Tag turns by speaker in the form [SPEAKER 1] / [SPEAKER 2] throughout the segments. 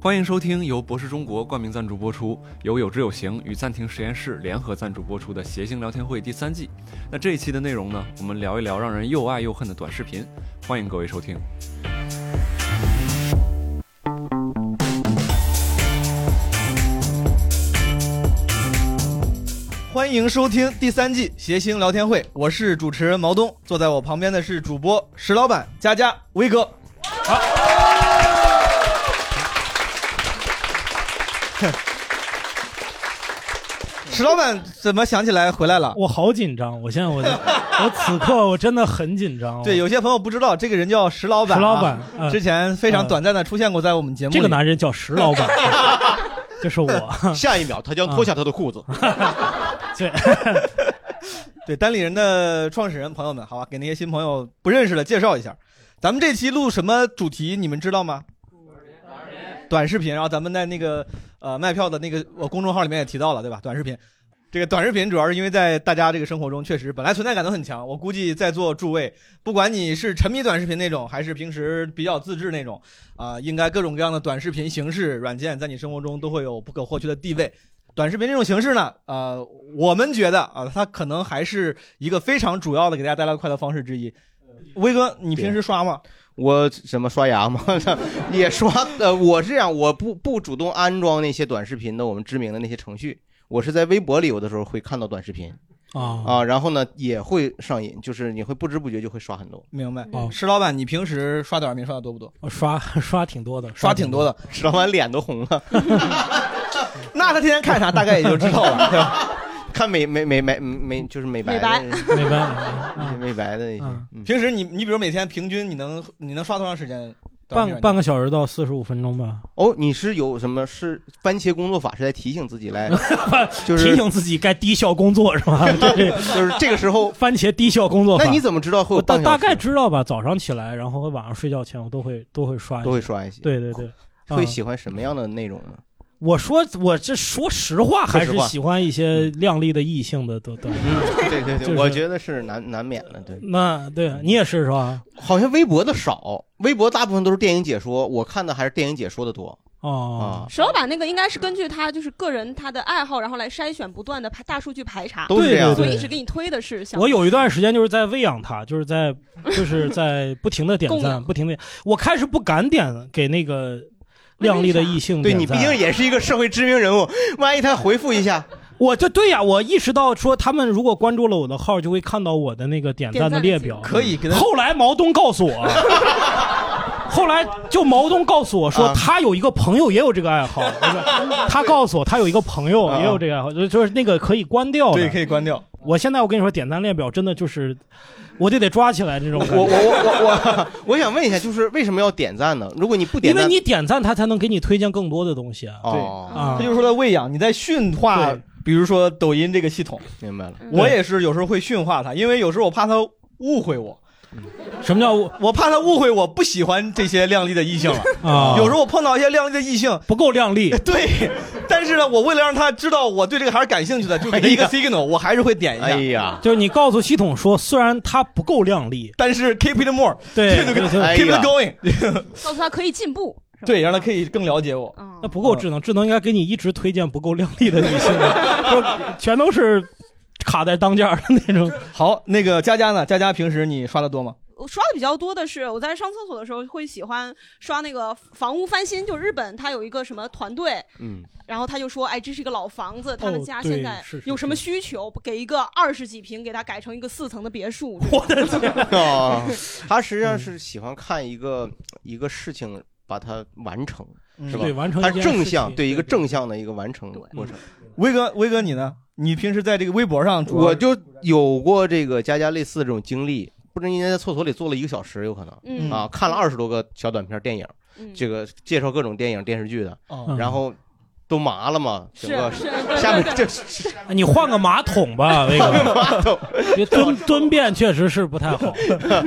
[SPEAKER 1] 欢迎收听由博士中国冠名赞助播出，由有知有行与暂停实验室联合赞助播出的《谐星聊天会》第三季。那这一期的内容呢，我们聊一聊让人又爱又恨的短视频。欢迎各位收听。
[SPEAKER 2] 欢迎收听第三季《谐星聊天会》，我是主持人毛东，坐在我旁边的是主播石老板、佳佳、威哥。石老板怎么想起来回来了？
[SPEAKER 3] 我好紧张，我现在我 我此刻我真的很紧张。
[SPEAKER 2] 对，有些朋友不知道，这个人叫石老板、啊。
[SPEAKER 3] 石老板嗯
[SPEAKER 2] 之前非常短暂的出现过在我们节目里。
[SPEAKER 3] 这个男人叫石老板， 就是 我。嗯
[SPEAKER 4] 下一秒他将脱下他的裤子。
[SPEAKER 3] 对，
[SPEAKER 2] 对，单立人的创始人朋友们，好吧，给那些新朋友不认识的介绍一下。咱们这期录什么主题，你们知道吗？短视频，然后咱们在那个呃卖票的那个呃公众号里面也提到了，对吧？短视频，这个短视频主要是因为在大家这个生活中确实本来存在感都很强，我估计在座诸位，不管你是沉迷短视频那种，还是平时比较自制那种，啊、应该各种各样的短视频形式软件在你生活中都会有不可或缺的地位。短视频这种形式呢，呃，我们觉得啊、它可能还是一个非常主要的给大家带来快乐方式之一。威哥，你平时刷吗？
[SPEAKER 4] 我什么刷牙吗？ 也刷。呃，我是这样，我不不主动安装那些短视频的我们知名的那些程序，我是在微博里有的时候会看到短视频
[SPEAKER 3] 啊
[SPEAKER 4] 啊，然后呢也会上瘾，就是你会不知不觉就会刷很多。
[SPEAKER 2] 明白。石老板，你平时刷短视频刷的多不多？
[SPEAKER 3] 我哦刷刷挺多的，
[SPEAKER 2] 刷挺多的，
[SPEAKER 4] 石老板脸都红了。
[SPEAKER 2] 那他天天看啥，大概也就知 道了，对吧？
[SPEAKER 4] 看美美美美美，就是美白的
[SPEAKER 3] 美白
[SPEAKER 4] 美白的那些。
[SPEAKER 2] 嗯
[SPEAKER 4] 嗯
[SPEAKER 2] 平时你你比如每天平均你能你能刷多长时间？
[SPEAKER 3] 半半个小时到四十五分钟吧。
[SPEAKER 4] 哦，你是有什么是番茄工作法是在提醒自 己来，就是
[SPEAKER 3] 提醒自己该低效工作是 吧？对，
[SPEAKER 4] 就是这个时候
[SPEAKER 3] 番茄低效工作法。
[SPEAKER 4] 那你怎么知道会有
[SPEAKER 3] 我大
[SPEAKER 4] 半小
[SPEAKER 3] 大
[SPEAKER 4] 时
[SPEAKER 3] 概知道吧？早上起来，然后和晚上睡觉前，我都会都会刷，
[SPEAKER 4] 都会刷一些？
[SPEAKER 3] 对对对，
[SPEAKER 4] 会
[SPEAKER 3] 嗯
[SPEAKER 4] 喜欢什么样的内容呢？
[SPEAKER 3] 我说我这说实话，还是
[SPEAKER 4] 说实话嗯
[SPEAKER 3] 喜欢一些靓丽的异性的，都都。
[SPEAKER 4] 对对
[SPEAKER 3] 嗯就是嗯
[SPEAKER 4] 对，我觉得是难难免的。对，
[SPEAKER 3] 那对你也是是吧？
[SPEAKER 4] 好像微博的少，微博大部分都是电影解说，我看的还是电影解说的多
[SPEAKER 3] 哦，
[SPEAKER 4] 啊。
[SPEAKER 5] 石老板那个应该是根据他就是个人他的爱好，然后来筛选不断的排大数据排查，
[SPEAKER 4] 都是这样
[SPEAKER 5] 所
[SPEAKER 3] 对
[SPEAKER 5] 以一
[SPEAKER 3] 对对。
[SPEAKER 5] 直给你推的是想
[SPEAKER 3] 我有一段时间就是在喂养它，就是在就是在不停的点
[SPEAKER 5] 供
[SPEAKER 3] 赞，
[SPEAKER 5] 养
[SPEAKER 3] 不停的。我开始不敢点给那个靓丽的异性
[SPEAKER 4] 对你
[SPEAKER 3] 点
[SPEAKER 4] 毕
[SPEAKER 3] 赞，
[SPEAKER 4] 竟也是一个社会知名人物，万一他回复一下，
[SPEAKER 3] 我这对呀、我意识到说他们如果关注了我的号，就会看到我的那个点赞的列表。
[SPEAKER 2] 可以给他
[SPEAKER 3] 后来毛东告诉我，后来就毛东告诉我说，
[SPEAKER 4] 啊
[SPEAKER 3] 他有一个朋友也有这个爱 好，他告诉我他有一个朋友
[SPEAKER 4] 啊
[SPEAKER 3] 也有这个爱好，就就是那个可以关掉
[SPEAKER 2] 对
[SPEAKER 3] 的。
[SPEAKER 2] 可以关掉。
[SPEAKER 3] 我现在我跟你说，点赞列表真的就是，我就得抓起来这种
[SPEAKER 4] 我
[SPEAKER 3] 感
[SPEAKER 4] 我
[SPEAKER 3] 觉。
[SPEAKER 4] 我我 我，我想问一下，就是为什么要点赞呢？如果你不点
[SPEAKER 3] 因为
[SPEAKER 4] 赞，
[SPEAKER 3] 你点赞，他才能给你推荐更多的东西啊！
[SPEAKER 4] 哦，
[SPEAKER 3] 啊
[SPEAKER 2] 他就是说的喂养，你在驯化
[SPEAKER 3] 对，
[SPEAKER 2] 比如说抖音这个系统，
[SPEAKER 4] 明白了，
[SPEAKER 2] 我也是有时候会驯化它，因为有时候我怕它误会我，
[SPEAKER 3] 什么叫我
[SPEAKER 2] 我怕它误会我不喜欢这些靓丽的异性了。
[SPEAKER 3] 啊？
[SPEAKER 2] 有时候我碰到一些靓丽的异性，
[SPEAKER 3] 不够靓丽，
[SPEAKER 2] 对，但是呢，我为了让他知道我对这个还是感兴趣的，就给他一个
[SPEAKER 3] 哎
[SPEAKER 2] signal，我还是会点一
[SPEAKER 4] 哎
[SPEAKER 2] 下。
[SPEAKER 4] 呀，
[SPEAKER 3] 就是你告诉系统说，虽然它不够靓丽，
[SPEAKER 2] 但是 keep it more，
[SPEAKER 3] 对
[SPEAKER 2] keep
[SPEAKER 3] 对
[SPEAKER 2] it
[SPEAKER 3] 对
[SPEAKER 2] keep
[SPEAKER 4] 哎呀
[SPEAKER 2] it going，
[SPEAKER 5] 告诉他可以进步，是吧
[SPEAKER 2] 对，让他可以更了解我。
[SPEAKER 5] 嗯
[SPEAKER 3] 那，不够智能，智能应该给你一直推荐不够靓丽的女性， 就全都是卡在当间儿的那种。
[SPEAKER 2] 好，那个佳佳呢？佳佳平时你刷的多吗？
[SPEAKER 5] 我刷的比较多的是我在上厕所的时候会喜欢刷那个房屋翻新，就日本它有一个什么团队，
[SPEAKER 4] 嗯，
[SPEAKER 5] 然后他就说，哎，这是一个老房子，他们家
[SPEAKER 3] 哦对
[SPEAKER 5] 现在
[SPEAKER 3] 是是
[SPEAKER 5] 有什么需求，给一个二十几平，给他改成一个四层的别墅。
[SPEAKER 3] 我的天，
[SPEAKER 4] 哦，他实
[SPEAKER 3] 嗯
[SPEAKER 4] 际上是喜欢看一个一个事情把它完成，
[SPEAKER 2] 嗯
[SPEAKER 4] 是吧
[SPEAKER 3] 对，？完成
[SPEAKER 4] 它
[SPEAKER 3] 一件
[SPEAKER 4] 是正
[SPEAKER 3] 事
[SPEAKER 4] 向，
[SPEAKER 3] 情
[SPEAKER 4] 对一个正向的一个完成
[SPEAKER 5] 对
[SPEAKER 4] 过程。
[SPEAKER 3] 嗯
[SPEAKER 2] 威哥，威哥你呢？你平时在这个微博上主要，
[SPEAKER 4] 我就有过这个佳佳类似的这种经历，不知应该在厕所里坐了一个小时，有可能、
[SPEAKER 5] 嗯
[SPEAKER 4] 啊，看了二十多个小短片电影，
[SPEAKER 5] 嗯，
[SPEAKER 4] 这个介绍各种电影电视剧的，
[SPEAKER 2] 哦
[SPEAKER 4] 然后都麻了嘛，
[SPEAKER 5] 是
[SPEAKER 4] 整个
[SPEAKER 5] 是，对
[SPEAKER 4] 下面
[SPEAKER 5] 对对
[SPEAKER 4] 这
[SPEAKER 3] 对哎你换个马桶 吧，那个
[SPEAKER 4] 马桶
[SPEAKER 3] 别蹲蹲便确实是不太好。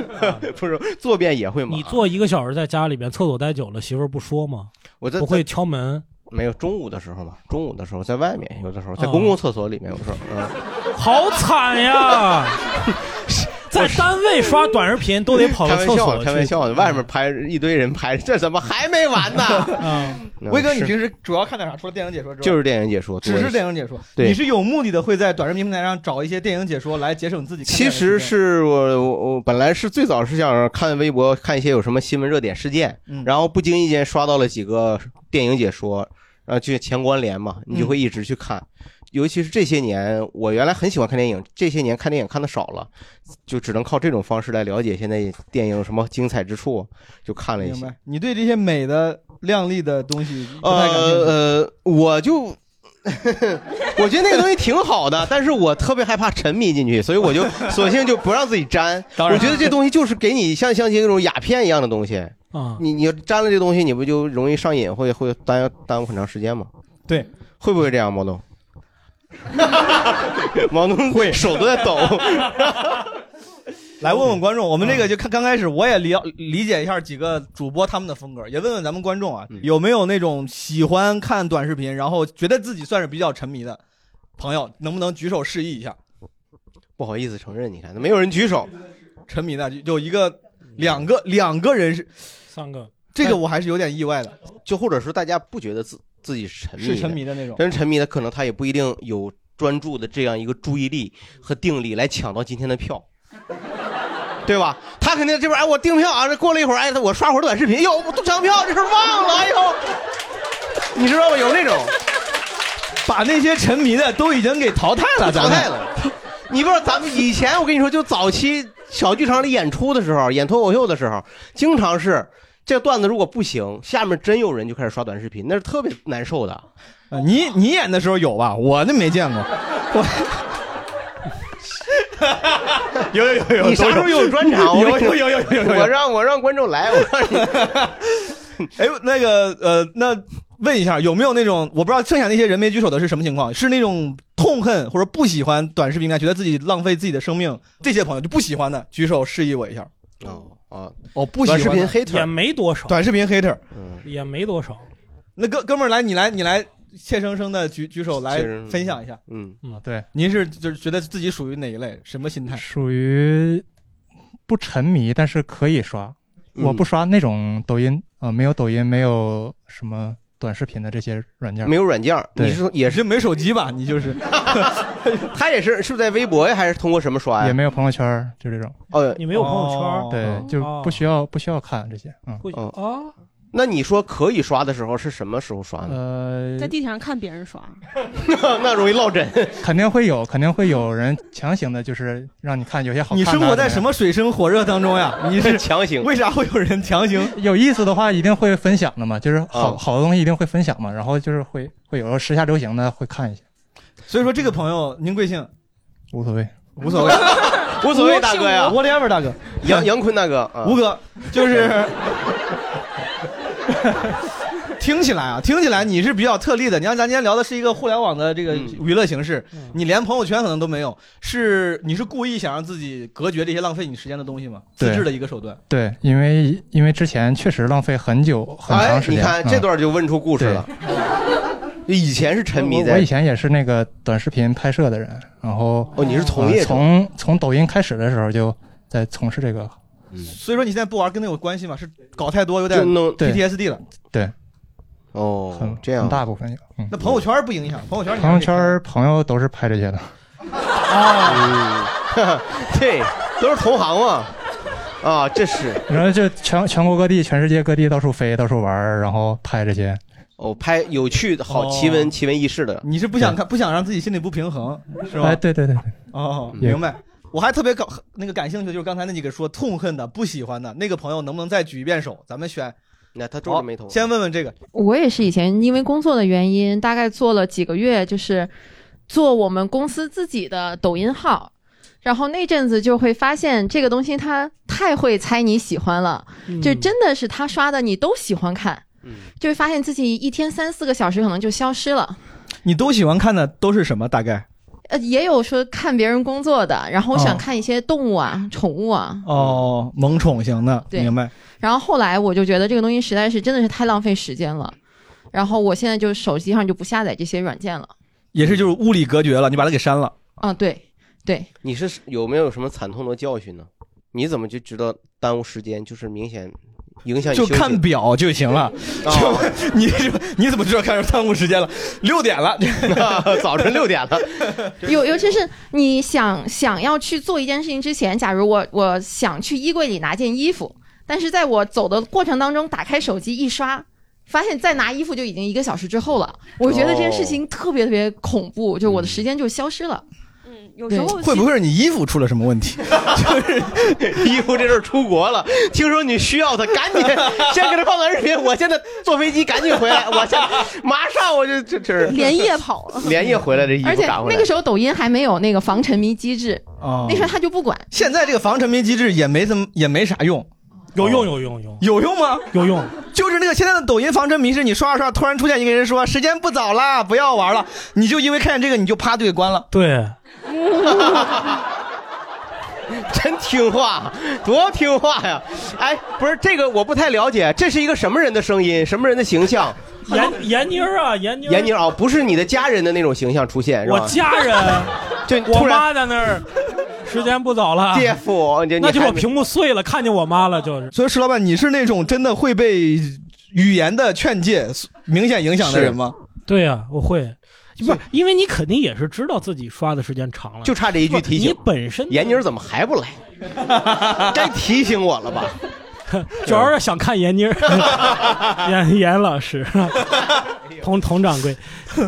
[SPEAKER 4] 不是坐便也会麻。
[SPEAKER 3] 你坐一个小时在家里边，厕所待久了，媳妇儿不说吗？
[SPEAKER 4] 我在
[SPEAKER 3] 不会敲门，
[SPEAKER 4] 没有中午的时候嘛，中午的时候在外面，有的时候在啊
[SPEAKER 3] 哦
[SPEAKER 4] 公共厕所里面，有时候嗯，
[SPEAKER 3] 好惨呀！在单位刷 短视频都得跑到
[SPEAKER 4] 开
[SPEAKER 3] 厕
[SPEAKER 4] 玩笑
[SPEAKER 3] 所
[SPEAKER 4] 的，
[SPEAKER 3] 去嗯
[SPEAKER 4] 开玩笑的，外面拍一堆人拍，这怎么还没完呢？
[SPEAKER 3] 嗯
[SPEAKER 2] 威哥，
[SPEAKER 4] 嗯
[SPEAKER 2] 你
[SPEAKER 4] 是
[SPEAKER 2] 平时主要看点啥？除了电影解说之外，
[SPEAKER 4] 就是电影解说，
[SPEAKER 2] 只
[SPEAKER 4] 多
[SPEAKER 2] 是
[SPEAKER 4] 一
[SPEAKER 2] 电影解说。
[SPEAKER 4] 对
[SPEAKER 2] 你是有目的的，会在短视频平台上找一些电影解说来节省自己看
[SPEAKER 4] 其
[SPEAKER 2] 电影的时
[SPEAKER 4] 实
[SPEAKER 2] 间。
[SPEAKER 4] 是我我我本来是最早是想看微博看一些有什么新闻热点事件，
[SPEAKER 2] 嗯
[SPEAKER 4] 然后不经意间刷到了几个电影解说，然后就前关联嘛，你就
[SPEAKER 2] 嗯
[SPEAKER 4] 会一直去看。尤其是这些年，我原来很喜欢看电影，这些年看电影看的少了，就只能靠这种方式来了解现在电影有什么精彩之处，就看了一
[SPEAKER 2] 明
[SPEAKER 4] 些。
[SPEAKER 2] 白。你对这些美的、亮丽的东西不太感兴趣。
[SPEAKER 4] 呃呃，我就。 我觉得那个东西挺好的，但是我特别害怕沉迷进去，所以我就 索性就不让自己沾。
[SPEAKER 2] 当然
[SPEAKER 4] 我觉得这东西就是给你像像这种鸦片一样的东西，
[SPEAKER 3] 啊，
[SPEAKER 4] 你你要沾了这东西，你不就容易上瘾，会会耽耽误很长时间吗？
[SPEAKER 2] 对，
[SPEAKER 4] 会不会这样， 毛东？毛东会手都在抖。
[SPEAKER 2] 来问问观
[SPEAKER 4] 嗯
[SPEAKER 2] 众，我们这个就看刚开始，我也理理解一下几个主播他们的风格，也问问咱们观众啊，
[SPEAKER 3] 嗯
[SPEAKER 2] 有没有那种喜欢看短视频，然后觉得自己算是比较沉迷的朋友，能不能举手示意一下？
[SPEAKER 4] 不好意思承认，你看没有人举手，
[SPEAKER 2] 沉迷的有一个、两个、两个人是
[SPEAKER 3] 三个
[SPEAKER 2] 这个，我还是有点意外的，
[SPEAKER 4] 就或者说大家不觉得自自己是沉迷
[SPEAKER 2] 是沉迷的那种。
[SPEAKER 4] 真沉迷的，可能他也不一定有专注的这样一个注意力和定力来抢到今天的票， 对吧？他肯定这边哎，我订票啊，这过了一会儿，哎，我刷会儿短视频，哟，我都抢票，这事儿忘了，哎呦，你知道吗？有那 种
[SPEAKER 2] 把那些沉迷的都已经给淘汰了，咱
[SPEAKER 4] 淘
[SPEAKER 2] 们
[SPEAKER 4] 汰了。 你不知道咱们以前，我跟你说，就早期小剧场里演出的时候，演脱口秀的时候，经常是这段子如果不行，下面真有人就开始刷短视频，那是特别难受的。
[SPEAKER 2] 啊你你演的时候有吧？我那没见过。我有有有有，
[SPEAKER 4] 你啥时候有专场？我
[SPEAKER 2] 有
[SPEAKER 4] 跟你
[SPEAKER 2] 有
[SPEAKER 4] 说
[SPEAKER 2] 有有有有有。
[SPEAKER 4] 我让我让观众来，我让你
[SPEAKER 2] 哎，那个呃，那问一下，有没有那种我不知道剩下那些人没举手的是什么情况？是那种痛恨或者不喜欢短视频平台，觉得自己浪费自己的生命，这些朋友就不喜欢的，举手示意我一下。
[SPEAKER 4] 哦哦，
[SPEAKER 2] 哦，不喜欢的
[SPEAKER 4] 短视频黑腿
[SPEAKER 3] 也没多少，
[SPEAKER 2] 短视频 hater。
[SPEAKER 4] 嗯
[SPEAKER 3] 也没多少。
[SPEAKER 2] 那哥哥们儿来，你来你来，怯生生的举举手来
[SPEAKER 4] 怯生生
[SPEAKER 2] 分享一下，
[SPEAKER 4] 嗯，
[SPEAKER 6] 嗯，对，
[SPEAKER 2] 您是就是觉得自己属于哪一类，什么心态？
[SPEAKER 6] 属于不沉迷，但是可以刷。
[SPEAKER 4] 嗯
[SPEAKER 6] 我不刷那种抖音，呃，没有抖音，没有什么短视频的这些软件，
[SPEAKER 4] 没有软件儿，
[SPEAKER 6] 对
[SPEAKER 4] 你是说也
[SPEAKER 2] 也
[SPEAKER 4] 是
[SPEAKER 2] 是没手机吧？你就是
[SPEAKER 4] 他也是是不是在微博呀，还是通过什么刷
[SPEAKER 6] 也
[SPEAKER 4] 呀？
[SPEAKER 6] 没有朋友圈儿，就这种。
[SPEAKER 4] 哦，
[SPEAKER 3] 你没有朋友圈，
[SPEAKER 2] 哦
[SPEAKER 6] 对，就不需要不需要看这些，嗯，
[SPEAKER 3] 会
[SPEAKER 4] 哦
[SPEAKER 3] 啊，
[SPEAKER 4] 那你说可以刷的时候是什么时候刷呢？
[SPEAKER 6] 呃
[SPEAKER 5] 在，地铁上看别人刷，
[SPEAKER 4] 那容易落枕。
[SPEAKER 6] 肯定会有，肯定会有人强行的，就是让你看有些好看
[SPEAKER 2] 你
[SPEAKER 6] 的啊。
[SPEAKER 2] 生活在
[SPEAKER 6] 怎
[SPEAKER 2] 什
[SPEAKER 6] 么
[SPEAKER 2] 么水深火热当中呀？你是
[SPEAKER 4] 强行
[SPEAKER 2] 为啥会有人强行？
[SPEAKER 6] 样？ 有意思的话一定会分享的嘛，就是好
[SPEAKER 4] 啊
[SPEAKER 6] 好的东西一定会分享嘛，然后就是会会有时候时下流行的会看一下，
[SPEAKER 2] 所以说这个朋友您贵姓？
[SPEAKER 6] 无所谓。
[SPEAKER 2] 无所 谓，
[SPEAKER 4] 无所谓，大哥呀，
[SPEAKER 2] ，whatever 大哥，
[SPEAKER 4] 杨杨坤大哥，啊
[SPEAKER 2] 吴哥，就是 听起来啊，听起来你是比较特例的。你看咱今天聊的是一个互联网的这个
[SPEAKER 4] 嗯
[SPEAKER 2] 娱乐形式，你连朋友圈可能都没有，是你是故意想让自己隔绝这些浪费你时间的东西吗？
[SPEAKER 6] 对
[SPEAKER 2] 自制的一个手段。
[SPEAKER 6] 对，因为因为之前确实浪费很久很
[SPEAKER 4] 哎
[SPEAKER 6] 长，时
[SPEAKER 4] 你
[SPEAKER 6] 间。
[SPEAKER 4] 看
[SPEAKER 6] 嗯
[SPEAKER 4] 这段就问出故事了。以前是沉迷
[SPEAKER 6] 我我以
[SPEAKER 4] 在
[SPEAKER 6] 前也是那个短视频拍摄的人，然后
[SPEAKER 4] 哦，你是从
[SPEAKER 6] 呃
[SPEAKER 4] 业者
[SPEAKER 6] 从从抖音开始的时候就在从事这个，
[SPEAKER 2] 所以说你现在不玩跟那有关系吗？是搞太多有
[SPEAKER 4] 就
[SPEAKER 2] 点
[SPEAKER 4] 弄
[SPEAKER 6] 对
[SPEAKER 2] PTSD 了。
[SPEAKER 6] 很
[SPEAKER 4] 哦这样
[SPEAKER 6] 很大部分有。嗯，
[SPEAKER 2] 那朋友圈不影响，朋友圈你还
[SPEAKER 6] 朋
[SPEAKER 2] 是得
[SPEAKER 6] 友
[SPEAKER 2] 看啊
[SPEAKER 6] 圈朋友都是拍这些的，
[SPEAKER 4] 嗯， 对，都是同行嘛。啊，这是
[SPEAKER 6] 然后就全全国各地、全世界各地到处飞、到处玩儿，然后拍这些。
[SPEAKER 4] 哦，拍有趣的好奇闻奇闻异事的，
[SPEAKER 2] 哦你是不想看，不想让自己心里不平衡，是吧？
[SPEAKER 6] 哎，对对对，嗯
[SPEAKER 2] 哦，
[SPEAKER 6] 也
[SPEAKER 2] 明白。我还特别搞那个感兴趣的，就是刚才那几个说痛恨的、不喜欢的那个朋友，能不能再举一遍手？咱们选，
[SPEAKER 4] 那他皱着眉头。
[SPEAKER 2] 先问问这个，
[SPEAKER 7] 我也是以前因为工作的原因，大概做了几个月，就是做我们公司自己的抖音号。然后那阵子就会发现这个东西它太会猜你喜欢了，就真的是他刷的你都喜欢看，就会发现自己一天三四个小时可能就消失了。
[SPEAKER 2] 你都喜欢看的都是什么？大概
[SPEAKER 7] 呃，也有说看别人工作的，然后我
[SPEAKER 2] 哦
[SPEAKER 7] 想看一些动物啊、宠物
[SPEAKER 4] 嗯
[SPEAKER 7] 啊。
[SPEAKER 2] 哦，萌宠型的，
[SPEAKER 7] 对
[SPEAKER 2] 明白。
[SPEAKER 7] 然后后来我就觉得这个东西实在是真的是太浪费时间了，然后我现在就手机上就不下载这些软件了。
[SPEAKER 2] 也是就是物理隔绝了，你把它给删了。
[SPEAKER 7] 啊，对， 对，
[SPEAKER 4] 你是有没有什么惨痛的教训呢？你怎么就知道耽误时间？就是明显影响你
[SPEAKER 2] 就
[SPEAKER 4] 哎休息哦
[SPEAKER 2] 看表就行了。就 你就你怎么知道看耽误时间了？六点了，
[SPEAKER 4] 早晨六 点了。
[SPEAKER 7] 尤尤其是你想想要去做一件事情之前，假如我我想去衣柜里拿件衣服，但是在我走的过程当中，打开手机一刷，发现再拿衣服就已经一个小时之后了。我觉得这件
[SPEAKER 4] 哦
[SPEAKER 7] 事情特别特别恐怖，就
[SPEAKER 4] 嗯
[SPEAKER 7] 我的时间就消失了。
[SPEAKER 5] 嗯，有时候
[SPEAKER 2] 会不会是你衣服出了什么问题？
[SPEAKER 4] 衣服这事儿出国了，听说你需要它，赶 紧先给它放短视频。我现在坐飞机赶紧回来，我现马上我就这这是
[SPEAKER 7] 连夜跑了
[SPEAKER 4] 连夜回来这衣
[SPEAKER 7] 而
[SPEAKER 4] 服
[SPEAKER 7] 且
[SPEAKER 4] 赶回
[SPEAKER 7] 那
[SPEAKER 4] 来
[SPEAKER 7] 个。时候抖音还没有那个防沉迷机制，
[SPEAKER 2] 哦
[SPEAKER 7] 那时候他就不管。
[SPEAKER 2] 现在这个防沉迷机制也没怎么也没啥用，
[SPEAKER 3] 有用有用有
[SPEAKER 2] 有用吗？
[SPEAKER 3] 有用，
[SPEAKER 2] 就是那个现在的抖音防沉迷是，你刷着刷着突然出现一个人说时间不早啦，不要玩了，你就因为看见这个你就啪就给关了。
[SPEAKER 3] 对，
[SPEAKER 4] 真听话，多听话呀！哎，不是这个我不太了解，这是一个什么人的声音，什么人的形象？
[SPEAKER 3] 闫闫妮儿啊，闫妮儿
[SPEAKER 4] 闫妮儿啊，不是你的家人的那种形象出现，是吧
[SPEAKER 3] 我家人，
[SPEAKER 4] 就
[SPEAKER 3] 我
[SPEAKER 4] 突然
[SPEAKER 3] 妈在那儿，时间不早了，
[SPEAKER 4] 姐夫，你
[SPEAKER 3] 那就
[SPEAKER 4] 你
[SPEAKER 3] 是我
[SPEAKER 4] 还没
[SPEAKER 3] 屏幕碎了，看见我妈了，就是
[SPEAKER 2] 所以石老板，你是那种真的会被语言的劝诫明显影响的人吗？
[SPEAKER 3] 对呀、我会，不是因为你肯定也是知道自己刷的时间长了，
[SPEAKER 4] 就差这一句提醒
[SPEAKER 3] 你本身
[SPEAKER 4] 闫妮儿怎么还不来？ 该提醒我了吧？
[SPEAKER 3] 主要是想看闫妮 儿，闫闫老师，佟佟掌柜，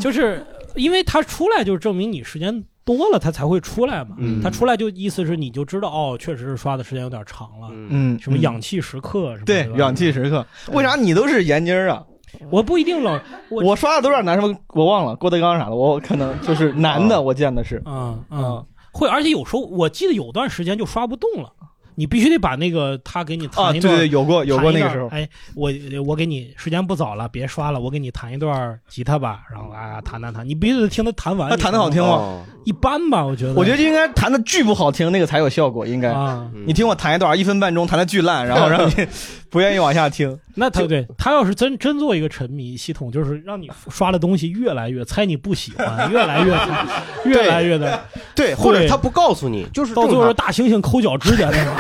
[SPEAKER 3] 就是因为他出来就证明你时间多了，他才会出来嘛。
[SPEAKER 4] 嗯
[SPEAKER 3] 他出来就意思是你就知道哦，确实是刷的时间有点长了。
[SPEAKER 2] 嗯，
[SPEAKER 3] 什么氧气时刻什么
[SPEAKER 2] 对
[SPEAKER 3] 吧
[SPEAKER 2] 氧气时刻，为啥你都是闫妮儿啊？
[SPEAKER 3] 我不一定老我
[SPEAKER 2] 我刷的都是男什么，我忘了郭德纲啥的，我可能就是男
[SPEAKER 3] 啊
[SPEAKER 2] 的，我见的是。啊
[SPEAKER 3] 嗯嗯会，而且有时候我记得有段时间就刷不动了，你必须得把那个他给你
[SPEAKER 2] 啊，
[SPEAKER 3] 弹一
[SPEAKER 2] 对
[SPEAKER 3] 段。
[SPEAKER 2] 对，有过有过那个时候，
[SPEAKER 3] 弹一段哎，我我给你时间不早了，别刷了，我给你弹一段吉他吧，然后啊弹弹弹，你必须得听他弹完。
[SPEAKER 2] 那弹的好听吗？
[SPEAKER 4] 哦，
[SPEAKER 3] 一般吧，我觉得。
[SPEAKER 2] 我觉得就应该弹的巨不好听，那个才有效果，应该。
[SPEAKER 3] 啊，
[SPEAKER 4] 嗯
[SPEAKER 2] 你听我弹一段，一分半钟弹的巨烂，然后 让你不愿意往下听。
[SPEAKER 3] 那他对他要是真真做一个沉迷系统，就是让你刷的东西越来越猜你不喜欢，越 来越越来越的，
[SPEAKER 4] 对，或者
[SPEAKER 3] 对
[SPEAKER 4] 他不告诉你，就是
[SPEAKER 3] 到最后
[SPEAKER 4] 正
[SPEAKER 3] 是
[SPEAKER 4] 常
[SPEAKER 3] 大猩猩抠脚指甲那种。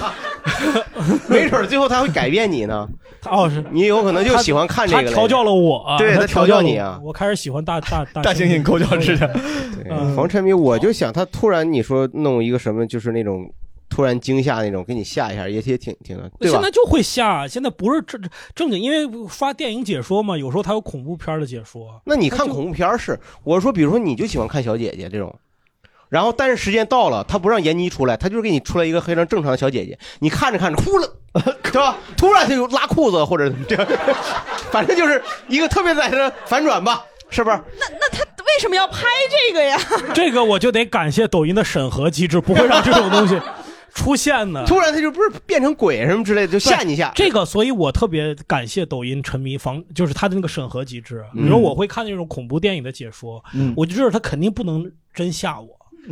[SPEAKER 4] 没准儿最后他会改变你呢。
[SPEAKER 3] 哦，是
[SPEAKER 4] 你有可能就喜欢看这
[SPEAKER 3] 他
[SPEAKER 4] 个了。
[SPEAKER 3] 调教了我啊，
[SPEAKER 4] 对他
[SPEAKER 3] 他
[SPEAKER 4] 调教
[SPEAKER 3] 教
[SPEAKER 4] 你
[SPEAKER 3] 了
[SPEAKER 4] 啊
[SPEAKER 3] 我我开始喜欢大大大
[SPEAKER 2] 大猩猩抠脚指甲，
[SPEAKER 4] 对
[SPEAKER 3] 嗯
[SPEAKER 4] 防沉迷，我就想他突然你说弄一个什么，就是那种突然惊吓那种，给你吓一下，也也挺挺的，对
[SPEAKER 3] 现
[SPEAKER 4] 吧
[SPEAKER 3] 在？就会下，现在不是正正经，因为刷电影解说嘛，有时候它有恐怖片的解说，
[SPEAKER 4] 那你看
[SPEAKER 3] 他就
[SPEAKER 4] 恐怖片儿是，我是说，比如说你就喜欢看小姐姐这种，然后但是时间到了，他不让闫妮出来，他就是给你出来一个非常正常的小姐姐，你看着看着 哭了，对吧？突然他就拉裤子或者怎么着， 反正就是一个特别在的反转吧，是不是？
[SPEAKER 5] 为什么要拍这个呀？
[SPEAKER 3] 这个我就得感谢抖音的审核机制，不会让这种东 西出现的。
[SPEAKER 4] 突然他就不是变成鬼什么之类的，就吓你一下。
[SPEAKER 3] 这个，所以我特别感谢抖音沉迷防，就是它的那个审核机制。比
[SPEAKER 4] 嗯
[SPEAKER 3] 如我会看那种恐怖电影的解说，
[SPEAKER 2] 嗯
[SPEAKER 3] 我就知道它肯定不能真吓我。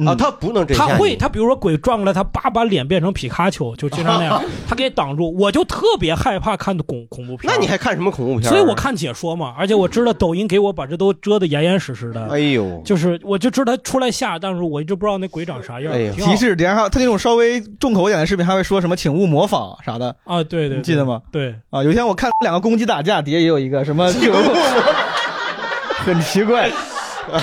[SPEAKER 4] 啊，他不能真吓
[SPEAKER 3] 他
[SPEAKER 4] 你
[SPEAKER 3] 会，他比如说鬼转过来，他叭把脸变成皮卡丘，就经常那 样，他给挡住。我就特别害怕看恐恐怖片。
[SPEAKER 4] 那你还看什么恐怖片儿？
[SPEAKER 3] 所以我看解说嘛，而且我知道抖音给我把这都遮得严严实实的，
[SPEAKER 4] 哎呦，
[SPEAKER 3] 就是我就知道他出来吓，但是我一直不知道那鬼长啥样。
[SPEAKER 4] 哎呀
[SPEAKER 3] 挺好
[SPEAKER 2] 提示，然后他那种稍微重口一点的视频还会说什么“请勿模仿”啥的，
[SPEAKER 3] 啊，对对，
[SPEAKER 2] 你记得
[SPEAKER 3] 吗？
[SPEAKER 2] 吗？
[SPEAKER 3] 对，
[SPEAKER 2] 啊，有一天我看两个公鸡打架，底下也有一个什 么请勿模仿，很奇 怪，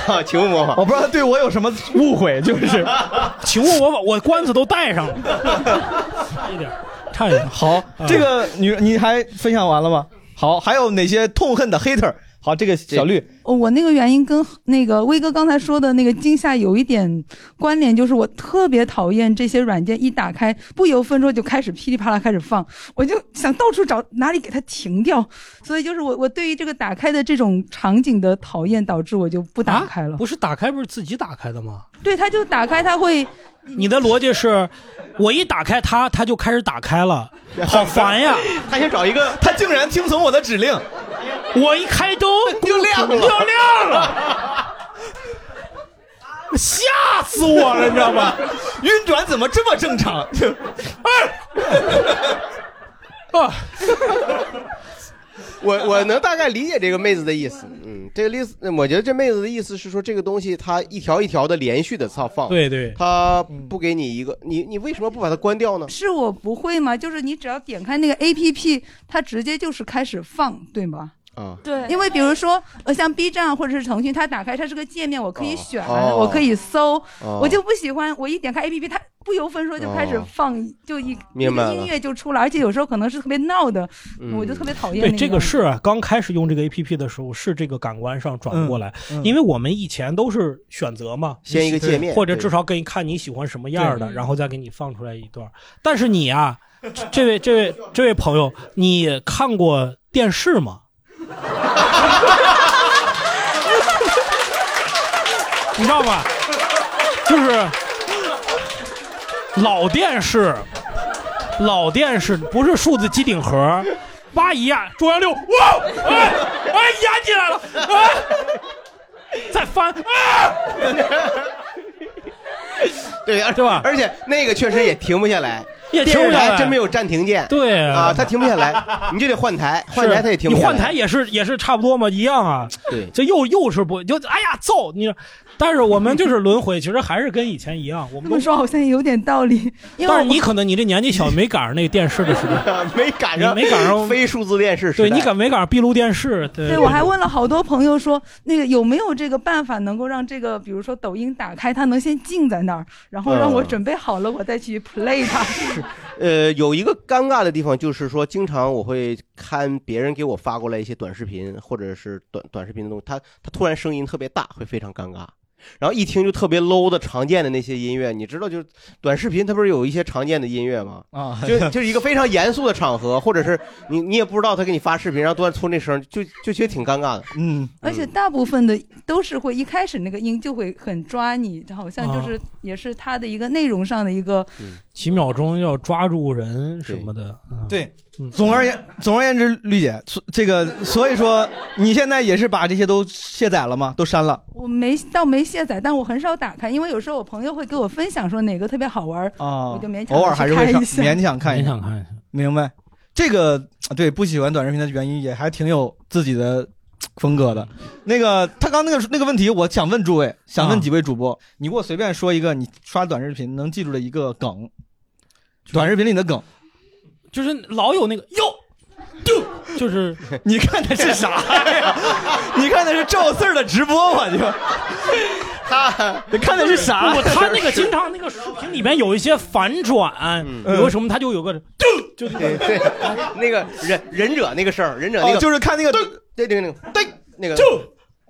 [SPEAKER 4] 啊，请勿模仿。
[SPEAKER 2] 我不知道他对我有什么误会，就是
[SPEAKER 3] 请勿我把我官司都戴上了，差一点，差一点。嗯
[SPEAKER 2] 好， 这个女你还分享完了吗？好，还有哪些痛恨的 hater？好，这个小绿，
[SPEAKER 8] 哦我那个原因跟那个威哥刚才说的那个惊吓有一点关联，就是我特别讨厌这些软件一打开，不由分说就开始噼里啪啦开始放，我就想到处找哪里给它停掉。所以就是我我对于这个打开的这种场景的讨厌，导致我就不打开了。
[SPEAKER 3] 啊不是打开不是自己打开的吗？
[SPEAKER 8] 对，它就打开，它会
[SPEAKER 3] 你的逻辑是，我一打开它，它就开始打开了，好烦呀！
[SPEAKER 4] 他想找一个
[SPEAKER 2] 他竟然听从我的指令，
[SPEAKER 3] 我一开 灯
[SPEAKER 4] 就亮
[SPEAKER 3] 就
[SPEAKER 4] 了，
[SPEAKER 3] 亮了， 吓死我了，你知道吗？
[SPEAKER 2] 晕转怎么这么正常？
[SPEAKER 3] 啊，
[SPEAKER 4] 我我能大概理解这个妹子的意思，嗯，这个意思，我觉得这妹子的意思是说，这个东西它一条一条的连续的放放，
[SPEAKER 3] 对对
[SPEAKER 4] 它不给你一个，你你为什么不把它关掉呢？
[SPEAKER 8] 是我不会吗？就是你只要点开那个 A P P，它直接就是开始放，对吗？
[SPEAKER 4] 啊，
[SPEAKER 8] 对，因为比如说，呃，像 B 站或者是腾讯，它打开它是个界面，我可以选，
[SPEAKER 4] 哦
[SPEAKER 8] 我可以搜，
[SPEAKER 4] 哦
[SPEAKER 8] 我就不喜欢，我一点开 APP，它不由分说就开始
[SPEAKER 4] 哦
[SPEAKER 8] 放，就一一
[SPEAKER 3] 明白
[SPEAKER 8] 个
[SPEAKER 3] 了
[SPEAKER 8] 音乐就出来，而且有时候可能是特别闹的，
[SPEAKER 3] 嗯
[SPEAKER 8] 我就特别讨厌那
[SPEAKER 3] 对，
[SPEAKER 8] 样。
[SPEAKER 3] 这个是啊刚开始用这个 A P P 的时候，是这个感官上转不过来，
[SPEAKER 8] 嗯嗯
[SPEAKER 3] 因为我们以前都是选择嘛，
[SPEAKER 4] 先一个界面
[SPEAKER 3] 或者
[SPEAKER 4] 对
[SPEAKER 3] 至少给你看你喜欢什么样的，
[SPEAKER 4] 对
[SPEAKER 3] 然后再给你放出来一段。但是你啊，这这位这位这位朋友，你看过电视吗？ 你知道吗？就是老电视，老电视不是数字机顶盒，哇一压中央六，哇，哎哎压进来了，哎，再翻，啊，
[SPEAKER 4] 对，而对吧？而且那个确实也停不下来，
[SPEAKER 3] 也停
[SPEAKER 4] 电视
[SPEAKER 3] 不下来
[SPEAKER 4] 台真没有暂停键，
[SPEAKER 3] 对
[SPEAKER 4] 啊，它停不 下来，你就得换台，换台它也停不
[SPEAKER 3] 你
[SPEAKER 4] 下来，
[SPEAKER 3] 换台也是也是差不多嘛，一样啊。
[SPEAKER 4] 对，
[SPEAKER 3] 这又又是不就哎呀揍你，但是我们就是轮回，其实还是跟以前一样，我
[SPEAKER 8] 这
[SPEAKER 3] 们
[SPEAKER 8] 么
[SPEAKER 3] 都
[SPEAKER 8] 说好像也有点道理，因为
[SPEAKER 3] 但是
[SPEAKER 8] 我
[SPEAKER 3] 你可能你这年纪小，没赶上那个电视的时代，
[SPEAKER 4] 没赶
[SPEAKER 3] 上，没赶上
[SPEAKER 4] 非数字电视时
[SPEAKER 3] 对
[SPEAKER 4] 代
[SPEAKER 3] 你赶没赶上闭路电视？对
[SPEAKER 8] 对，我还问了好多朋友说，那个有没有这个办法能够让这个，比如说抖音打开，它能先静在那儿，然后让我
[SPEAKER 4] 嗯
[SPEAKER 8] 准备好了，我再去 play 它。
[SPEAKER 4] 呃，有一个尴尬的地方就是说，经常我会看别人给我发过来一些短视频或者是短短视频的东西，他他突然声音特别大，会非常尴尬。然后一听就特别 low 的常见的那些音乐，你知道，就是短视频它不是有一些常见的音乐吗？
[SPEAKER 2] 啊
[SPEAKER 4] 就就是一个非常严肃的场合，或者是你你也不知道他给你发视频，然后突然出那声，就就觉得挺尴尬的。
[SPEAKER 2] 嗯，
[SPEAKER 8] 而且大部分的都是会一开始那个音就会很抓你，好像
[SPEAKER 2] 啊
[SPEAKER 8] 就是也是它的一个内容上的一个，
[SPEAKER 3] 几秒钟要抓住人什么的，嗯
[SPEAKER 2] 对，总而言总而言之，绿姐，所这个所以说你现在也是把这些都卸载了吗？都删了？
[SPEAKER 8] 我没倒没卸载，但我很少打开，因为有时候我朋友会给我分享说哪个特别好玩儿，
[SPEAKER 2] 啊，
[SPEAKER 8] 我就勉强
[SPEAKER 2] 偶尔还是会
[SPEAKER 8] 去
[SPEAKER 2] 上
[SPEAKER 8] 看一下
[SPEAKER 2] 勉强看一下，
[SPEAKER 3] 勉强看一下。
[SPEAKER 2] 明白，这个对不喜欢短视频的原因也还挺有自己的风格的。那个他刚那个那个问题，我想问诸位，想
[SPEAKER 3] 啊
[SPEAKER 2] 问几位主播，你给我随便说一个你刷短视频能记住的一个梗，短视频里的梗。
[SPEAKER 3] 就是老有那个哟。丢，就是
[SPEAKER 2] 你看的是啥呀？你看的是赵四儿的直播吗？就
[SPEAKER 4] 他
[SPEAKER 2] 你看的是啥？
[SPEAKER 3] 不他那个经常那个视频里面有一些反转，
[SPEAKER 4] 嗯
[SPEAKER 3] 有什么他就有个就
[SPEAKER 4] 对对，那个忍忍者那个声儿，忍者那个、
[SPEAKER 2] 哦就是看那个
[SPEAKER 4] 对对对那个对那个
[SPEAKER 3] 就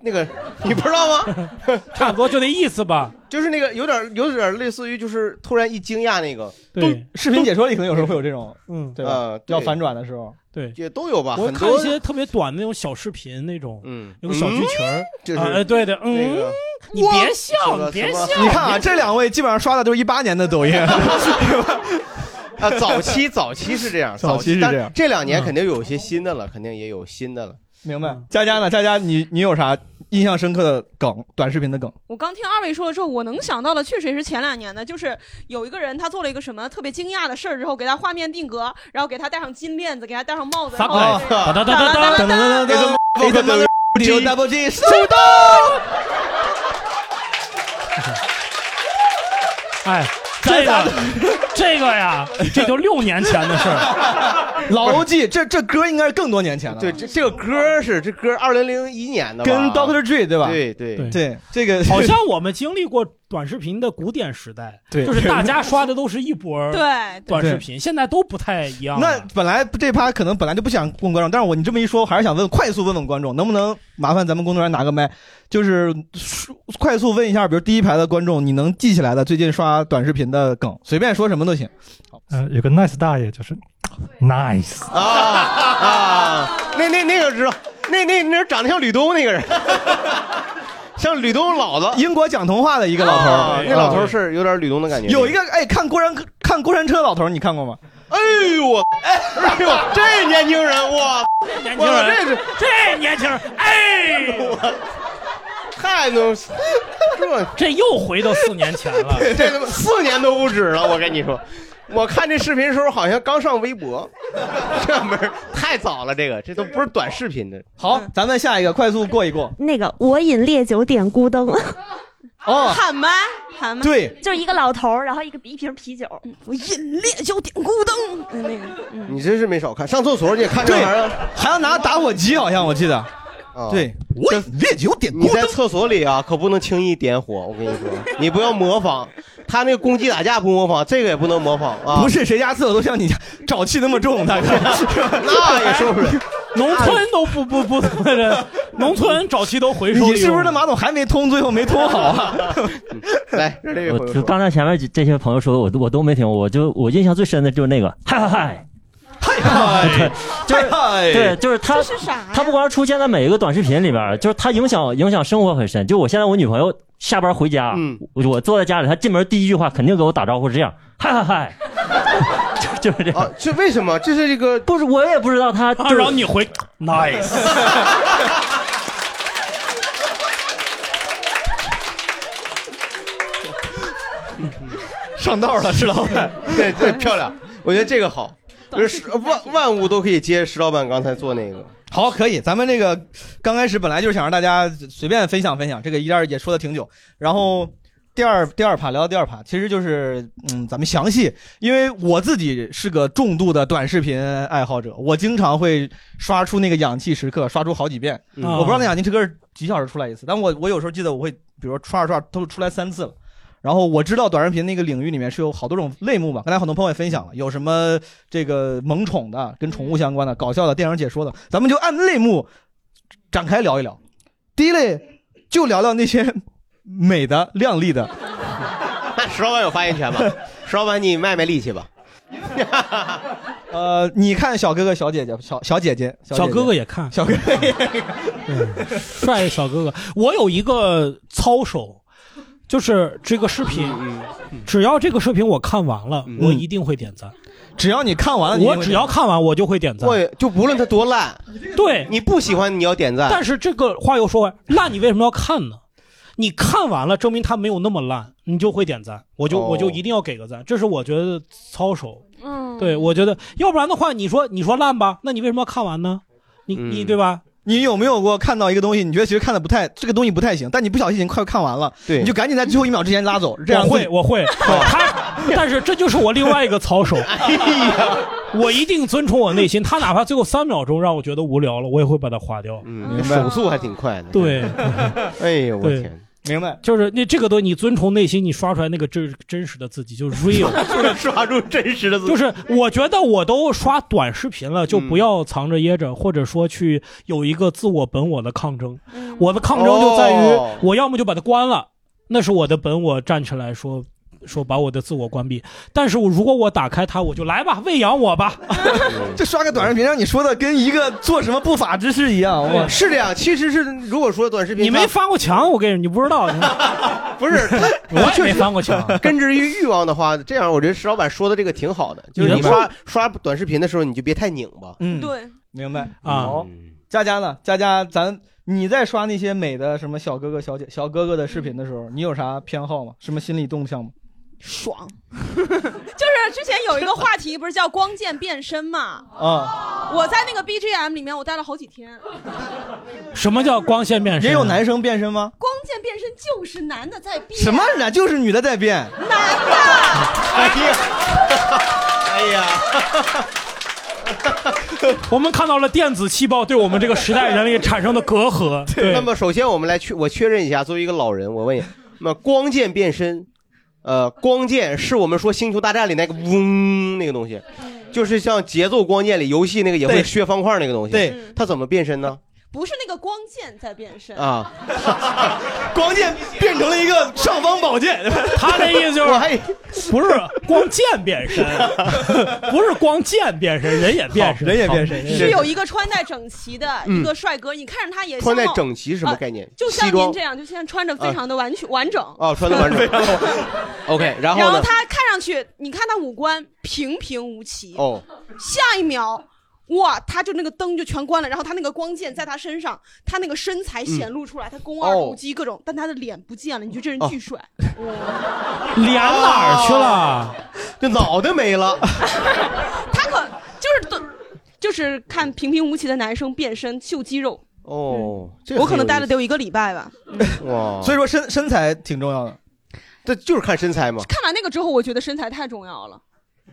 [SPEAKER 4] 那个 你不知道吗？
[SPEAKER 3] 差不多就那意思吧。
[SPEAKER 4] 就是那个有点有点类似于就是突然一惊讶那个，
[SPEAKER 3] 对，
[SPEAKER 2] 视频解说里可能有时候会有这种，
[SPEAKER 3] 嗯，
[SPEAKER 2] 对吧？
[SPEAKER 4] 呃对
[SPEAKER 2] 要反转的时候，
[SPEAKER 3] 对，
[SPEAKER 4] 也都有吧，
[SPEAKER 3] 我
[SPEAKER 4] 很
[SPEAKER 3] 看一
[SPEAKER 4] 多
[SPEAKER 3] 些特别短的那种小视频，那种，
[SPEAKER 4] 嗯，
[SPEAKER 3] 有个小剧情儿，
[SPEAKER 4] 就是
[SPEAKER 3] 啊哎对的，
[SPEAKER 4] 那
[SPEAKER 3] 嗯
[SPEAKER 4] 个，
[SPEAKER 3] 你别笑，你别笑，
[SPEAKER 2] 你看啊，这两位基本上刷的都是一八年的抖音，
[SPEAKER 4] 啊，早期 早期是这样，
[SPEAKER 2] 早期是这样嗯
[SPEAKER 4] 但这两年肯定有些新的了，肯定也有新的了。
[SPEAKER 2] 明白？佳佳呢？佳佳，你你有啥印象深刻的梗？短视频的梗？
[SPEAKER 5] 我刚听二位说了之后，我能想到的确实也是前两年的，就是有一个人他做了一个什么特别惊讶的事儿之后，给他画面定格，然后给他戴上金链子，给他戴上帽子，然后
[SPEAKER 4] 哦
[SPEAKER 2] 啊
[SPEAKER 5] 哒
[SPEAKER 2] 哒哒
[SPEAKER 5] 哒
[SPEAKER 2] 哒
[SPEAKER 5] 哒
[SPEAKER 2] 哒哒
[SPEAKER 5] 哒哒
[SPEAKER 2] 哒
[SPEAKER 4] 哎
[SPEAKER 5] 哒
[SPEAKER 2] 哒哒 It's a mother- G double G 手动。
[SPEAKER 3] 哎，这个这个呀，这就六年前的事儿，
[SPEAKER 2] 老欧记，这这歌应该是更多年前了，
[SPEAKER 4] 对，这这个歌是这歌，二零零一年的吧，
[SPEAKER 2] 跟 Doctor Dre 对吧？
[SPEAKER 4] 对对
[SPEAKER 3] 对
[SPEAKER 2] 对，这个
[SPEAKER 3] 好像我们经历过短视频的古典时代，
[SPEAKER 2] 对
[SPEAKER 3] 就是大家刷的都是一波儿
[SPEAKER 5] 对对
[SPEAKER 3] 短视频，现在都不太一样了。
[SPEAKER 2] 那本来这趴可能本来就不想问观众，但是我你这么一说，我还是想问，快速问问观众，能不能麻烦咱们工作人员拿个麦，就是说快速问一下，比如第一排的观众，你能记起来的最近刷短视频的梗，随便说什么都行。
[SPEAKER 6] 呃，有个
[SPEAKER 2] 嗯
[SPEAKER 6] nice 大爷就是 nice，
[SPEAKER 4] 啊啊，那那那个知道，那那那人长得像吕东那个人，像吕东老子，
[SPEAKER 2] 英国讲童话的一个老头儿，
[SPEAKER 4] 啊那
[SPEAKER 2] 啊
[SPEAKER 4] 老头儿是有点吕东的感觉。
[SPEAKER 2] 有一个哎，看过山看过山车的老头儿，你看过吗？
[SPEAKER 4] 哎呦我，哎呦这年轻人哇，
[SPEAKER 3] 年轻
[SPEAKER 4] 我
[SPEAKER 3] 人，
[SPEAKER 4] 这是
[SPEAKER 3] 这年轻人，哎，
[SPEAKER 4] 太能，这
[SPEAKER 3] 这又回到四年前了。
[SPEAKER 4] 这他妈四年都不止了，我跟你说。我看这视频的时候，好像刚上微博，这门儿太早了，这个这都不是短视频的。
[SPEAKER 2] 好，咱们下一个快速过一过。
[SPEAKER 9] 那个我饮烈酒点孤灯，
[SPEAKER 2] 哦，
[SPEAKER 5] 喊麦，喊麦，嗯
[SPEAKER 2] 对
[SPEAKER 9] 就是一个老头儿，然后一个一瓶啤酒，嗯
[SPEAKER 5] 我饮烈酒点孤灯，嗯那个，嗯，
[SPEAKER 4] 你真是没少看，上厕所你也看这玩意儿，啊
[SPEAKER 2] 还要拿打火机，好像我记得。对，我烈酒点
[SPEAKER 4] 你在厕所里啊，可不能轻易点火。我跟你说，你不要模仿他那个公鸡打架不模仿，这个也不能模仿啊。
[SPEAKER 2] 不是谁家厕所都像你家沼气那么重，大哥。
[SPEAKER 4] 那也受不了。
[SPEAKER 3] 农村都不不不，农村沼气都回收利用。
[SPEAKER 2] 你是不是那马桶还没通，最后没通好啊？
[SPEAKER 4] 来，这位朋
[SPEAKER 10] 就
[SPEAKER 4] 友
[SPEAKER 10] 刚才前面几这些朋友说的，我都我都没听过，我就我印象最深的就是那个，嗨嗨 嗨，
[SPEAKER 2] 嗨
[SPEAKER 10] 就是
[SPEAKER 2] 嗨
[SPEAKER 10] 对，就是他
[SPEAKER 5] 这是啥呀
[SPEAKER 10] 他不光出现在每一个短视频里边儿，就是他影响影响生活很深。就我现在我女朋友下班回家，
[SPEAKER 4] 嗯
[SPEAKER 10] 我我坐在家里，她进门第一句话肯定给我打招呼是这样，嗨嗨嗨， 就就是这样。
[SPEAKER 4] 啊，这为什么？这是这个
[SPEAKER 10] 不是，我也不知道她就
[SPEAKER 3] 啊，
[SPEAKER 10] 是
[SPEAKER 3] 然后你回 nice，
[SPEAKER 2] 上道了，石老板。
[SPEAKER 4] 对对漂亮，我觉得这个好，就是呃万万物都可以接石老板刚才做那个。
[SPEAKER 2] 好，可以。咱们这个刚开始本来就是想让大家随便分享分享，这个一二也说的挺久。然后第二第二趴聊到第二趴，其实就是嗯，咱们详细，因为我自己是个重度的短视频爱好者，我经常会刷出那个氧气时刻，刷出好几遍。
[SPEAKER 4] 嗯
[SPEAKER 2] 我不知道那氧气时刻是几小时出来一次，但我我有时候记得我会，比如说刷着刷着都出来三次了。然后我知道短视频那个领域里面是有好多种类目吧，刚才很多朋友也分
[SPEAKER 3] 嗯
[SPEAKER 2] 享了，有什么这个萌宠的、跟宠物相关的、搞笑的、电影解说的，咱们就按类目展开聊一聊。第一类就聊聊那些美的、靓 丽的，
[SPEAKER 4] 那石老板有发言权 吗？石老板，你卖卖力气吧。
[SPEAKER 2] 呃，你看小哥哥、小姐姐、小 小姐姐、
[SPEAKER 3] 小
[SPEAKER 2] 姐姐
[SPEAKER 3] 哥哥、也看，
[SPEAKER 2] 小哥哥也，
[SPEAKER 3] 帅的小哥哥。我有一个操守，就是这个视频，
[SPEAKER 4] 嗯
[SPEAKER 3] 只要这个视频我看完了，我一定会点赞。
[SPEAKER 2] 只要你看完了，
[SPEAKER 3] 我只要看完，我就会点赞。
[SPEAKER 4] 对，就不论他多烂，
[SPEAKER 3] 对，
[SPEAKER 4] 你不喜欢你要点赞。
[SPEAKER 3] 但是这个话又说回来，烂你为什么要看呢？你看完了，证明它没有那么烂，你就会点赞，我就、
[SPEAKER 4] 哦
[SPEAKER 3] 我就一定要给个赞，这是我觉得操守。
[SPEAKER 5] 嗯，
[SPEAKER 3] 对，我觉得要不然的话，你说你说烂吧，那你为什么要看完呢？你你
[SPEAKER 4] 嗯
[SPEAKER 3] 对吧？
[SPEAKER 2] 你有没有过看到一个东西，你觉得其实看的不太这个东西不太行，但你不小心已经快看完了，
[SPEAKER 4] 对
[SPEAKER 2] 你就赶紧在最后一秒之前拉走，这样
[SPEAKER 3] 我
[SPEAKER 2] 会
[SPEAKER 3] 会，我会。他， 但是这就是我另外一个操 守，
[SPEAKER 4] 哎
[SPEAKER 3] 我一定遵从我内心。他哪怕最后三秒钟让我觉得无聊了，我也会把它划掉。
[SPEAKER 4] 嗯，手速还挺快的。，
[SPEAKER 3] 对，
[SPEAKER 4] 哎呦我
[SPEAKER 3] 对
[SPEAKER 4] 天，
[SPEAKER 2] 明白。
[SPEAKER 3] 就是那这个东西，你遵从内心，你刷出来那个真真实的自己，就是 real。
[SPEAKER 4] 就是刷出真实的自己
[SPEAKER 3] 就。是我觉得我都刷短视频了，就
[SPEAKER 4] 嗯
[SPEAKER 3] 不要藏着掖着，或者说去有一个自我本我的抗争。我的抗争就在
[SPEAKER 4] 哦
[SPEAKER 3] 于，我要么就把它关了，那是我的本我站起来说。说把我的自我关闭，但是我如果我打开它，我就来吧，喂养我吧。
[SPEAKER 4] 嗯
[SPEAKER 2] 这刷个短视频，让你说的跟一个做什么不法之事一样，哇！
[SPEAKER 4] 是这样，其实是如 果 说短视频，
[SPEAKER 3] 你没翻过 墙，我跟你，你不知道，
[SPEAKER 2] 嗯
[SPEAKER 4] 它不是，它
[SPEAKER 3] 我也
[SPEAKER 4] 确
[SPEAKER 3] 没
[SPEAKER 4] 实
[SPEAKER 3] 翻过墙。
[SPEAKER 4] 根植于欲望的话，这样我觉得石老板说的这个挺好的，就是你
[SPEAKER 3] 明白
[SPEAKER 4] 刷刷短视频的时候，你就别太拧巴。
[SPEAKER 2] 嗯，，
[SPEAKER 5] 对，
[SPEAKER 2] 明白
[SPEAKER 3] 啊
[SPEAKER 2] 好，
[SPEAKER 4] 嗯
[SPEAKER 2] 佳佳呢？佳佳，咱你在刷那些美的什么小哥哥、小姐、小哥哥的视频的时
[SPEAKER 4] 嗯
[SPEAKER 2] 候，你有啥偏好吗？什么心理动向吗？
[SPEAKER 5] 爽。就是之前有一个话题，不是叫光剑变身嘛？
[SPEAKER 2] 啊，
[SPEAKER 5] 我在那个 BGM 里面，我待了好几天。
[SPEAKER 3] 什么叫光线变身？啊
[SPEAKER 2] 也有男生变身吗？
[SPEAKER 5] 光剑变身就是男的在变，
[SPEAKER 2] 什么呢？就是女的在变。
[SPEAKER 5] 男的？
[SPEAKER 4] 哎呀，哎 呀，
[SPEAKER 3] 我们看到了电子气泡对我们这个时代人类产生的隔阂。 对
[SPEAKER 4] 那，么首先我们来确我确认一下，作为一个老人，我问你，那么光剑变身，呃，光剑是我们说《星球大战》里那个嗡那个东西，就是像节奏光剑里游戏那个也会
[SPEAKER 2] 对
[SPEAKER 4] 削方块那个东西，
[SPEAKER 2] 对，
[SPEAKER 5] 嗯
[SPEAKER 4] 它怎么变身呢？
[SPEAKER 5] 不是那个光剑在变身，
[SPEAKER 4] 啊，
[SPEAKER 2] 光剑变成了一个尚方宝剑。
[SPEAKER 3] 他的意思就
[SPEAKER 4] 我
[SPEAKER 3] 是
[SPEAKER 4] 还
[SPEAKER 3] 不是光剑变身，不是光剑变身，人也变身，
[SPEAKER 2] 人也变身人也变身
[SPEAKER 5] 是有一个穿戴整齐的一个帅哥，你看着他也
[SPEAKER 4] 嗯
[SPEAKER 5] 像
[SPEAKER 4] 穿戴
[SPEAKER 5] 某
[SPEAKER 4] 整齐是什么概念？
[SPEAKER 5] 就
[SPEAKER 4] 西
[SPEAKER 5] 像
[SPEAKER 4] 装
[SPEAKER 5] 您这样，就像穿着非常的完全完整。
[SPEAKER 4] 哦，穿的完整。OK，然后呢？
[SPEAKER 5] 他看上去，你看他五官平平无奇，
[SPEAKER 4] 哦，
[SPEAKER 5] 下一秒。哇，他就那个灯就全关了，然后他那个光剑在他身上，他那个身材显露出来，他肱二
[SPEAKER 4] 哦
[SPEAKER 5] 头肌各种，但他的脸不见了，你觉得这人巨帅？
[SPEAKER 3] 脸哪儿去了？
[SPEAKER 4] 这脑袋没了，
[SPEAKER 5] 他可就是都就是看平平无奇的男生变身秀肌肉。
[SPEAKER 4] 哦，这个
[SPEAKER 5] 我可
[SPEAKER 4] 很有
[SPEAKER 5] 能待
[SPEAKER 4] 意
[SPEAKER 5] 了得有一个礼拜吧。
[SPEAKER 4] 思哇，
[SPEAKER 2] 所以说身身材挺重要的，
[SPEAKER 4] 对，就是看身材嘛。
[SPEAKER 5] 看完那个之后，我觉得身材太重要了。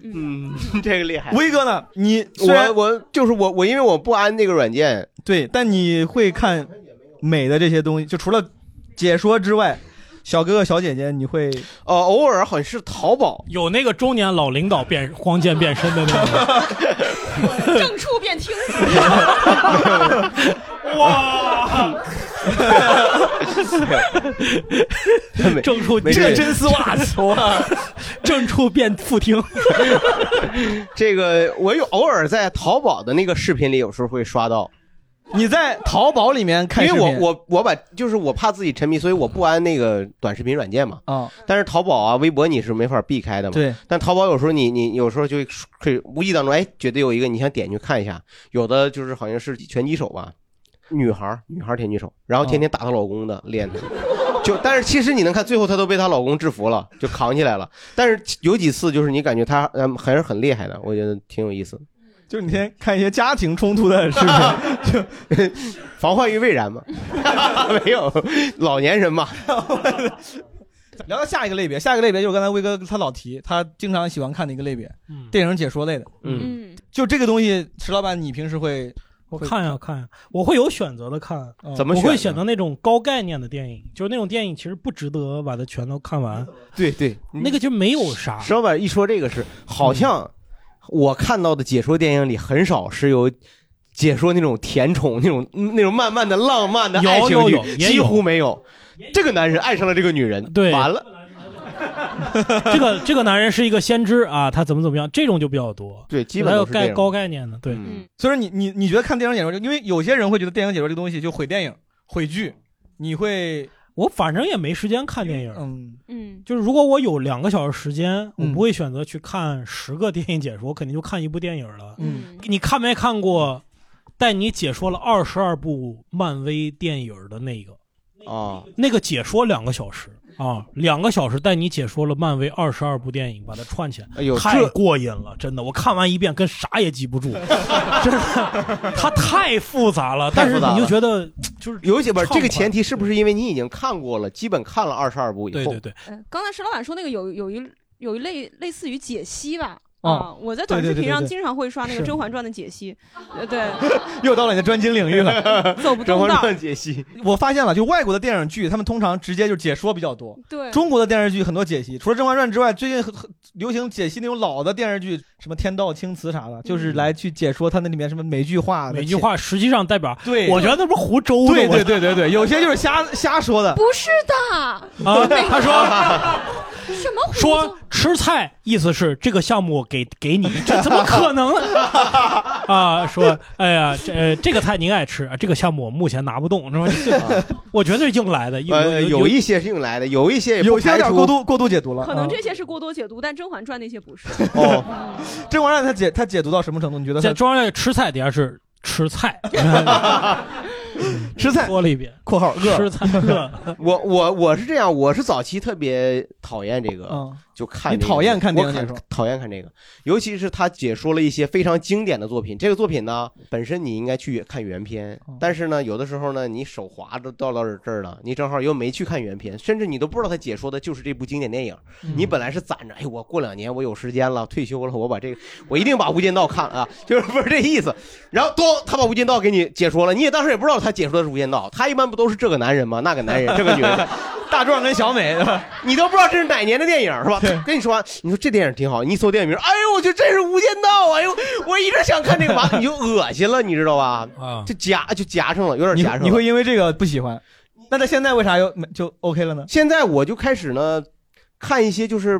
[SPEAKER 4] 嗯， 这个厉害
[SPEAKER 2] 威哥呢？你虽然
[SPEAKER 4] 我我就是我我因为我不安那个软件，
[SPEAKER 2] 对，但你会看美的这些东西，就除了解说之外，小哥哥小姐姐你会
[SPEAKER 4] 哦，偶尔好像是淘宝
[SPEAKER 3] 有那个中年老领导变光剑变身的那个，
[SPEAKER 5] 正处变听处。
[SPEAKER 3] 哇！ 正处
[SPEAKER 4] 没事
[SPEAKER 3] 这真丝袜子， 哇！正处变副厅，
[SPEAKER 4] 这个我有偶尔在淘宝的那个视频里，有时候会刷到。
[SPEAKER 2] 你在淘宝里面看
[SPEAKER 4] 因
[SPEAKER 2] 视
[SPEAKER 4] 为
[SPEAKER 2] 频，
[SPEAKER 4] 我我我把就是我怕自己沉迷，所以我不安那个短视频软件嘛。
[SPEAKER 2] 啊，
[SPEAKER 4] 但是淘宝啊、微博你是没法避开的嘛。
[SPEAKER 2] 对。
[SPEAKER 4] 但淘宝有时候你你有时候就可以无意当中哎，觉得有一个你想点进去看一下，有的就是好像是拳击手吧，女孩儿女孩儿拳击手，然后天天打她老公的练的。就但是其实你能看，最后她都被她老公制服了，就扛起来了。但是有几次就是你感觉她嗯还是很厉害的，我觉得挺有意思的。
[SPEAKER 2] 就是你先看一些家庭冲突的视频，
[SPEAKER 4] 防患于未然嘛， 没有老年人嘛，
[SPEAKER 2] 聊到下一个类别，下一个类别就是刚才威哥他老提，他经常喜欢看的一个类别，电影解说类的。
[SPEAKER 4] 嗯，
[SPEAKER 2] 就这个东西，石老板你平时会
[SPEAKER 3] 我
[SPEAKER 2] 会
[SPEAKER 3] 看呀看呀，我会有选择的看，啊
[SPEAKER 4] 嗯怎么
[SPEAKER 3] 我
[SPEAKER 4] 选
[SPEAKER 3] 会
[SPEAKER 4] 呢
[SPEAKER 3] 选择那种高概念的电影，就是那种电影其实不值得把它全都看完，
[SPEAKER 4] 对对，
[SPEAKER 3] 那个就没有啥。
[SPEAKER 4] 石老板一嗯说这个是，好像我看到的解说电影里很少是有解说那种甜宠、那种嗯那种慢慢的浪漫的
[SPEAKER 3] 有
[SPEAKER 4] 爱情
[SPEAKER 3] 有
[SPEAKER 4] 剧
[SPEAKER 3] 有，也
[SPEAKER 4] 几
[SPEAKER 3] 有
[SPEAKER 4] 乎没有。这个男人爱上了这个女人，
[SPEAKER 3] 对
[SPEAKER 4] 完了，
[SPEAKER 3] 这 个这个男人是一个先知啊，他怎么怎么样，这种就比较多。
[SPEAKER 4] 对，基
[SPEAKER 3] 还
[SPEAKER 4] 本
[SPEAKER 3] 有
[SPEAKER 4] 都是这
[SPEAKER 3] 概
[SPEAKER 4] 样
[SPEAKER 3] 高概念的，对，
[SPEAKER 4] 嗯
[SPEAKER 2] 所以说你你你觉得看电影解说，因为有些人会觉得电影解说这个东西就毁电影、毁剧，你会
[SPEAKER 3] 我反正也没时间看电影。
[SPEAKER 2] 嗯
[SPEAKER 5] 嗯，
[SPEAKER 3] 就是如果我有两个小时时间，我
[SPEAKER 2] 嗯
[SPEAKER 3] 不会选择去看十个电影解说，我肯定就看一部电影了。
[SPEAKER 2] 嗯
[SPEAKER 3] 你看没看过带你解说了二十二部漫威电影的那个？
[SPEAKER 4] 啊，
[SPEAKER 3] 那个解说两个小时啊，两个小时带你解说了漫威二十二部电影，把它串起来，
[SPEAKER 4] 哎呦，
[SPEAKER 3] 太
[SPEAKER 4] 这
[SPEAKER 3] 过瘾了，真的。我看完一遍跟啥也记不住， 真的，它太复杂了。
[SPEAKER 4] 太
[SPEAKER 3] 但
[SPEAKER 4] 复
[SPEAKER 3] 是
[SPEAKER 4] 杂了
[SPEAKER 3] 你就觉得就是
[SPEAKER 4] 有几本
[SPEAKER 3] 畅
[SPEAKER 4] 这
[SPEAKER 3] 快
[SPEAKER 4] 个前提是不是因为你已经看过了，基本看了二十二部以
[SPEAKER 3] 对
[SPEAKER 4] 后
[SPEAKER 3] 对，对，
[SPEAKER 5] 呃刚才石老板说那个有有一有一类类似于解析吧。
[SPEAKER 2] 哦
[SPEAKER 5] 啊，我在短
[SPEAKER 2] 对
[SPEAKER 5] 视
[SPEAKER 2] 对对
[SPEAKER 5] 频上
[SPEAKER 2] 对对
[SPEAKER 5] 经常会刷那个
[SPEAKER 2] 是
[SPEAKER 5] 《甄嬛传》的解析，呃对，
[SPEAKER 2] 又到了你的专精领域了。
[SPEAKER 5] 走不
[SPEAKER 4] 《甄
[SPEAKER 5] 通
[SPEAKER 4] 嬛
[SPEAKER 5] 道儿，
[SPEAKER 4] 传》解析，
[SPEAKER 2] 我发现了，就外国的电影剧，他们通常直接就解说比较多。
[SPEAKER 5] 对，
[SPEAKER 2] 中国的电视剧很多解析，除了《甄嬛传》之外，最近很很流行解析那种老的电视剧，什么《天道清词》啥
[SPEAKER 5] 嗯
[SPEAKER 2] 的，就是来去解说它那里面什么每句话、
[SPEAKER 3] 每句。话实际上代表，
[SPEAKER 2] 对，
[SPEAKER 3] 我觉得那不是胡诌的，
[SPEAKER 2] 对
[SPEAKER 3] 我
[SPEAKER 2] 对对对对，有些就是瞎瞎说的。
[SPEAKER 5] 不是的，
[SPEAKER 3] 啊，他说
[SPEAKER 5] 什么胡
[SPEAKER 3] 说吃菜，意思是这个项目我给给 你，这怎么可能呢？啊，说哎呀，这、呃、这个菜您爱吃，啊这个项目我目前拿不动，是吧？我绝对硬来的，有
[SPEAKER 4] 啊呃，
[SPEAKER 3] 有
[SPEAKER 4] 有一些是用来的，有一些也不
[SPEAKER 2] 有些有
[SPEAKER 4] 排
[SPEAKER 2] 点
[SPEAKER 4] 除
[SPEAKER 2] 过度过度解读了。
[SPEAKER 5] 可能
[SPEAKER 2] 嗯
[SPEAKER 5] 这些是过多解读，但《甄嬛传》那些不是。
[SPEAKER 4] 哦，
[SPEAKER 2] 甄嬛传他解他解读到什么程度？你觉得
[SPEAKER 3] 在
[SPEAKER 2] 他
[SPEAKER 3] 中央吃菜底下是吃 菜， 嗯
[SPEAKER 2] 吃菜
[SPEAKER 3] 说了一遍
[SPEAKER 2] （括号饿
[SPEAKER 3] 吃菜饿，
[SPEAKER 4] 我我我是这样，我是早期特别讨厌这）？个，
[SPEAKER 2] 嗯，
[SPEAKER 4] 就看
[SPEAKER 2] 你
[SPEAKER 4] 这个
[SPEAKER 2] 讨厌看电影
[SPEAKER 4] 我
[SPEAKER 2] 解
[SPEAKER 4] 看
[SPEAKER 2] 说
[SPEAKER 4] 讨厌看这个，尤其是他解说了一些非常经典的作品。这个作品呢，本身你应该去看原片
[SPEAKER 2] 哦，
[SPEAKER 4] 但是呢，有的时候呢，你手滑都到了这儿了，你正好又没去看原片，甚至你都不知道他解说的就是这部经典电影。你本来是攒着，哎，我过两年我有时间了，退休了，我把这个，我一定把《无间道》看了啊， 就是不是这意思。然后咚，他把《无间道》给你解说了，你也当时也不知道他解说的是《无间道》，他一般不都是这个男人吗？那个男哎人，这个女 人，
[SPEAKER 2] 大壮跟小美，对吧
[SPEAKER 4] 你都不知道这是哪年的电影是吧？跟你说完，你说这电影挺好，你一搜电影名，哎呦，我觉得这是《无间道》，哎呦，我一 直想看 这个嘛，你就恶心了，你知道吧？
[SPEAKER 3] 啊，
[SPEAKER 4] 就夹就夹上了，有点
[SPEAKER 2] 你
[SPEAKER 4] 夹上了。
[SPEAKER 2] 你会因为这个不喜欢？那他现在为啥又没就 OK 了呢？
[SPEAKER 4] 现在我就开始呢，看一些就是，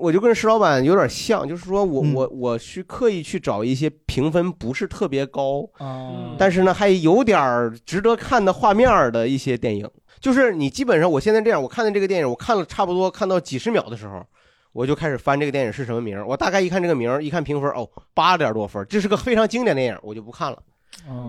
[SPEAKER 4] 我就跟石老板有点像，就是说我、
[SPEAKER 2] 嗯
[SPEAKER 4] 我我去刻意去找一些评分不是特别高，
[SPEAKER 2] 啊，
[SPEAKER 4] 但是呢还有点儿值得看的画面儿的一些电影。就是你基本上我现在这样，我看的这个电影，我看了差不多看到几十秒的时候。我就开始翻这个电影是什么名儿，我大概一看这个名儿，一看评分，哦，八点多分，这是个非常经典电影，我就不看了，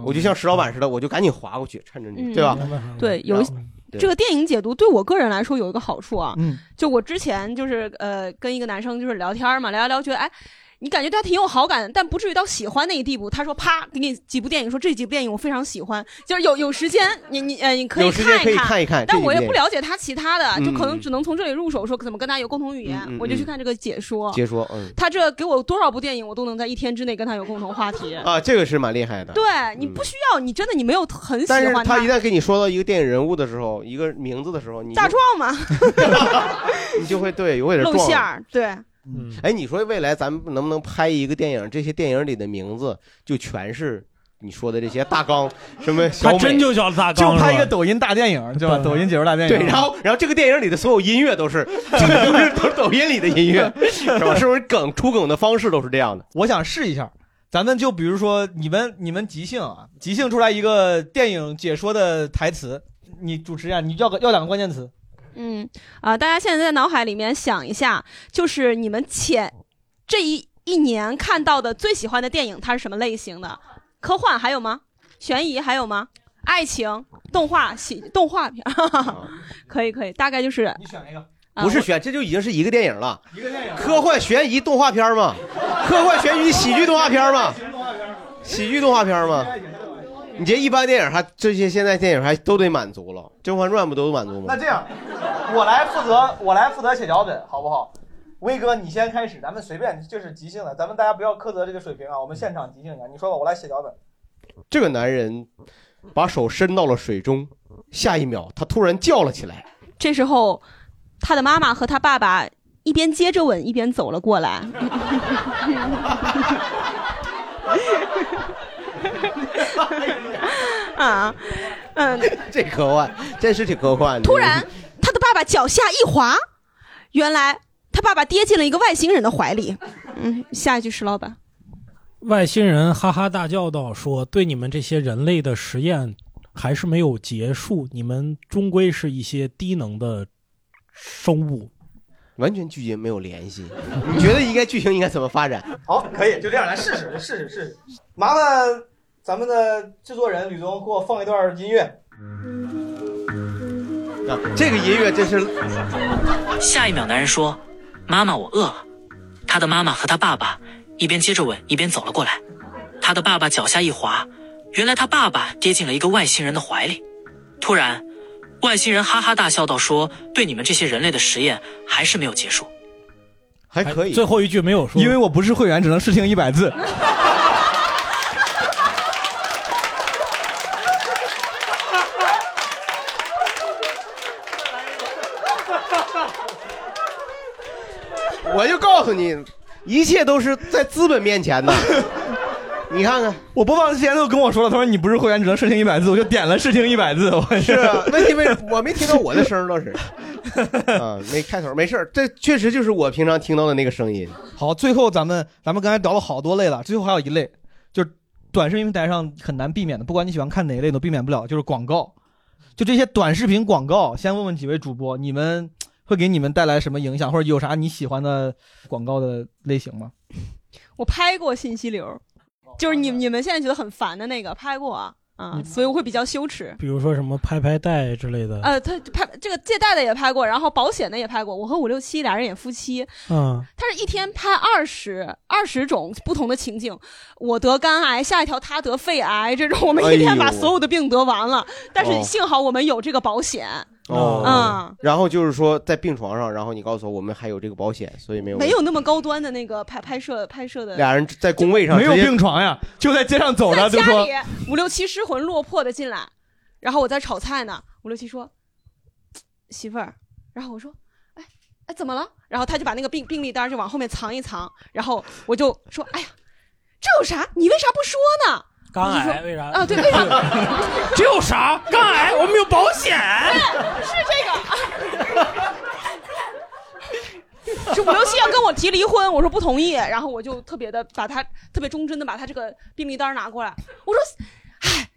[SPEAKER 4] 我就像石老板似的，我就赶紧划过去，趁着你，
[SPEAKER 5] 嗯
[SPEAKER 4] 对吧？
[SPEAKER 5] 对，有一
[SPEAKER 4] 对
[SPEAKER 5] 这个电影解读对我个人来说有一个好处啊，
[SPEAKER 2] 嗯
[SPEAKER 5] 就我之前就是呃跟一个男生就是聊天嘛，聊一聊觉得哎。你感觉对他挺有好感，但不至于到喜欢那一地步。他说啪给你几部电影，说这几部电影我非常喜欢，就是有有时间你你呃你可以
[SPEAKER 4] 有时间
[SPEAKER 5] 看
[SPEAKER 4] 可以
[SPEAKER 5] 看，
[SPEAKER 4] 看一看
[SPEAKER 5] 但
[SPEAKER 4] 这
[SPEAKER 5] 我也
[SPEAKER 4] 几部
[SPEAKER 5] 不
[SPEAKER 4] 电影
[SPEAKER 5] 了解他其他的，就
[SPEAKER 4] 嗯
[SPEAKER 5] 可
[SPEAKER 4] 嗯
[SPEAKER 5] 能只能从这里入手，说怎么跟他有共同语言，
[SPEAKER 4] 嗯嗯
[SPEAKER 5] 我就去
[SPEAKER 4] 嗯
[SPEAKER 5] 看这个解说。
[SPEAKER 4] 解说，嗯，
[SPEAKER 5] 他这给我多少部电影，我都能在一天之内跟他有共同话题。
[SPEAKER 4] 啊，这个是蛮厉害的。
[SPEAKER 5] 对你不需要，你真的你没有很 喜
[SPEAKER 4] 但是
[SPEAKER 5] 欢
[SPEAKER 4] 他一旦给你说到一个电影人物的时候，一个名字的时候，你就
[SPEAKER 5] 大壮嘛，
[SPEAKER 4] 你就会对有点
[SPEAKER 5] 露
[SPEAKER 4] 撞
[SPEAKER 5] 馅
[SPEAKER 4] 了。
[SPEAKER 5] 儿，对。
[SPEAKER 4] 哎，你说未来咱们能不能拍一个电影？这些电影里的名字就全是你说的这些大纲，什么小美，
[SPEAKER 3] 叫大
[SPEAKER 4] 纲
[SPEAKER 2] 就拍一
[SPEAKER 4] 是
[SPEAKER 2] 个
[SPEAKER 4] 吧
[SPEAKER 2] 抖音大电影，对吧？抖音解说大电影。
[SPEAKER 4] 对，然后然后这个电影里的所有音乐都是，都是都是抖音里的音乐，是吧？是不是梗出梗的方式都是这样的？
[SPEAKER 2] 我想试一下，咱们就比如说你们你们即兴啊，即兴出来一个电影解说的台词，你主持人你要个要两个关键词，
[SPEAKER 5] 嗯啊、大家现在在脑海里面想一下，就是你们前这一一年看到的最喜欢的电影，它是什么类型的？科幻还有吗？悬疑还有吗？爱情、动画、喜动画片， 可以可以，大概就是
[SPEAKER 2] 你选一个。
[SPEAKER 5] 啊
[SPEAKER 4] 不是
[SPEAKER 5] 我
[SPEAKER 4] 选，这就已经是一个电影了，一个电影，科幻悬疑动画片嘛，科幻悬疑喜剧动画片嘛，喜剧动画片嘛。你这一般电影还这些现在电影还都得满足了，《甄嬛传》不都满足吗？
[SPEAKER 2] 那这样，我来负责，我来负责写脚本，好不好？威哥，你先开始，咱们随便，就是即兴的，咱们大家不要苛责这个水平啊，我们现场即兴一下。你说吧，我来写脚本。
[SPEAKER 4] 这个男人把手伸到了水中，下一秒他突然叫了起来。
[SPEAKER 5] 这时候，他的妈妈和他爸爸一边接着吻，一边走了 过来。 啊，嗯，
[SPEAKER 4] 这科幻真是挺科幻的。
[SPEAKER 5] 突然，他的爸爸脚下一滑，原来他爸爸跌进了一个外星人的怀里。嗯，下一句石老板，
[SPEAKER 3] 外星人哈哈大叫道：“说对你们这些人类的实验还是没有结束，你们终归是一些低能的生物。”
[SPEAKER 4] 完全剧情没有联系。你觉得应该剧情应该怎么发展？
[SPEAKER 2] 好，可以，就这样来试试，试试，试试。麻烦咱们的制作人吕总给我放一段音乐。
[SPEAKER 4] 啊，这个音乐真是。
[SPEAKER 11] 下一秒，男人说：“妈妈，我饿了。”他的妈妈和他爸爸一边接着吻，一边走了过来。他的爸爸脚下一滑，原来他爸爸跌进了一个外星人的怀里。突然，外星人哈哈大笑道：“说对你们这些人类的实验还是没有结束。”
[SPEAKER 4] 还可以
[SPEAKER 3] 哎最后一句没有说，
[SPEAKER 2] 因为我不是会员，只能试听一百字。
[SPEAKER 4] 我就告诉你，一切都是在资本面前的。你看看，
[SPEAKER 2] 我播放之前都跟我说了，他说你不是会员，只能试听一百字，我就点了试听一百字。我
[SPEAKER 4] 是啊，问题为什么我没听到我的声儿倒是？ 啊，没开头，没事儿，这确实就是我平常听到的那个声音。
[SPEAKER 2] 好，最后咱们咱们刚才聊了好多类了，最后还有一类，就是短视频平台上很难避免的，不管你喜欢看哪一类都避免不了，就是广告。就这些短视频广告，先问问几位主播，你们会给你们带来什么影响，或者有啥你喜欢的广告的类型吗？
[SPEAKER 5] 我拍过信息流，就是
[SPEAKER 4] 哦
[SPEAKER 5] 你你们现在觉得很烦的那个，拍过啊啊，所以我会比较羞耻。
[SPEAKER 3] 比如说什么拍拍贷之类的，
[SPEAKER 4] 嗯
[SPEAKER 5] 呃，他拍这个借贷的也拍过，然后保险的也拍过。我和五六七俩人演夫妻，
[SPEAKER 3] 嗯，
[SPEAKER 5] 他是一天拍二十二十种不同的情景，我得肝癌，下一条他得肺癌，这种我们一天把
[SPEAKER 4] 哎呦
[SPEAKER 5] 所有的病得完了，但
[SPEAKER 4] 哦
[SPEAKER 5] 是幸好我们有这个保险，嗯，
[SPEAKER 4] 然后就是说在病床上，然后你告诉我我们还有这个保险，所以没有
[SPEAKER 5] 没有那么高端的那个拍拍摄拍摄 的。
[SPEAKER 4] 俩人在工位上
[SPEAKER 2] 没有
[SPEAKER 4] 直接
[SPEAKER 2] 病床呀，就在街上走
[SPEAKER 5] 在
[SPEAKER 2] 着，就
[SPEAKER 5] 家
[SPEAKER 2] 说
[SPEAKER 5] 里五六七失魂落魄的进来，然后我在炒菜呢，五六七说媳妇儿，然后我说哎哎怎么了？然后他就把那个病病历单就往后面藏一藏，然后我就说哎呀这有啥？你为啥不说呢？
[SPEAKER 3] 肝
[SPEAKER 5] 我就
[SPEAKER 3] 癌
[SPEAKER 5] 说
[SPEAKER 3] 为啥
[SPEAKER 5] 啊？对，为啥？
[SPEAKER 3] 这有啥？肝癌我们有保险。
[SPEAKER 5] 对，是这个。是五六七要跟我提离婚，我说不同意，然后我就特别的把他特别忠贞的把他这个病历单拿过来，我说，哎，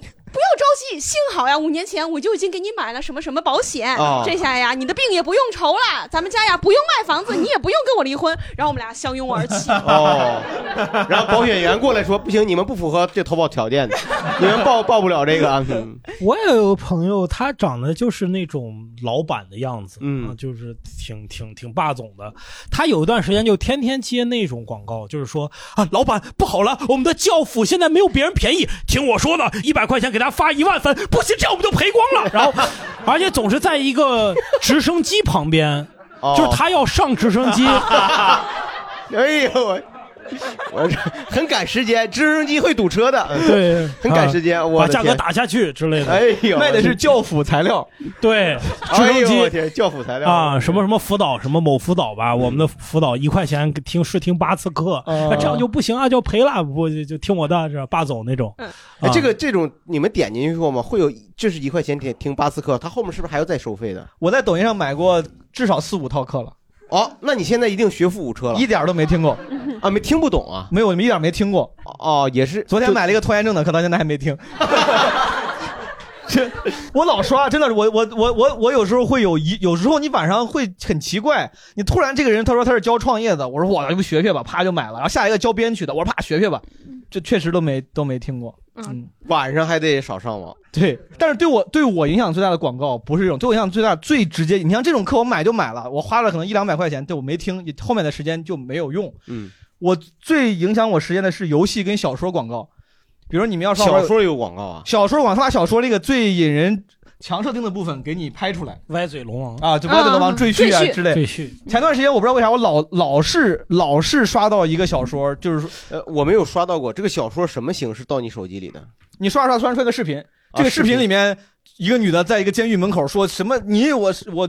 [SPEAKER 5] 不要着急，幸好呀，五年前我就已经给你买了什么什么保险，
[SPEAKER 12] 哦
[SPEAKER 5] 这下呀，你的病也不用愁了，咱们家呀不用卖房子，你也不用跟我离婚，然后我们 俩相拥而泣。
[SPEAKER 4] 哦哦，然后保险员过来说不行，你们不符合这投保条件的，你们报报不了这个。嗯
[SPEAKER 3] 我也有朋友，他长得就是那种老板的样子，
[SPEAKER 4] 嗯
[SPEAKER 3] 啊就是挺挺挺霸总的。他有一段时间就天天接那种广告，就是说啊，老板不好了，我们的教辅现在没有别人便宜，听我说的，一百块钱给他发一万分，不行，这样我们就赔光了。然后，而且总是在一个直升机旁边，
[SPEAKER 4] 哦
[SPEAKER 3] 就是他要上直升机。
[SPEAKER 4] 哎呦我。我这很赶时间，直升机会堵车的，嗯
[SPEAKER 3] 对，
[SPEAKER 4] 很赶时间。
[SPEAKER 3] 啊
[SPEAKER 4] 我
[SPEAKER 3] 把
[SPEAKER 4] 的
[SPEAKER 3] 价格
[SPEAKER 4] 天
[SPEAKER 3] 打下去之类的。
[SPEAKER 4] 哎呦卖的是
[SPEAKER 2] 教辅材料，
[SPEAKER 3] 对，直
[SPEAKER 4] 哎
[SPEAKER 3] 升
[SPEAKER 4] 呦
[SPEAKER 3] 机
[SPEAKER 4] 我天，教辅材料
[SPEAKER 3] 啊，什么什么辅导，什么某辅导吧，我们的辅导一块钱听试听八次课，
[SPEAKER 4] 哦
[SPEAKER 3] 啊这样就不行啊，就赔了，不就就听我的，这霸总那种。
[SPEAKER 4] 哎，
[SPEAKER 3] 啊
[SPEAKER 4] 这个这种你们点进去过吗？会有就是一块钱听听巴斯克，他后面是不是还要再收费的？
[SPEAKER 2] 我在抖音上买过至少四五套课了。
[SPEAKER 4] 哦，那你现在一定学富五车了，
[SPEAKER 2] 一点儿都没听过
[SPEAKER 4] 啊，没听不懂啊，
[SPEAKER 2] 没有，我们一点儿没听过。
[SPEAKER 4] 哦，也是，
[SPEAKER 2] 昨天买了一个拖延症的课，到现在还没听。 这我老刷，真的是我我我我我有时候会有一，有时候你晚上会很奇怪，你突然这个人他说他是教创业的，我说我要不学学吧，啪就买了，然后下一个教编曲的，我说啪学学吧，这确实都没都没听过。嗯，
[SPEAKER 4] 晚上还得少上网。
[SPEAKER 2] 对，但是对我对我影响最大的广告不是这种，对我影响最大最直接，你像这种课我买就买了，我花了可能一两百块钱，对我没听，也后面的时间就没有用。
[SPEAKER 4] 嗯，
[SPEAKER 2] 我最影响我时间的是游戏跟小说广告，比如说你们要刷
[SPEAKER 4] 小说有广告啊，
[SPEAKER 2] 小说广告，他把小说这个最引人强设定的部分给你拍出来
[SPEAKER 3] 歪嘴龙王
[SPEAKER 2] 啊，就包括龙王赘婿啊之类。
[SPEAKER 3] 赘婿，
[SPEAKER 2] 前段时间我不知道为啥我老老是老是刷到一个小说，就是说
[SPEAKER 4] 呃，我没有刷到过这个小说什么形式到你手机里的？
[SPEAKER 2] 你刷着刷着突然出来个视频，这啊个视
[SPEAKER 4] 视
[SPEAKER 2] 频
[SPEAKER 4] 频
[SPEAKER 2] 里面一个女的在一个监狱门口说什么你我是我。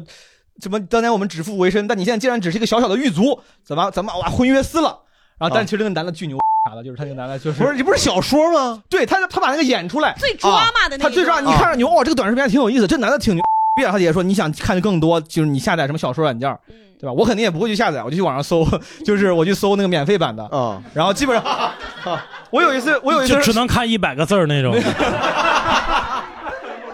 [SPEAKER 2] 怎么？当年我们指腹为婚，但你现在竟然只是一个小小的狱卒，怎么怎么哇婚约撕了？然后，
[SPEAKER 4] 啊
[SPEAKER 2] 但其实那个男的巨牛啥的，就是他那个男的，就是
[SPEAKER 4] 不是你不是小说吗？
[SPEAKER 2] 对他，他把那个演出来，啊
[SPEAKER 5] 最 drama 的那一段
[SPEAKER 2] 他最抓你看着牛哦，这个短视频还挺有意思，这男的挺牛逼的。他也说你想看更多，就是你下载什么小说软件儿，
[SPEAKER 5] 嗯
[SPEAKER 2] 对吧？我肯定也不会去下载，我就去网上搜， 就是我去搜那个免费版的，
[SPEAKER 4] 啊，
[SPEAKER 2] 然后基本上，我有一次，我有一次
[SPEAKER 3] 就只能看一百个字儿那种。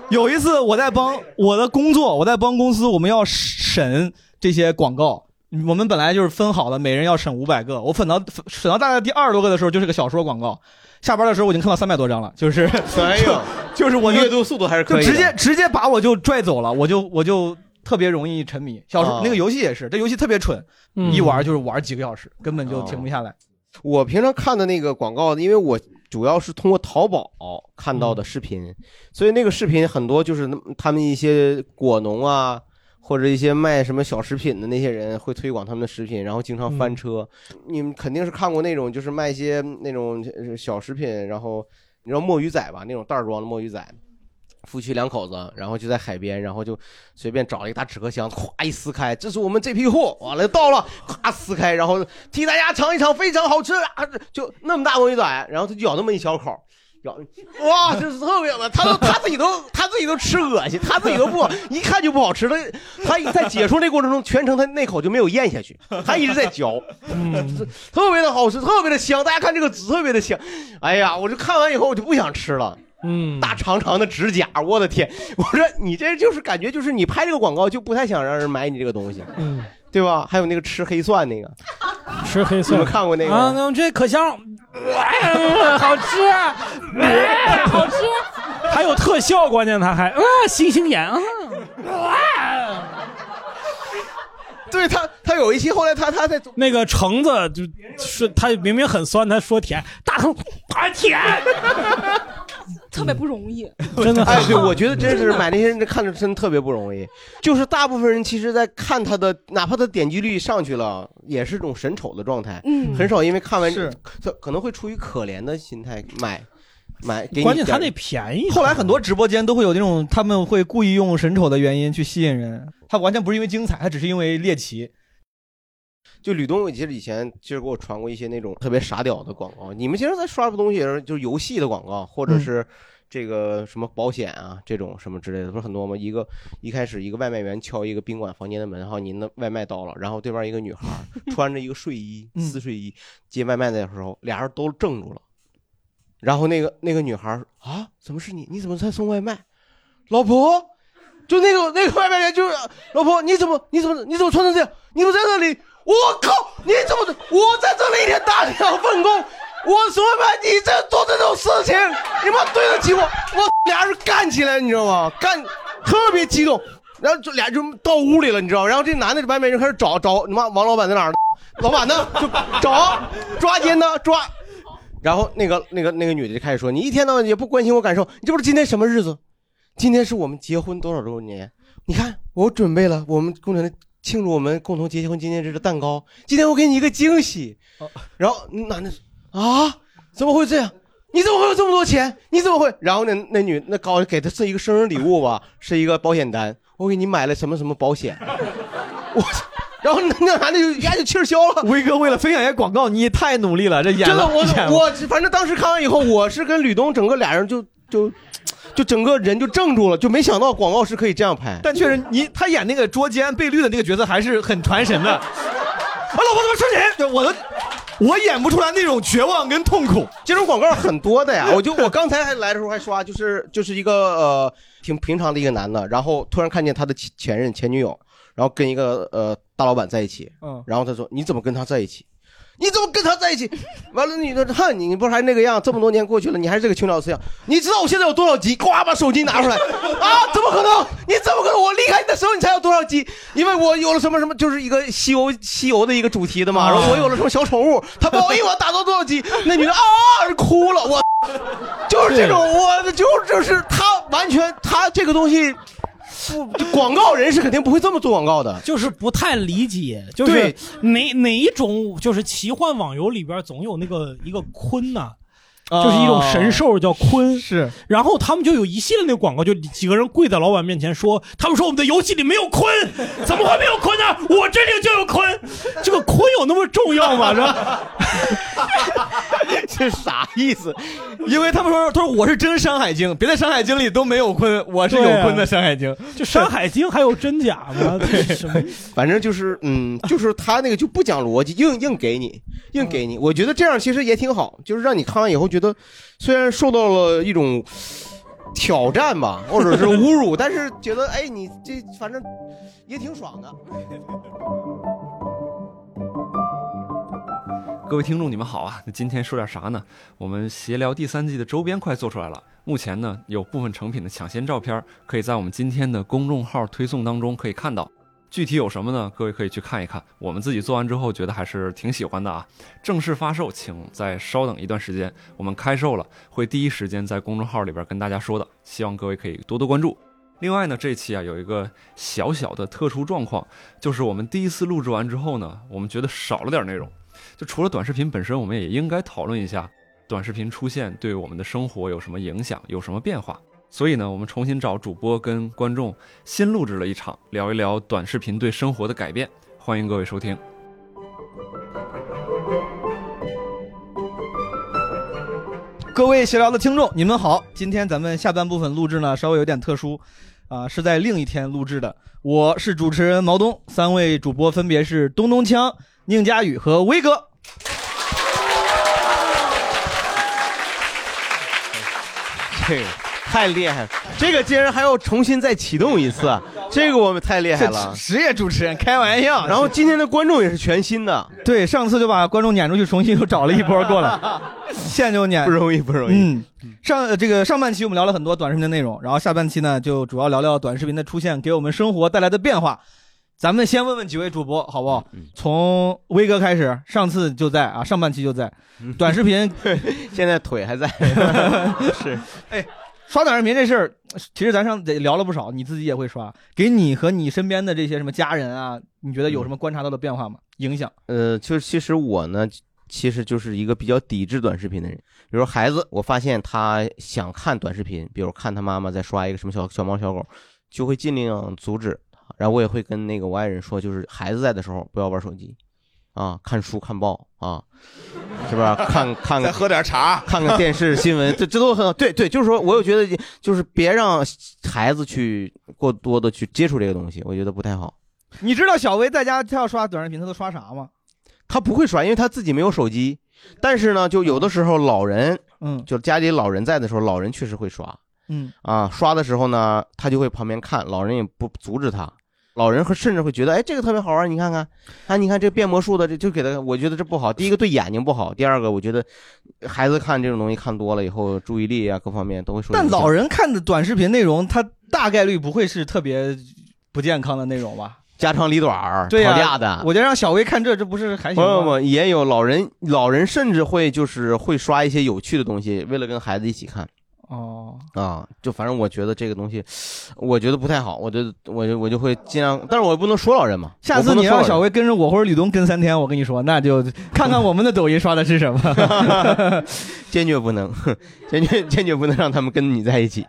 [SPEAKER 2] 有一次我在帮我的工作，我在帮公司，我们要审这些广告。我们本来就是分好的，每人要审五百个。我审到审到大概第二十多个的时候，就是个小说广告。下班的时候我已经看到三百多张了，就是，
[SPEAKER 4] 哎呦
[SPEAKER 2] 就就是我就
[SPEAKER 4] 阅读速度还是可以的
[SPEAKER 2] 就直接直接把我就拽走了，我就我就特别容易沉迷。小说、
[SPEAKER 4] 哦
[SPEAKER 2] 那个游戏也是，这游戏特别蠢，
[SPEAKER 4] 嗯
[SPEAKER 2] 一玩就是玩几个小时，根本就停不下来。
[SPEAKER 4] 我平常看的那个广告，因为我主要是通过淘宝看到的视频，所以那个视频很多就是那么他们一些果农啊，或者一些卖什么小食品的那些人会推广他们的食品，然后经常翻车。你们肯定是看过那种就是卖一些那种呃小食品，然后你知道墨鱼仔吧，那种袋儿装的墨鱼仔。夫妻两口子，然后就在海边，然后就随便找了一个大纸壳箱，咵一撕开，这是我们这批货，完了到了，咵撕开，然后替大家尝一尝，非常好吃啊！就那么大墨鱼仔，然后他就咬那么一小口，咬，哇，就是特别恶心，他都他自己都他自己都吃恶心，他自己都不一看就不好吃，他他在解说这过程中，全程他那口就没有咽下去，他一直在嚼，嗯特别的好吃，特别的香，大家看这个籽特别的香，哎呀，我就看完以后我就不想吃了。
[SPEAKER 3] 嗯，
[SPEAKER 4] 大长长的指甲，我的天！我说你这就是感觉就是你拍这个广告就不太想让人买你这个东西，
[SPEAKER 3] 嗯，
[SPEAKER 4] 对吧？还有那个吃黑蒜那个，
[SPEAKER 3] 吃黑蒜
[SPEAKER 4] 你们看过那个
[SPEAKER 3] 啊，
[SPEAKER 4] 吗？
[SPEAKER 3] 那我这可香，哎好吃，哎好吃，还有特效，关键他还啊星星眼啊，
[SPEAKER 4] 对他，他有一期后来他他在
[SPEAKER 3] 那个橙子就是他明明很酸，他说甜，大坑啊甜，
[SPEAKER 5] 特别不容易。
[SPEAKER 3] 真的
[SPEAKER 4] 哎，对，我觉得真 是买那些人看着真特别不容易。就是大部分人其实，在看他的，哪怕他点击率上去了，也是种审丑的状态，
[SPEAKER 3] 嗯
[SPEAKER 4] 很少因为看完
[SPEAKER 3] 是
[SPEAKER 4] 他可能会出于可怜的心态买买。给你
[SPEAKER 2] 关键他
[SPEAKER 4] 点
[SPEAKER 2] 那
[SPEAKER 3] 便宜。
[SPEAKER 2] 后来很多直播间都会有那种，他们会故意用审丑的原因去吸引人，他完全不是因为精彩，他只是因为猎奇。
[SPEAKER 4] 就吕东，其实以前其实给我传过一些那种特别傻屌的广告。你们其实，在刷东西的时候，就是游戏的广告，或
[SPEAKER 2] 嗯
[SPEAKER 4] 者是这个什么保险啊，这种什么之类的，不是很多吗？一个一开始一个外卖员敲一个宾馆房间的门，哈，您的外卖到了，然后对面一个女孩 穿着一个睡衣
[SPEAKER 2] 嗯
[SPEAKER 4] 丝睡衣接外卖的时候，俩人都怔住了。然后那个那个女孩说啊，怎么是你？你怎么在送外卖？老婆，就那个那个外卖员就是老婆，你怎么你怎么你怎么穿成这样？你怎么在这里？我靠，你怎么我在这里一天打两份工，我说嘛，你这做这种事情，你妈对得起我？我俩人干起来，你知道吗？干，特别激动，然后就俩就到屋里了，你知道？然后这男的这外面就开始找找你妈王老板在哪儿呢？老板呢？就找，抓奸呢？抓。然后那个那个那个女的就开始说：“你一天到晚也不关心我感受，你这不是今天什么日子？今天是我们结婚多少周年？你看我准备了我们共同的庆祝我们共同结婚纪念日的蛋糕，今天我给你一个惊喜。”然后男的说啊，怎么会这样？你怎么会有这么多钱？你怎么会？然后那那女那高给她是一个生日礼物吧，是一个保险单，我给你买了什么什么保险。我操，然后那那男的就一下就气儿消了。
[SPEAKER 12] 威哥为了分享一下广告，你也太努力了，这演
[SPEAKER 4] 真的，
[SPEAKER 12] 了
[SPEAKER 4] 我
[SPEAKER 12] 演了
[SPEAKER 4] 我反正当时看完以后，我是跟吕东整个俩人就就就整个人就怔住了，就没想到广告是可以这样拍。
[SPEAKER 12] 但确实你他演那个捉奸被 绿的那个角色还是很传神的。啊，老婆怎么吃你？对我都我演不出来那种绝望跟痛苦。
[SPEAKER 4] 这种广告很多的呀，我就我刚才还来的时候还刷，就是就是一个呃挺平常的一个男的，然后突然看见他的前前任前女友，然后跟一个呃大老板在一起，
[SPEAKER 2] 嗯
[SPEAKER 4] 然后他说你怎么跟他在一起？你怎么跟 他在一起？完了，女的哼，你不是还那个样？这么多年过去了，你还是这个穷屌丝样。你知道我现在有多少急？呱，把手机拿出来啊！怎么可能？你怎么可能？我离开你的时候，你才有多少急？因为我有了什么什么，就是一个西游西游的一个主题的嘛。然后我有了什么小宠物，他帮我一网打到多少级？那女的啊，哭了，我就是这种，我就就是他完全他这个东西。不就广告人是肯定不会这么做广告的，
[SPEAKER 3] 就是不太理解，就是
[SPEAKER 4] 对
[SPEAKER 3] 哪哪一种就是奇幻网游里边总有那个一个鲲呐、
[SPEAKER 4] 啊
[SPEAKER 3] 就是一种神兽叫鲲，
[SPEAKER 2] 是。
[SPEAKER 3] 然后他们就有一系列那个广告，就几个人跪在老板面前说，他们说我们的游戏里没有 鲲，怎么会没有鲲呢？我这里就有鲲，这个鲲有那么重要吗？是吧？
[SPEAKER 4] 这啥意思？
[SPEAKER 12] 因为他们说，他说我是真《山海经》，别的《山海经》里都没有鲲，我是有
[SPEAKER 3] 对啊
[SPEAKER 12] 鲲的《山海经》。
[SPEAKER 3] 就《山海经》还有真假 吗？对，什么？
[SPEAKER 4] 反正就是，嗯，就是他那个就不讲逻辑，硬硬给你，硬给你。我觉得这样其实也挺好，就是让你看完以后觉得，虽然受到了一种挑战吧，或者是侮辱，但是觉得哎，你这反正也挺爽的。
[SPEAKER 1] 各位听众，你们好啊！那今天说点啥呢？我们闲聊第三季的周边快做出来了，目前呢有部分成品的抢先照片，可以在我们今天的公众号推送当中可以看到。具体有什么呢？各位可以去看一看。我们自己做完之后，觉得还是挺喜欢的啊。正式发售，请再稍等一段时间，我们开售了，会第一时间在公众号里边跟大家说的。希望各位可以多多关注。另外呢，这期啊有一个小小的特殊状况，就是我们第一次录制完之后呢，我们觉得少了点内容。就除了短视频本身，我们也应该讨论一下短视频出现对我们的生活有什么影响，有什么变化。所以呢，我们重新找主播跟观众新录制了一场，聊一聊短视频对生活的改变。欢迎各位收听。
[SPEAKER 2] 各位闲聊的听众，你们好！今天咱们下半部分录制呢，稍微有点特殊，啊、是在另一天录制的。我是主持人毛东，三位主播分别是东东锵、宁佳宇和威哥。
[SPEAKER 4] 这个太厉害了，这个竟然还要重新再启动一次，这个我们太厉害了
[SPEAKER 2] 这。职业主持人开玩笑。
[SPEAKER 4] 然后今天的观众也是全新的，
[SPEAKER 2] 对，上次就把观众撵出去，重新又找了一波过 来，现在就撵，
[SPEAKER 4] 不容易，不容易。
[SPEAKER 2] 嗯，上呃这个上半期我们聊了很多短视频的内容，然后下半期呢就主要聊聊短视频的出现给我们生活带来的变化。咱们先问问几位主播好不好？
[SPEAKER 4] 嗯
[SPEAKER 2] 从威哥开始，上次就在啊，上半期就 在短视频，
[SPEAKER 4] 现在腿 还在，是
[SPEAKER 2] 哎刷短视频这事儿，其实咱上得聊了不少，你自己也会刷，给你和你身边的这些什么家人啊，你觉得
[SPEAKER 4] 嗯
[SPEAKER 2] 有什么观察到的变化吗？影响？
[SPEAKER 4] 呃，就是其实我呢，其实就是一个比较抵制短视频的人。比如说孩子，我发现他想看短视频，比如看他妈妈在刷一个什么小小猫小狗，就会尽量阻止他。然后我也会跟那个我爱人说，就是孩子在的时候不要玩手机，啊，看书看报啊，是吧？看 看
[SPEAKER 13] 再喝点茶
[SPEAKER 4] 看看电视新闻，这这都很好。对对，就是说，我有觉得就是别让孩子去过多的去接触这个东西，我觉得不太好。
[SPEAKER 2] 你知道小薇在家她要刷短视频，她都刷啥吗？
[SPEAKER 4] 他不会刷，因为他自己没有手机。但是呢，就有的时候老人，
[SPEAKER 2] 嗯，
[SPEAKER 4] 就家里老人在的时候，老人确实会刷
[SPEAKER 2] 嗯
[SPEAKER 4] 啊。刷的时候呢，他就会旁边看，老人也不阻止他。老人和甚至会觉得，哎，这个特别好玩，你看看，啊，你看这变魔术的，这就给他，我觉得这不好。第一个对眼睛不好，第二个我觉得孩子看这种东西看多了以后，注意力啊各方面都会受影
[SPEAKER 2] 但
[SPEAKER 4] 响。
[SPEAKER 2] 老人看的短视频内容，他大概率不会是特别不健康的内容吧？
[SPEAKER 4] 家长里短儿、
[SPEAKER 2] 对呀、
[SPEAKER 4] 吵架的，
[SPEAKER 2] 我就让小薇看这，这不是还行
[SPEAKER 4] 朋友
[SPEAKER 2] 吗？
[SPEAKER 4] 们也有老人，老人甚至会就是会刷一些有趣的东西，为了跟孩子一起看。
[SPEAKER 2] 哦，
[SPEAKER 4] 啊，就反正我觉得这个东西，我觉得不太好，我就我就我就会尽量，但是我不能说老人嘛。
[SPEAKER 2] 下
[SPEAKER 4] 我
[SPEAKER 2] 次
[SPEAKER 4] 不能
[SPEAKER 2] 你
[SPEAKER 4] 说
[SPEAKER 2] 让
[SPEAKER 4] 老人
[SPEAKER 2] 小薇跟着我或者吕东跟三天，我跟你说，那就看看我们的抖音刷的是什 么。
[SPEAKER 4] 坚决不能， 坚决坚决不能让他们跟你在一起。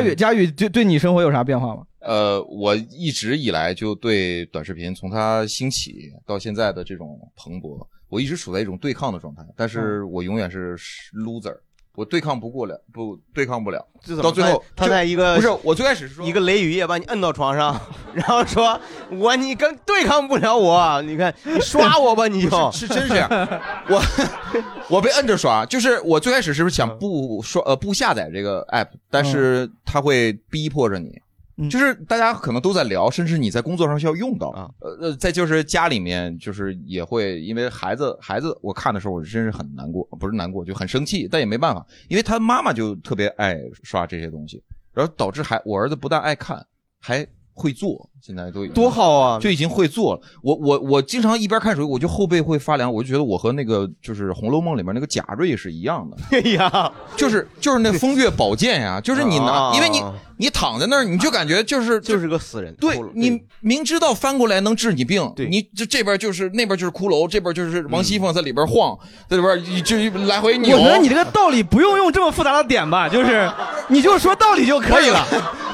[SPEAKER 2] 宇，佳宇对对你生活有啥变化吗？
[SPEAKER 13] 呃，我一直以来就对短视频从它兴起到现在的这种蓬勃，我一直处在一种对抗的状态，但是
[SPEAKER 4] 嗯
[SPEAKER 13] 我永远是 loser，我对抗不过了，不对抗不了
[SPEAKER 4] 这，怎么
[SPEAKER 13] 到最后
[SPEAKER 4] 他
[SPEAKER 13] 就
[SPEAKER 4] 在一个
[SPEAKER 13] 不是我最开始是说
[SPEAKER 4] 一个雷雨夜把你摁到床上，然后说我你跟对抗不了我，你看你刷我吧，你就
[SPEAKER 13] 是是真是这样，我 我被摁着刷，就是我最开始是不是
[SPEAKER 4] 嗯
[SPEAKER 13] 想不刷呃不下载这个 app，但是它会逼迫着你。
[SPEAKER 4] 嗯
[SPEAKER 13] 就是大家可能都在聊，甚至你在工作上需要用到，
[SPEAKER 4] 啊
[SPEAKER 13] 呃呃，再就是家里面，就是也会因为孩子，孩子，我看的时候我真是很难过，不是难过，就很生气，但也没办法，因为他妈妈就特别爱刷这些东西，然后导致孩我儿子不但爱看，还会做，现在都多
[SPEAKER 4] 好啊，
[SPEAKER 13] 就已经会做了。我我我经常一边看手机，我就后背会发凉，我就觉得我和那个就是《红楼梦》里面那个贾瑞是一样的。
[SPEAKER 4] 哎呀，
[SPEAKER 13] 就是就是那风月宝剑呀、就是你拿
[SPEAKER 4] 啊，
[SPEAKER 13] 因为你你躺在那儿，你就感觉就是
[SPEAKER 4] 就是个死人。
[SPEAKER 13] 对你明知道翻过来能治你病，你这这边就是那边就是骷髅，这边就是王熙凤在里边晃，在里边就来回扭。
[SPEAKER 2] 我觉得你这个道理不用用这么复杂的点吧，就是你就说道理就可以了。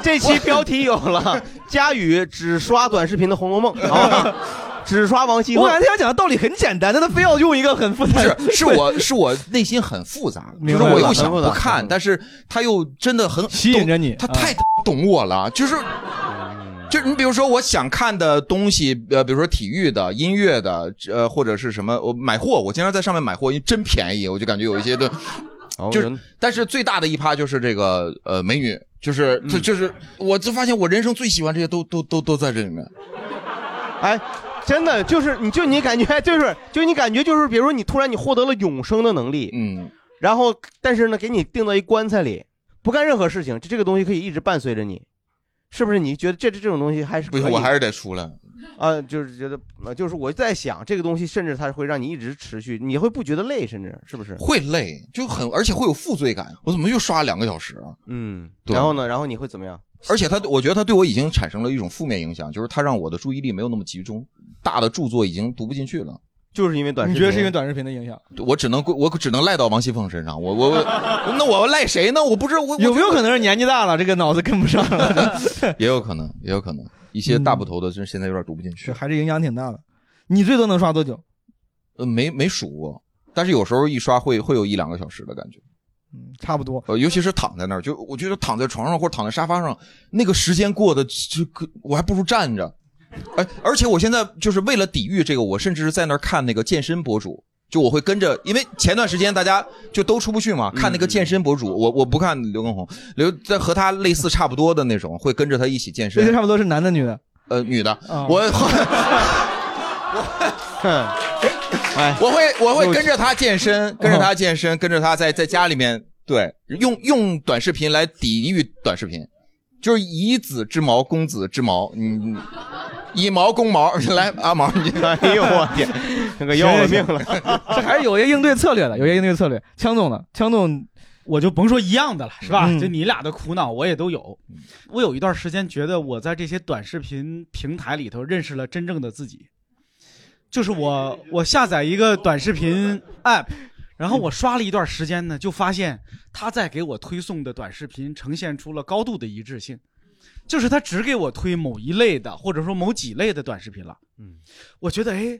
[SPEAKER 4] 这期标题有了，佳宇只刷短视频的《红楼梦》，好 吧只刷王熙凤。
[SPEAKER 2] 我感觉他讲的道理很简单，但他非要用一个很复杂的。
[SPEAKER 13] 是是我是我内心很复杂，就
[SPEAKER 2] 明
[SPEAKER 13] 是
[SPEAKER 2] 白了
[SPEAKER 13] 我又想
[SPEAKER 2] 很复
[SPEAKER 13] 不
[SPEAKER 2] 杂
[SPEAKER 13] 看，但是他又真的很吸引着你，
[SPEAKER 2] 啊
[SPEAKER 13] 他太懂我了，就是。
[SPEAKER 2] 嗯
[SPEAKER 13] 就是你比如说，我想看的东西，呃，比如说体育的、音乐的，呃，或者是什么，我买货，我经常在上面买货，因为真便宜，我就感觉有一些的，就是
[SPEAKER 4] 人，
[SPEAKER 13] 但是最大的一趴就是这个呃美女，就是
[SPEAKER 2] 嗯
[SPEAKER 13] 这、就是我就发现我人生最喜欢这些都都都都在这里面，
[SPEAKER 4] 哎，真的就是你就你感觉 就是就你感觉就是，比如说你突然你获得了永生的能力，
[SPEAKER 13] 嗯，
[SPEAKER 4] 然后但是呢，给你钉到一棺材里，不干任何事情，这这个东西可以一直伴随着你，是不是？你觉得这这这种东西还是
[SPEAKER 13] 不
[SPEAKER 4] 可以
[SPEAKER 13] 行，我还是得出来。
[SPEAKER 4] 啊，就是觉得呃就是我在想这个东西，甚至它会让你一直持续，你会不觉得累，甚至是不是？
[SPEAKER 13] 会累，就很而且会有负罪感。我怎么又刷了两个小时啊？
[SPEAKER 4] 嗯，
[SPEAKER 13] 对
[SPEAKER 4] 然后呢，然后你会怎么样？
[SPEAKER 13] 而且他，我觉得他对我已经产生了一种负面影响，就是他让我的注意力没有那么集中，大的著作已经读不进去了。
[SPEAKER 4] 就是因为短
[SPEAKER 2] 你
[SPEAKER 4] 视
[SPEAKER 2] 觉
[SPEAKER 4] 频，
[SPEAKER 2] 得是因为短视频的影响？
[SPEAKER 13] 我只能归我只能赖到王熙凤身上，我 我我， 那我赖谁呢？我不知道我
[SPEAKER 2] 有没有可能是年纪大了，这个脑子跟不上了？
[SPEAKER 13] 也有可能，也有可能一些大部头的，真现在有点读不进去
[SPEAKER 2] 是，。还是影响挺大的。你最多能刷多久？
[SPEAKER 13] 呃，没没数过，但是有时候一刷会会有一两个小时的感觉。
[SPEAKER 2] 嗯差不多。
[SPEAKER 13] 呃，尤其是躺在那儿，就我觉得躺在床上或者躺在沙发上，那个时间过得就可，我还不如站着。而而且我现在就是为了抵御这个，我甚至是在那儿看那个健身博主，就我会跟着，因为前段时间大家就都出不去嘛，看那个健身博主，
[SPEAKER 2] 嗯
[SPEAKER 13] 我我不看刘畊宏，刘在和他类似差不多的那种，会跟着他一起健
[SPEAKER 2] 这些
[SPEAKER 13] 身。
[SPEAKER 2] 差不多是男的女的。
[SPEAKER 13] 呃，女的，
[SPEAKER 2] 啊
[SPEAKER 13] 我
[SPEAKER 2] 哎
[SPEAKER 13] 我我会我会跟着他健
[SPEAKER 2] 嗯
[SPEAKER 13] 身，跟着他健身，跟着他在在家里面对用用短视频来抵御短视频，就是以子之矛攻子之矛，你你以矛攻矛， 来阿毛你
[SPEAKER 4] 哎呦我 天，那个要了命了，
[SPEAKER 2] 这还是有一个应对策略的，有一个应对策略。枪总呢？枪总，
[SPEAKER 14] 我就甭说一样的了，是吧？
[SPEAKER 2] 嗯
[SPEAKER 14] 就你俩的苦恼我也都有。我有一段时间觉得我在这些短视频平台里头认识了真正的自己，就是我我下载一个短视频 app，然后我刷了一段时间呢，就发现它在给我推送的短视频呈现出了高度的一致性，就是它只给我推某一类的或者说某几类的短视频了。
[SPEAKER 13] 嗯，
[SPEAKER 14] 我觉得哎。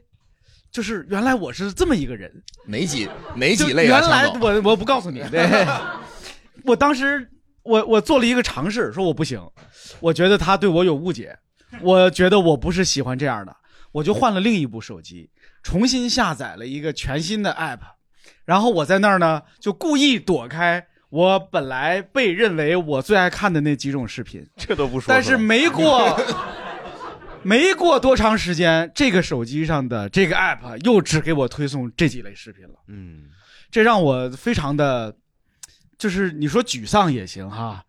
[SPEAKER 14] 就是原来我是这么一个人，
[SPEAKER 13] 哪几哪几类啊
[SPEAKER 14] 就原来
[SPEAKER 13] 强总
[SPEAKER 14] 我我不告诉 你，对，我当时我我做了一个尝试，说我不行，我觉得他对我有误解，我觉得我不是喜欢这样的，我就换了另一部手机，重新下载了一个全新的 app，然后我在那儿呢就故意躲开。我本来被认为我最爱看的那几种视频，
[SPEAKER 4] 这都不
[SPEAKER 14] 但是没过没过多长时间，这个手机上的这个 app 又只给我推送这几类视频了。
[SPEAKER 13] 嗯，
[SPEAKER 14] 这让我非常的，就是你说沮丧也行哈，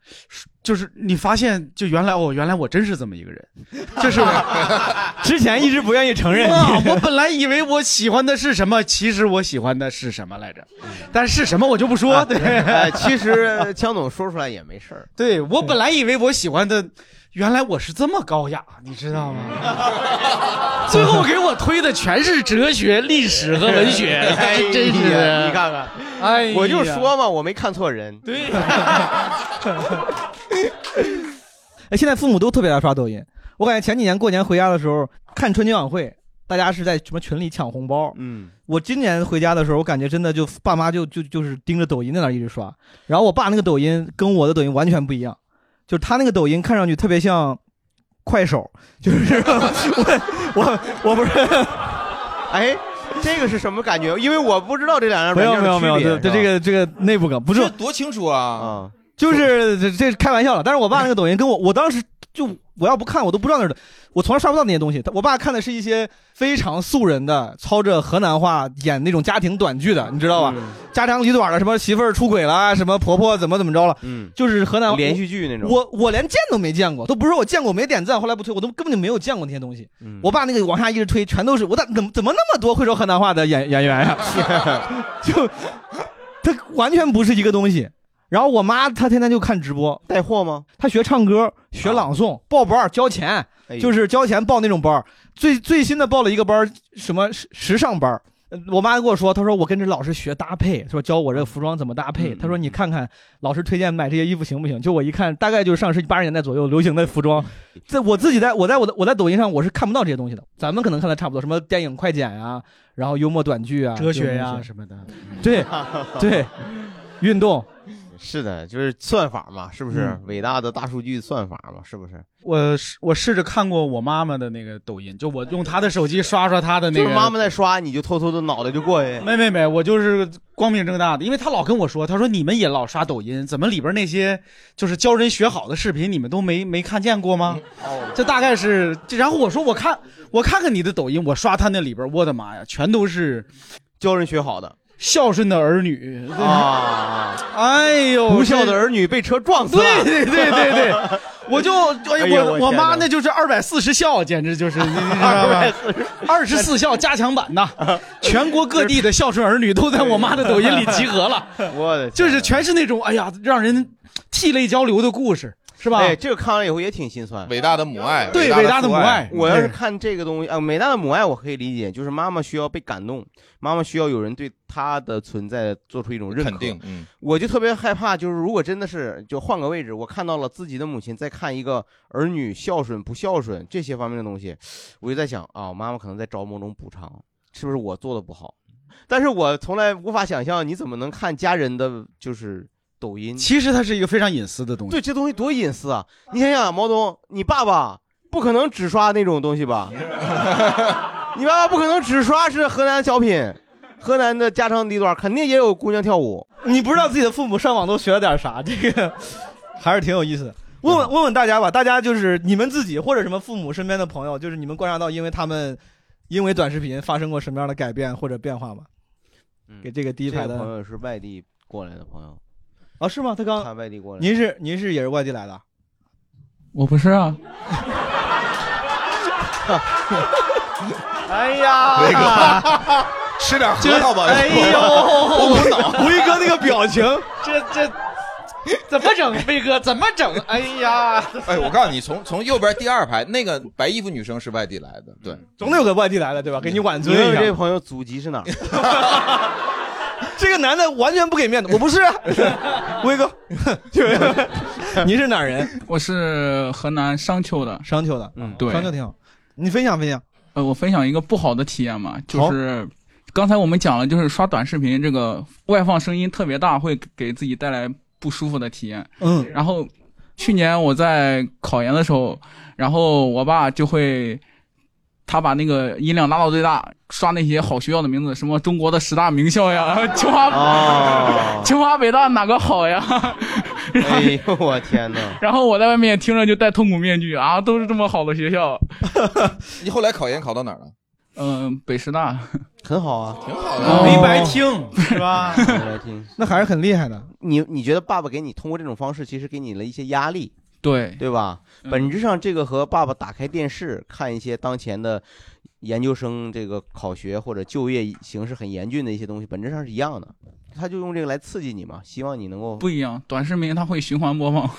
[SPEAKER 14] 就是你发现，就原来哦，原来我真是这么一个人， 就是
[SPEAKER 2] 之前一直不愿意承认
[SPEAKER 14] 哇我本来以为我喜欢的是什么，其实我喜欢的是什么来着，但是什么我就不说。对，
[SPEAKER 4] 哎其实江总说出来也没事儿。
[SPEAKER 14] 对我本来以为我喜欢的，原来我是这么高雅，你 知道吗？最后给我推的全是哲学、历史和文学，
[SPEAKER 4] 哎呀
[SPEAKER 14] 真是的
[SPEAKER 4] 你看看，
[SPEAKER 14] 哎呀，
[SPEAKER 4] 我就说嘛，我没看错人。
[SPEAKER 14] 对，
[SPEAKER 2] 哎，现在父母都特别爱刷抖音。我感觉前几年过年回家的时候看春节晚会，大家是在什么群里抢红包。
[SPEAKER 4] 嗯，
[SPEAKER 2] 我今年回家的时候，我感觉真的就爸妈就就就是盯着抖音在那儿一直刷。然后我爸那个抖音跟我的抖音完全不一样，就是他那个抖音看上去特别像快手，就 是我我我不是，
[SPEAKER 4] 哎，这个是什么感觉？因为我不知道这两样
[SPEAKER 2] 没
[SPEAKER 4] 软
[SPEAKER 2] 有
[SPEAKER 4] 件的
[SPEAKER 2] 没有没有，
[SPEAKER 4] 区别哦
[SPEAKER 2] 对对这个这个内部梗不是
[SPEAKER 13] 这多清楚
[SPEAKER 4] 嗯
[SPEAKER 13] 啊！
[SPEAKER 2] 就是这这开玩笑了。但是我爸那个抖音跟我，我当时就我要不看，我都不知道那是，我从来刷不到那些东西。我爸看的是一些非常素人的，操着河南话演那种家庭短剧的，你知道
[SPEAKER 4] 嗯
[SPEAKER 2] 吧？家长里短的，什么媳妇儿出轨啦，什么婆婆怎么怎么着了，
[SPEAKER 4] 嗯，
[SPEAKER 2] 就是河南
[SPEAKER 4] 连续剧那种
[SPEAKER 2] 我我连见都没见过，都不是我见过没点赞，后来不推，我都根本就没有见过那些东西。
[SPEAKER 4] 嗯
[SPEAKER 2] 我爸那个往下一直推，全都是我咋怎么怎么那么多会说河南话的演演员呀、啊 就他完全不是一个东西。然后我妈她天天就看直播
[SPEAKER 4] 带货吗？
[SPEAKER 2] 她学唱歌，学朗诵，报班儿交钱
[SPEAKER 4] 哎，呦
[SPEAKER 2] 就是交钱报那种班儿。最最新的报了一个班儿，什么时时尚班儿。呃我妈跟我说，她说我跟着老师学搭配，说教我这个服装怎么搭配。她说你看看老师推荐买这些衣服行不行？就我一看，大概就是上世纪八十年代左右流行的服装。在我自己在我在我的我在抖音上我是看不到这些东西的，咱们可能看的差不多，什么电影快剪啊，然后幽默短剧啊，
[SPEAKER 14] 哲学
[SPEAKER 2] 这
[SPEAKER 14] 呀
[SPEAKER 2] 种东西
[SPEAKER 14] 什么的。
[SPEAKER 2] 对 对，运动。
[SPEAKER 4] 是的，就是算法嘛，是不是、
[SPEAKER 14] 嗯
[SPEAKER 4] 伟大的大数据算法嘛，是不是？
[SPEAKER 14] 我试我试着看过我妈妈的那个抖音，就我用她的手机刷刷她的那
[SPEAKER 4] 就
[SPEAKER 14] 个。
[SPEAKER 4] 是妈妈在刷，你就偷偷的脑袋就过去。
[SPEAKER 14] 没没没，我就是光明正大的，因为她老跟我说，她说你们也老刷抖音，怎么里边那些就是教人学好的视频你们都没没看见过吗？
[SPEAKER 4] 哦
[SPEAKER 14] 这大概是，这然后我说我看我看看你的抖音，我刷她那里边，我的妈呀，全都是
[SPEAKER 4] 教人学好的。
[SPEAKER 14] 孝顺的儿女
[SPEAKER 4] 啊！
[SPEAKER 14] 哎呦，
[SPEAKER 4] 不孝的
[SPEAKER 14] 这
[SPEAKER 4] 儿女被车撞死了。
[SPEAKER 14] 对对对对对，我就哎
[SPEAKER 4] 哎
[SPEAKER 14] 呦
[SPEAKER 4] 呦
[SPEAKER 14] 我
[SPEAKER 4] 我
[SPEAKER 14] 我
[SPEAKER 4] 天
[SPEAKER 14] 妈
[SPEAKER 4] 哪
[SPEAKER 14] 那就是二百四十孝，简直就是你你知道吗？二十四孝加强版呐，全国各地的孝顺儿女都在我妈的抖音里集合
[SPEAKER 4] 哎
[SPEAKER 14] 了，
[SPEAKER 4] 我的
[SPEAKER 14] 就是全是那种哎呀让人涕泪交流的故事，是吧？
[SPEAKER 4] 哎，这个看完以后也挺心酸。
[SPEAKER 13] 伟大的母爱，
[SPEAKER 14] 对
[SPEAKER 13] 伟
[SPEAKER 14] 伟
[SPEAKER 13] 大
[SPEAKER 14] 大的
[SPEAKER 13] 父
[SPEAKER 14] 母爱
[SPEAKER 4] 我要是看这个东西啊，伟大的母爱我可以理解，就是妈妈需要被感动，妈妈需要有人对她的存在做出一种认可。
[SPEAKER 13] 肯定，嗯，
[SPEAKER 4] 我就特别害怕，就是如果真的是就换个位置，我看到了自己的母亲在看一个儿女孝顺不孝顺这些方面的东西，我就在想啊，我妈妈可能在找某种补偿，是不是我做的不好？但是我从来无法想象你怎么能看家人的就是抖音。
[SPEAKER 14] 其实它是一个非常隐私的东西。
[SPEAKER 4] 对，这东西多隐私啊！你想想，毛东，你爸爸不可能只刷那种东西吧？ 你爸爸不可能只刷是河南小品，河南的家长里短，肯定也有姑娘跳舞。
[SPEAKER 2] 你不知道自己的父母上网都学了点啥，这个 还是挺有意思的。嗯问问问问大家吧，大家就是你们自己或者什么父母身边的朋友，就是你们观察到，因为他们因为短视频发生过什么样的改变或者变化吗？给这个第一排
[SPEAKER 4] 嗯这
[SPEAKER 2] 的
[SPEAKER 4] 个朋友是外地过来的朋友，
[SPEAKER 2] 啊，是吗？他
[SPEAKER 4] 他
[SPEAKER 2] 刚，
[SPEAKER 4] 外地过来的。
[SPEAKER 2] 您是您是也是外地来的？
[SPEAKER 15] 我不是啊，
[SPEAKER 4] 哎呀，
[SPEAKER 13] 威哥，吃点核桃吧。
[SPEAKER 14] 哎呦，
[SPEAKER 13] 我补脑。
[SPEAKER 2] 威哥那个表情，
[SPEAKER 14] 这这怎么整？威哥怎么整？哎呀，
[SPEAKER 13] 哎，我告诉你，从从右边第二排那个白衣服女生是外地来的，对，
[SPEAKER 2] 总得有个外地来的，对吧？给你挽尊
[SPEAKER 13] 你问
[SPEAKER 2] 一下。啊
[SPEAKER 13] 问这
[SPEAKER 4] 朋友祖籍 是哪？
[SPEAKER 2] 这个男的完全不给面子，我 不是啊，威哥， 您是哪人？
[SPEAKER 15] 我是河南商丘的。
[SPEAKER 2] 商丘的，
[SPEAKER 15] 嗯，对，
[SPEAKER 2] 商丘挺好。你分享分享。
[SPEAKER 15] 呃，我分享一个不好的体验嘛，就是刚才我们讲了，就是刷短视频这个外放声音特别大，会给自己带来不舒服的体验。
[SPEAKER 2] 嗯，
[SPEAKER 15] 然后去年我在考研的时候，然后我爸就会。他把那个音量拉到最大，刷那些好学校的名字，什么中国的十大名校呀， 清华、
[SPEAKER 4] 哦
[SPEAKER 15] 清华北大哪个好呀？
[SPEAKER 4] 哎呦，我天哪！
[SPEAKER 15] 然后我在外面听着就戴痛苦面具啊，都是这么好的学校，
[SPEAKER 13] 你后来考研考到哪儿了？
[SPEAKER 15] 嗯，北师 大
[SPEAKER 4] 很好啊，
[SPEAKER 13] 挺
[SPEAKER 15] 好
[SPEAKER 13] 的
[SPEAKER 14] 没白听是吧
[SPEAKER 4] 没白听，
[SPEAKER 2] 那还是很厉害的。
[SPEAKER 4] 你你觉得爸爸给你通过这种方式，其实给你了一些压力，
[SPEAKER 15] 对
[SPEAKER 4] 对吧？
[SPEAKER 15] 嗯
[SPEAKER 4] 本质上，这个和爸爸打开电视看一些当前的研究生这个考学或者就业形势很严峻的一些东西，本质上是一样的。他就用这个来刺激你嘛，希望你能够
[SPEAKER 15] 嗯不一样，短视频它会循环播放。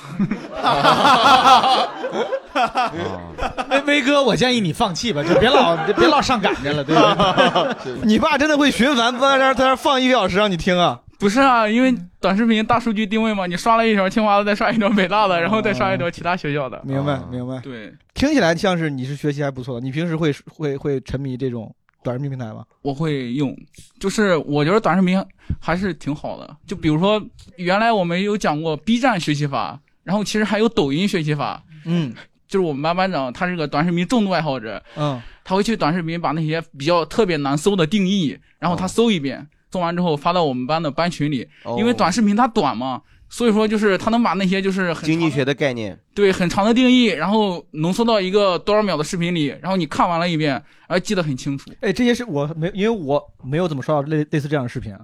[SPEAKER 14] 威威哥，我建议你放弃吧，就别老别老上赶着了，对吧？
[SPEAKER 2] 你爸真的会循环在那儿在那儿放一个小时让你听啊？
[SPEAKER 15] 不是啊，因为短视频大数据定位嘛，你刷了一条清华的，再刷一条北大的，然后再刷一条其他学校的。
[SPEAKER 2] 明白明白。
[SPEAKER 15] 对，
[SPEAKER 2] 听起来像是你是学习还不错的。你平时会会会沉迷这种短视频平台吗？
[SPEAKER 15] 我会用，就是我觉得短视频还是挺好的。就比如说，原来我们有讲过 B 站学习法，然后其实还有抖音学习法。
[SPEAKER 2] 嗯，
[SPEAKER 15] 就是我们班班长，他是个短视频重度爱好者，
[SPEAKER 2] 嗯，
[SPEAKER 15] 他会去短视频把那些比较特别难搜的定义，然后他搜一遍，搜完之后发到我们班的班群里。
[SPEAKER 4] 哦
[SPEAKER 15] 因为短视频它短嘛，所以说就是他能把那些就是很
[SPEAKER 4] 经济学的概念。
[SPEAKER 15] 对很长的定义，然后浓缩到一个多少秒的视频里，然后你看完了一遍，然后记得很清楚。
[SPEAKER 2] 哎，这些是我没，因为我没有怎么刷到类类似这样的视频啊。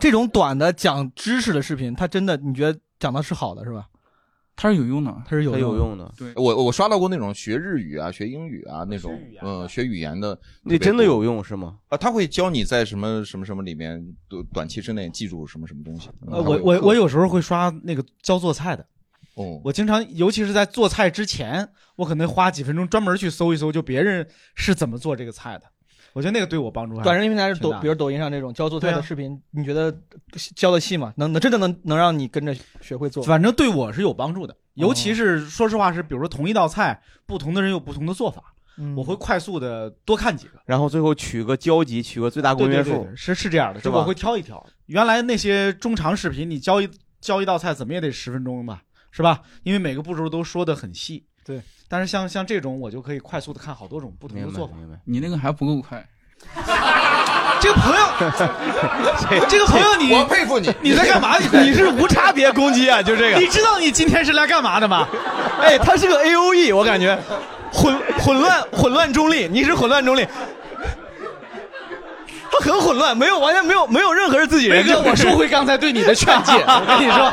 [SPEAKER 2] 这种短的讲知识的视频，它真的你觉得讲的是好的是吧？
[SPEAKER 15] 它是有用的，
[SPEAKER 2] 它是有
[SPEAKER 13] 很有用的。
[SPEAKER 15] 对，
[SPEAKER 13] 我我刷到过那种学日语啊、学英语啊那种，嗯，学语言的，
[SPEAKER 4] 那真的有用是吗？
[SPEAKER 13] 啊，他会教你在什么什么什么里面，短短期之内记住什么什么东西。嗯
[SPEAKER 14] 呃，
[SPEAKER 13] 它
[SPEAKER 14] 我
[SPEAKER 13] 会
[SPEAKER 14] 我我有时候会刷那个教做菜的，
[SPEAKER 13] 哦，
[SPEAKER 14] 我经常，尤其是在做菜之前，我可能花几分钟专门去搜一搜，就别人是怎么做这个菜的。我觉得那个对我帮助还
[SPEAKER 2] 短视频平台是
[SPEAKER 14] 挺
[SPEAKER 2] 抖
[SPEAKER 14] 大，的
[SPEAKER 2] 比如抖音上这种教做菜
[SPEAKER 14] 对
[SPEAKER 2] 的
[SPEAKER 14] 啊
[SPEAKER 2] 视频，你觉得教的细吗？能能真的能能让你跟着学会做？哦
[SPEAKER 14] 反正对我是有帮助的。尤其是说实话是，比如说同一道菜，不同的人有不同的做法，
[SPEAKER 2] 嗯
[SPEAKER 14] 我会快速的多看几个。
[SPEAKER 4] 然后最后取个交集，取个最大公
[SPEAKER 14] 对
[SPEAKER 4] 约
[SPEAKER 14] 对
[SPEAKER 4] 数，
[SPEAKER 14] 对对是是这样的，
[SPEAKER 4] 是
[SPEAKER 14] 就
[SPEAKER 4] 吧
[SPEAKER 14] 我会挑一挑。原来那些中长视频，你教一教一道菜，怎么也得十分钟吧，是吧？因为每个步骤都说的很细。
[SPEAKER 2] 对，
[SPEAKER 14] 但是像像这种，我就可以快速的看好多种不同的做法。
[SPEAKER 15] 你那个还不够快。
[SPEAKER 14] 这个朋 友，这个朋友你，
[SPEAKER 15] 我佩服你
[SPEAKER 14] 你在干嘛？你
[SPEAKER 2] 你是无差别攻击啊，就这个。
[SPEAKER 14] 你知道你今天是来干嘛的吗？
[SPEAKER 2] 哎，他是个 A O E，我感觉混混乱混乱中立，你是混乱中立。他很混乱，没有完全没有没有任何是自己人。
[SPEAKER 14] 梅哥
[SPEAKER 2] 就是
[SPEAKER 14] 我收回刚才对你的劝 诫我跟你说，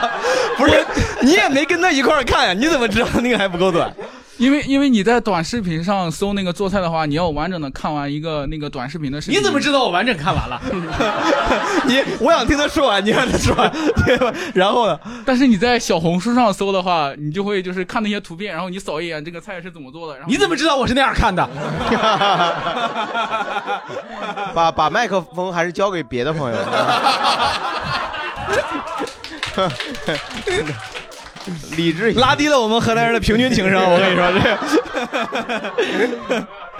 [SPEAKER 2] 不是你也没跟他一块儿看呀，你怎么知道那个还不够短？
[SPEAKER 15] 因为因为你在短视频上搜那个做菜的话，你要完整的看完一个那个短视频的视频。
[SPEAKER 14] 你怎么知道我完整看 完了？
[SPEAKER 2] 你我想听他说完，你让他说完，对吧？ 然后呢？
[SPEAKER 15] 但是你在小红书上搜的话，你就会就是看那些图片，然后你扫一眼这个菜是怎么做的，然后
[SPEAKER 14] 你怎么知道我是那样看的？
[SPEAKER 4] 把把麦克风还是交给别的朋友。 理智一点
[SPEAKER 2] 拉低了我们河南人的平均情 商，我跟你说，这 个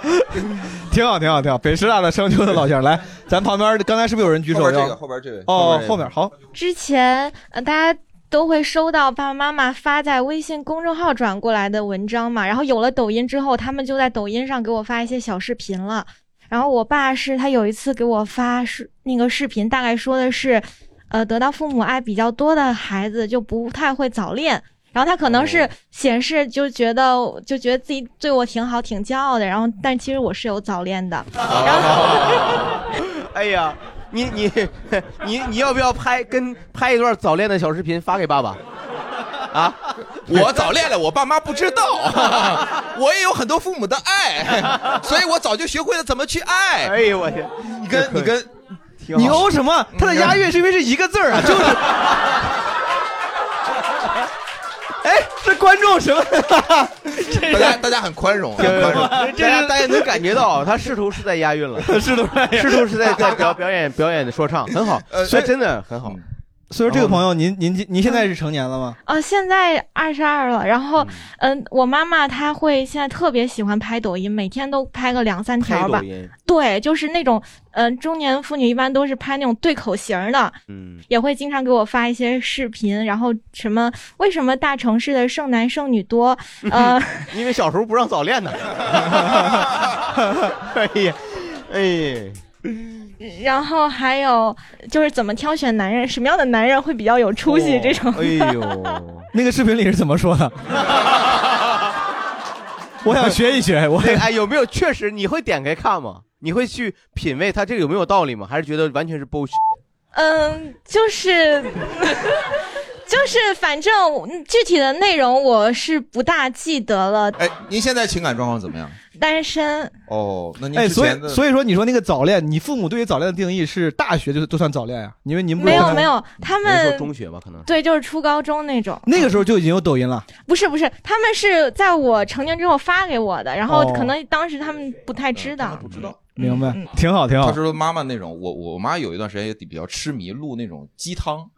[SPEAKER 2] 挺好，挺好，挺好。北师大的商丘的老乡，来，咱旁边刚才是不是有人举手
[SPEAKER 13] 后
[SPEAKER 2] 要？
[SPEAKER 13] 边这个后边这位
[SPEAKER 2] 哦，后
[SPEAKER 13] 后边这个
[SPEAKER 2] 面好，
[SPEAKER 16] 之前呃，大家都会收到爸爸妈妈发在微信公众号转过来的文章嘛，然后有了抖音之后，他们就在抖音上给我发一些小视频了。然后我爸是他有一次给我发是那个视频，大概说的是，呃，得到父母爱比较多的孩子就不太会早恋。然后他可能是显示就觉得就觉得自己对我挺好，挺骄傲的。然后，但其实我是有早恋的。
[SPEAKER 4] 哎呀，你你你你要不要拍跟拍一段早恋的小视频发给爸爸？啊，
[SPEAKER 13] 我早恋了，我爸妈不知道， 我也有很多父母的爱， 所以我早就学会了怎么去 爱。
[SPEAKER 4] 哎呦我天，
[SPEAKER 13] 你跟你跟
[SPEAKER 4] 好
[SPEAKER 2] 你哦什么？他的押韵是因为是一个字儿啊，就是。哎，这观众什么？
[SPEAKER 13] 大家大家很宽容，很宽容。
[SPEAKER 4] 大家大家能感觉到他试图是在押韵 了，
[SPEAKER 2] 试图
[SPEAKER 4] 试图是在在表表演表演的说唱，很好，
[SPEAKER 2] 呃
[SPEAKER 4] 所以
[SPEAKER 2] 哎
[SPEAKER 4] 真的很
[SPEAKER 2] 嗯
[SPEAKER 4] 好。
[SPEAKER 2] 所以说这个朋友，您您您现在是成年了吗？
[SPEAKER 16] 呃，现在二十二了，然后，嗯、我妈妈她会现在特别喜欢拍抖音，每天都拍个两三条吧
[SPEAKER 4] 拍抖音。
[SPEAKER 16] 对，就是那种，嗯、中年妇女一般都是拍那种对口型儿的，
[SPEAKER 4] 嗯，
[SPEAKER 16] 也会经常给我发一些视频，然后什么为什么大城市的剩男剩女 多，呃，
[SPEAKER 4] 因为小时候不让早恋呢。 哎呀，哎，
[SPEAKER 16] 然后还有就是怎么挑选男人，什么样的男人会比较有出息 这种。
[SPEAKER 4] 哦哎 哎呦，
[SPEAKER 2] 那个视频里是怎么说的？ 我想学一学我
[SPEAKER 4] 那个哎，有没有确实你会点开看吗？你会去品味它这个有没有道理吗？还是觉得完全是 bullshit？
[SPEAKER 16] 嗯，就是， 就是，反正嗯具体的内容我是不大记得了。
[SPEAKER 13] 哎， 您现在情感状况怎么样？
[SPEAKER 16] 单身，
[SPEAKER 13] 哦，那您
[SPEAKER 2] 哎，
[SPEAKER 13] 之
[SPEAKER 2] 所
[SPEAKER 13] 前的
[SPEAKER 2] 以所以说你说那个早恋，你父母对于早恋的定义是大学就都算早恋呀、因为您不是
[SPEAKER 16] 没有
[SPEAKER 2] 刚才
[SPEAKER 16] 没有，他
[SPEAKER 4] 人
[SPEAKER 16] 们
[SPEAKER 4] 说中学吧，可能
[SPEAKER 16] 对，就是初高中那种。
[SPEAKER 2] 那个时候就已经有抖音了。
[SPEAKER 16] 不是不是，他们是在我成年之后发给我的，然后
[SPEAKER 2] 哦
[SPEAKER 16] 可能当时他们不太知道，
[SPEAKER 13] 哦不知道。
[SPEAKER 2] 明白，挺好，挺好。
[SPEAKER 13] 他说妈妈那种，我我妈有一段时间也比较痴迷录那种鸡汤，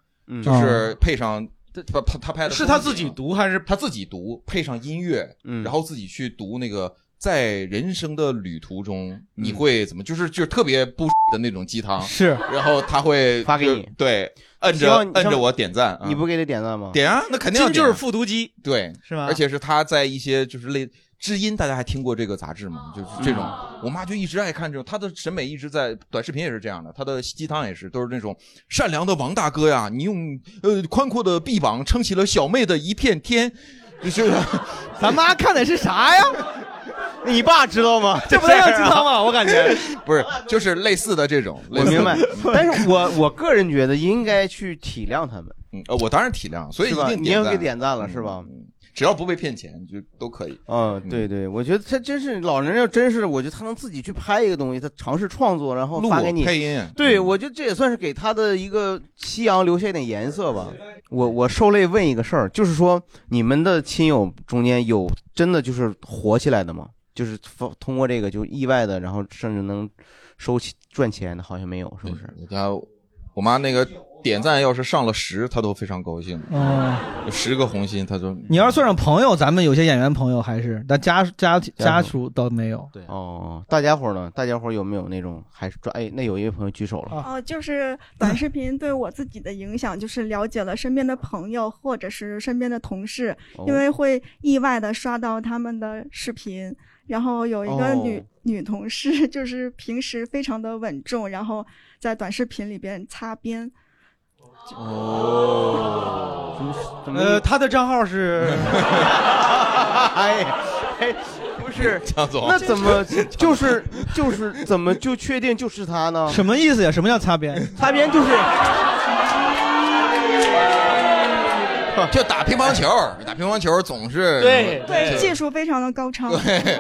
[SPEAKER 13] 就是
[SPEAKER 2] 哦
[SPEAKER 13] 配上他他他拍的
[SPEAKER 14] 是他自己
[SPEAKER 13] 读还是他自己读，配上音乐，然后自己去读那个在人生的旅途中你会怎么，就是就是特别不的那种鸡汤
[SPEAKER 2] 是，
[SPEAKER 13] 然后他会发
[SPEAKER 4] 给你，
[SPEAKER 13] 对，摁
[SPEAKER 4] 希
[SPEAKER 13] 着
[SPEAKER 4] 望你
[SPEAKER 13] 摁着我点赞，
[SPEAKER 4] 你
[SPEAKER 13] 嗯
[SPEAKER 4] 不给他点赞吗？
[SPEAKER 13] 点啊，那肯定要
[SPEAKER 4] 这
[SPEAKER 13] 点啊
[SPEAKER 14] 复读机，
[SPEAKER 13] 对，
[SPEAKER 14] 是吗
[SPEAKER 13] 而且是他在一些就是类知音，大家还听过这个杂志吗？就是这种，我妈就一直爱看这种，她的审美一直在短视频也是这样的，她的鸡汤也是都是那种善良的王大哥呀，你用呃宽阔的臂膀撑起了小妹的一片天，就是
[SPEAKER 2] 咱妈看的是啥呀？
[SPEAKER 4] 你爸知道吗？
[SPEAKER 13] 这
[SPEAKER 4] 不太像鸡汤
[SPEAKER 2] 吗？我感
[SPEAKER 4] 觉
[SPEAKER 13] 不是，就是类似的这种，
[SPEAKER 4] 我明白，但是我我个人觉得应该去体谅他们。
[SPEAKER 13] 嗯，呃，我当然体谅，所以一
[SPEAKER 4] 是吧
[SPEAKER 13] 定
[SPEAKER 4] 你也
[SPEAKER 13] 赞
[SPEAKER 4] 给点赞了
[SPEAKER 13] 嗯
[SPEAKER 4] 是吧？
[SPEAKER 13] 只要不被骗钱就都可以。
[SPEAKER 4] 嗯，对对，我觉得他真是老人，要真是我觉得他能自己去拍一个东西，他尝试创作，然后
[SPEAKER 13] 录
[SPEAKER 4] 发给你
[SPEAKER 13] 配音啊
[SPEAKER 4] 对，我觉得这也算是给他的一个夕阳留下一点颜色吧。我我受累问一个事儿，就是说你们的亲友中间有真的就是火起来的吗？就是发通过这个就意外的，然后甚至能收起赚钱的，好像没有，是不是？
[SPEAKER 13] 嗯你看我妈那个点赞要是上了十，她都非常高兴。
[SPEAKER 2] 哦，
[SPEAKER 13] 十个红心，她说
[SPEAKER 2] 你要是算上朋友，咱们有些演员朋友还是，但家家家
[SPEAKER 4] 家
[SPEAKER 2] 属倒没有。
[SPEAKER 4] 对哦，大家伙儿呢？大家伙儿有没有那种还是抓？哎，那有一位朋友举手了，
[SPEAKER 17] 哦，就是短视频对我自己的影响，就是了解了身边的朋友或者是身边的同事，因为会意外的刷到他们的视频。然后有一个女、
[SPEAKER 4] 哦
[SPEAKER 17] 女同事， 就是平时非常的稳重，然后在短视频里边擦边。
[SPEAKER 4] 哦，怎么
[SPEAKER 14] 呃，他的账号是，
[SPEAKER 4] 哎哎，不是
[SPEAKER 13] 江总
[SPEAKER 4] 那怎么就是就是怎么就确定就是他呢？
[SPEAKER 2] 什么意思呀？什么叫擦边？
[SPEAKER 4] 擦边就是
[SPEAKER 13] 就打乒乓球，打乒乓球总是
[SPEAKER 17] 对，技
[SPEAKER 13] 这
[SPEAKER 17] 术非常的高超。
[SPEAKER 13] 对，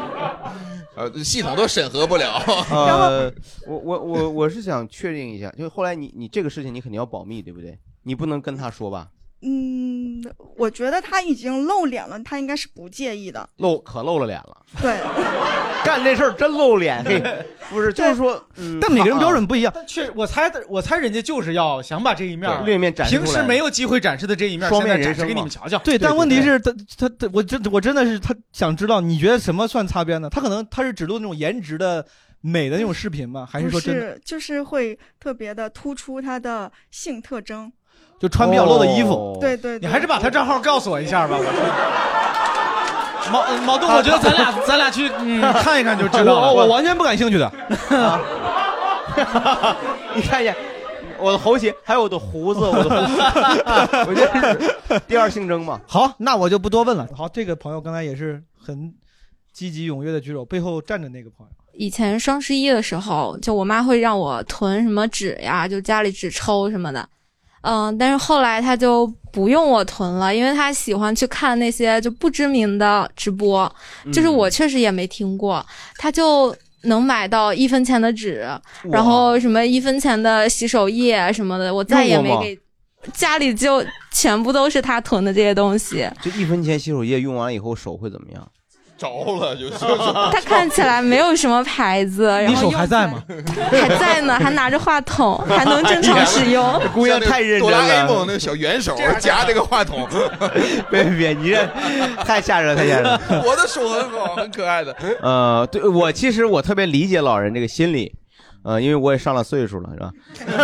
[SPEAKER 13] 呃，系统都审核不了。
[SPEAKER 4] 呃，我我我我是想确定一下，就后来你你这个事情你肯定要保密，对不对？你不能跟他说吧？
[SPEAKER 17] 嗯，我觉得他已经露脸了，他应该是不介意的。
[SPEAKER 4] 露可露了脸了，
[SPEAKER 17] 对，
[SPEAKER 4] 干这事儿真露脸，嘿，不是就是说，嗯啊
[SPEAKER 14] 但每个人标准
[SPEAKER 2] 不一样。
[SPEAKER 14] 但确，我猜的，我猜人家就是要想把这一面儿
[SPEAKER 4] 对另一面展示出来
[SPEAKER 14] 平时没有机会展示的这一面，
[SPEAKER 2] 双面
[SPEAKER 14] 现在展
[SPEAKER 2] 人
[SPEAKER 14] 示
[SPEAKER 2] 生
[SPEAKER 14] 给
[SPEAKER 2] 嘛
[SPEAKER 14] 你们瞧瞧。
[SPEAKER 2] 对，但问题是他他他，我真我真的是他想知道，你觉得什么算擦边呢？他可能他是只录那种颜值的美的那种视频吗？还是
[SPEAKER 17] 不
[SPEAKER 2] 说真的
[SPEAKER 17] 是，就是会特别的突出他的性特征。
[SPEAKER 2] 就穿比较露的衣
[SPEAKER 4] 哦
[SPEAKER 2] 服？
[SPEAKER 17] 对对
[SPEAKER 14] 你
[SPEAKER 17] 对
[SPEAKER 14] 还是把他账号告诉我一下吧，我 说。毛呃毛东，我觉得咱俩咱俩去嗯看一看就知道了。
[SPEAKER 2] 我我完全不感兴趣的。
[SPEAKER 4] 你看 一下我的喉结，还有我的胡子，我的胡 子，我就是第二性征嘛。
[SPEAKER 2] 好，那我就不多问了。好，这个朋友刚才也是很积极踊跃的举手，背后站着那个朋友。
[SPEAKER 18] 以前双十一的时候，就我妈会让我囤什么纸呀，就家里纸抽什么的。嗯，但是后来她就不用我囤了，因为她喜欢去看那些就不知名的直播，
[SPEAKER 4] 嗯
[SPEAKER 18] 就是我确实也没听过，她就能买到一分钱的纸，然后什么一分钱的洗手液什么的，我再也
[SPEAKER 4] 用过
[SPEAKER 18] 没
[SPEAKER 4] 吗
[SPEAKER 18] 给。家里就全部都是她囤的这些 东西，
[SPEAKER 4] 就一分钱洗手液用完以后手会怎么样？
[SPEAKER 13] 着了就是。
[SPEAKER 18] 她看起来没有什么牌子，然后用
[SPEAKER 2] 在吗？
[SPEAKER 18] 还在呢，还拿着话筒，还能正常使 用。
[SPEAKER 4] 这姑娘太认真了。
[SPEAKER 13] 哆啦 A 梦那个小圆手夹那个话筒，
[SPEAKER 4] 别别别，你这太吓人了，太吓人了。
[SPEAKER 13] 我的手很好，很可爱的。
[SPEAKER 4] 呃，对我其实我特别理解老人这个心理，呃，因为我也上了岁数了，是吧？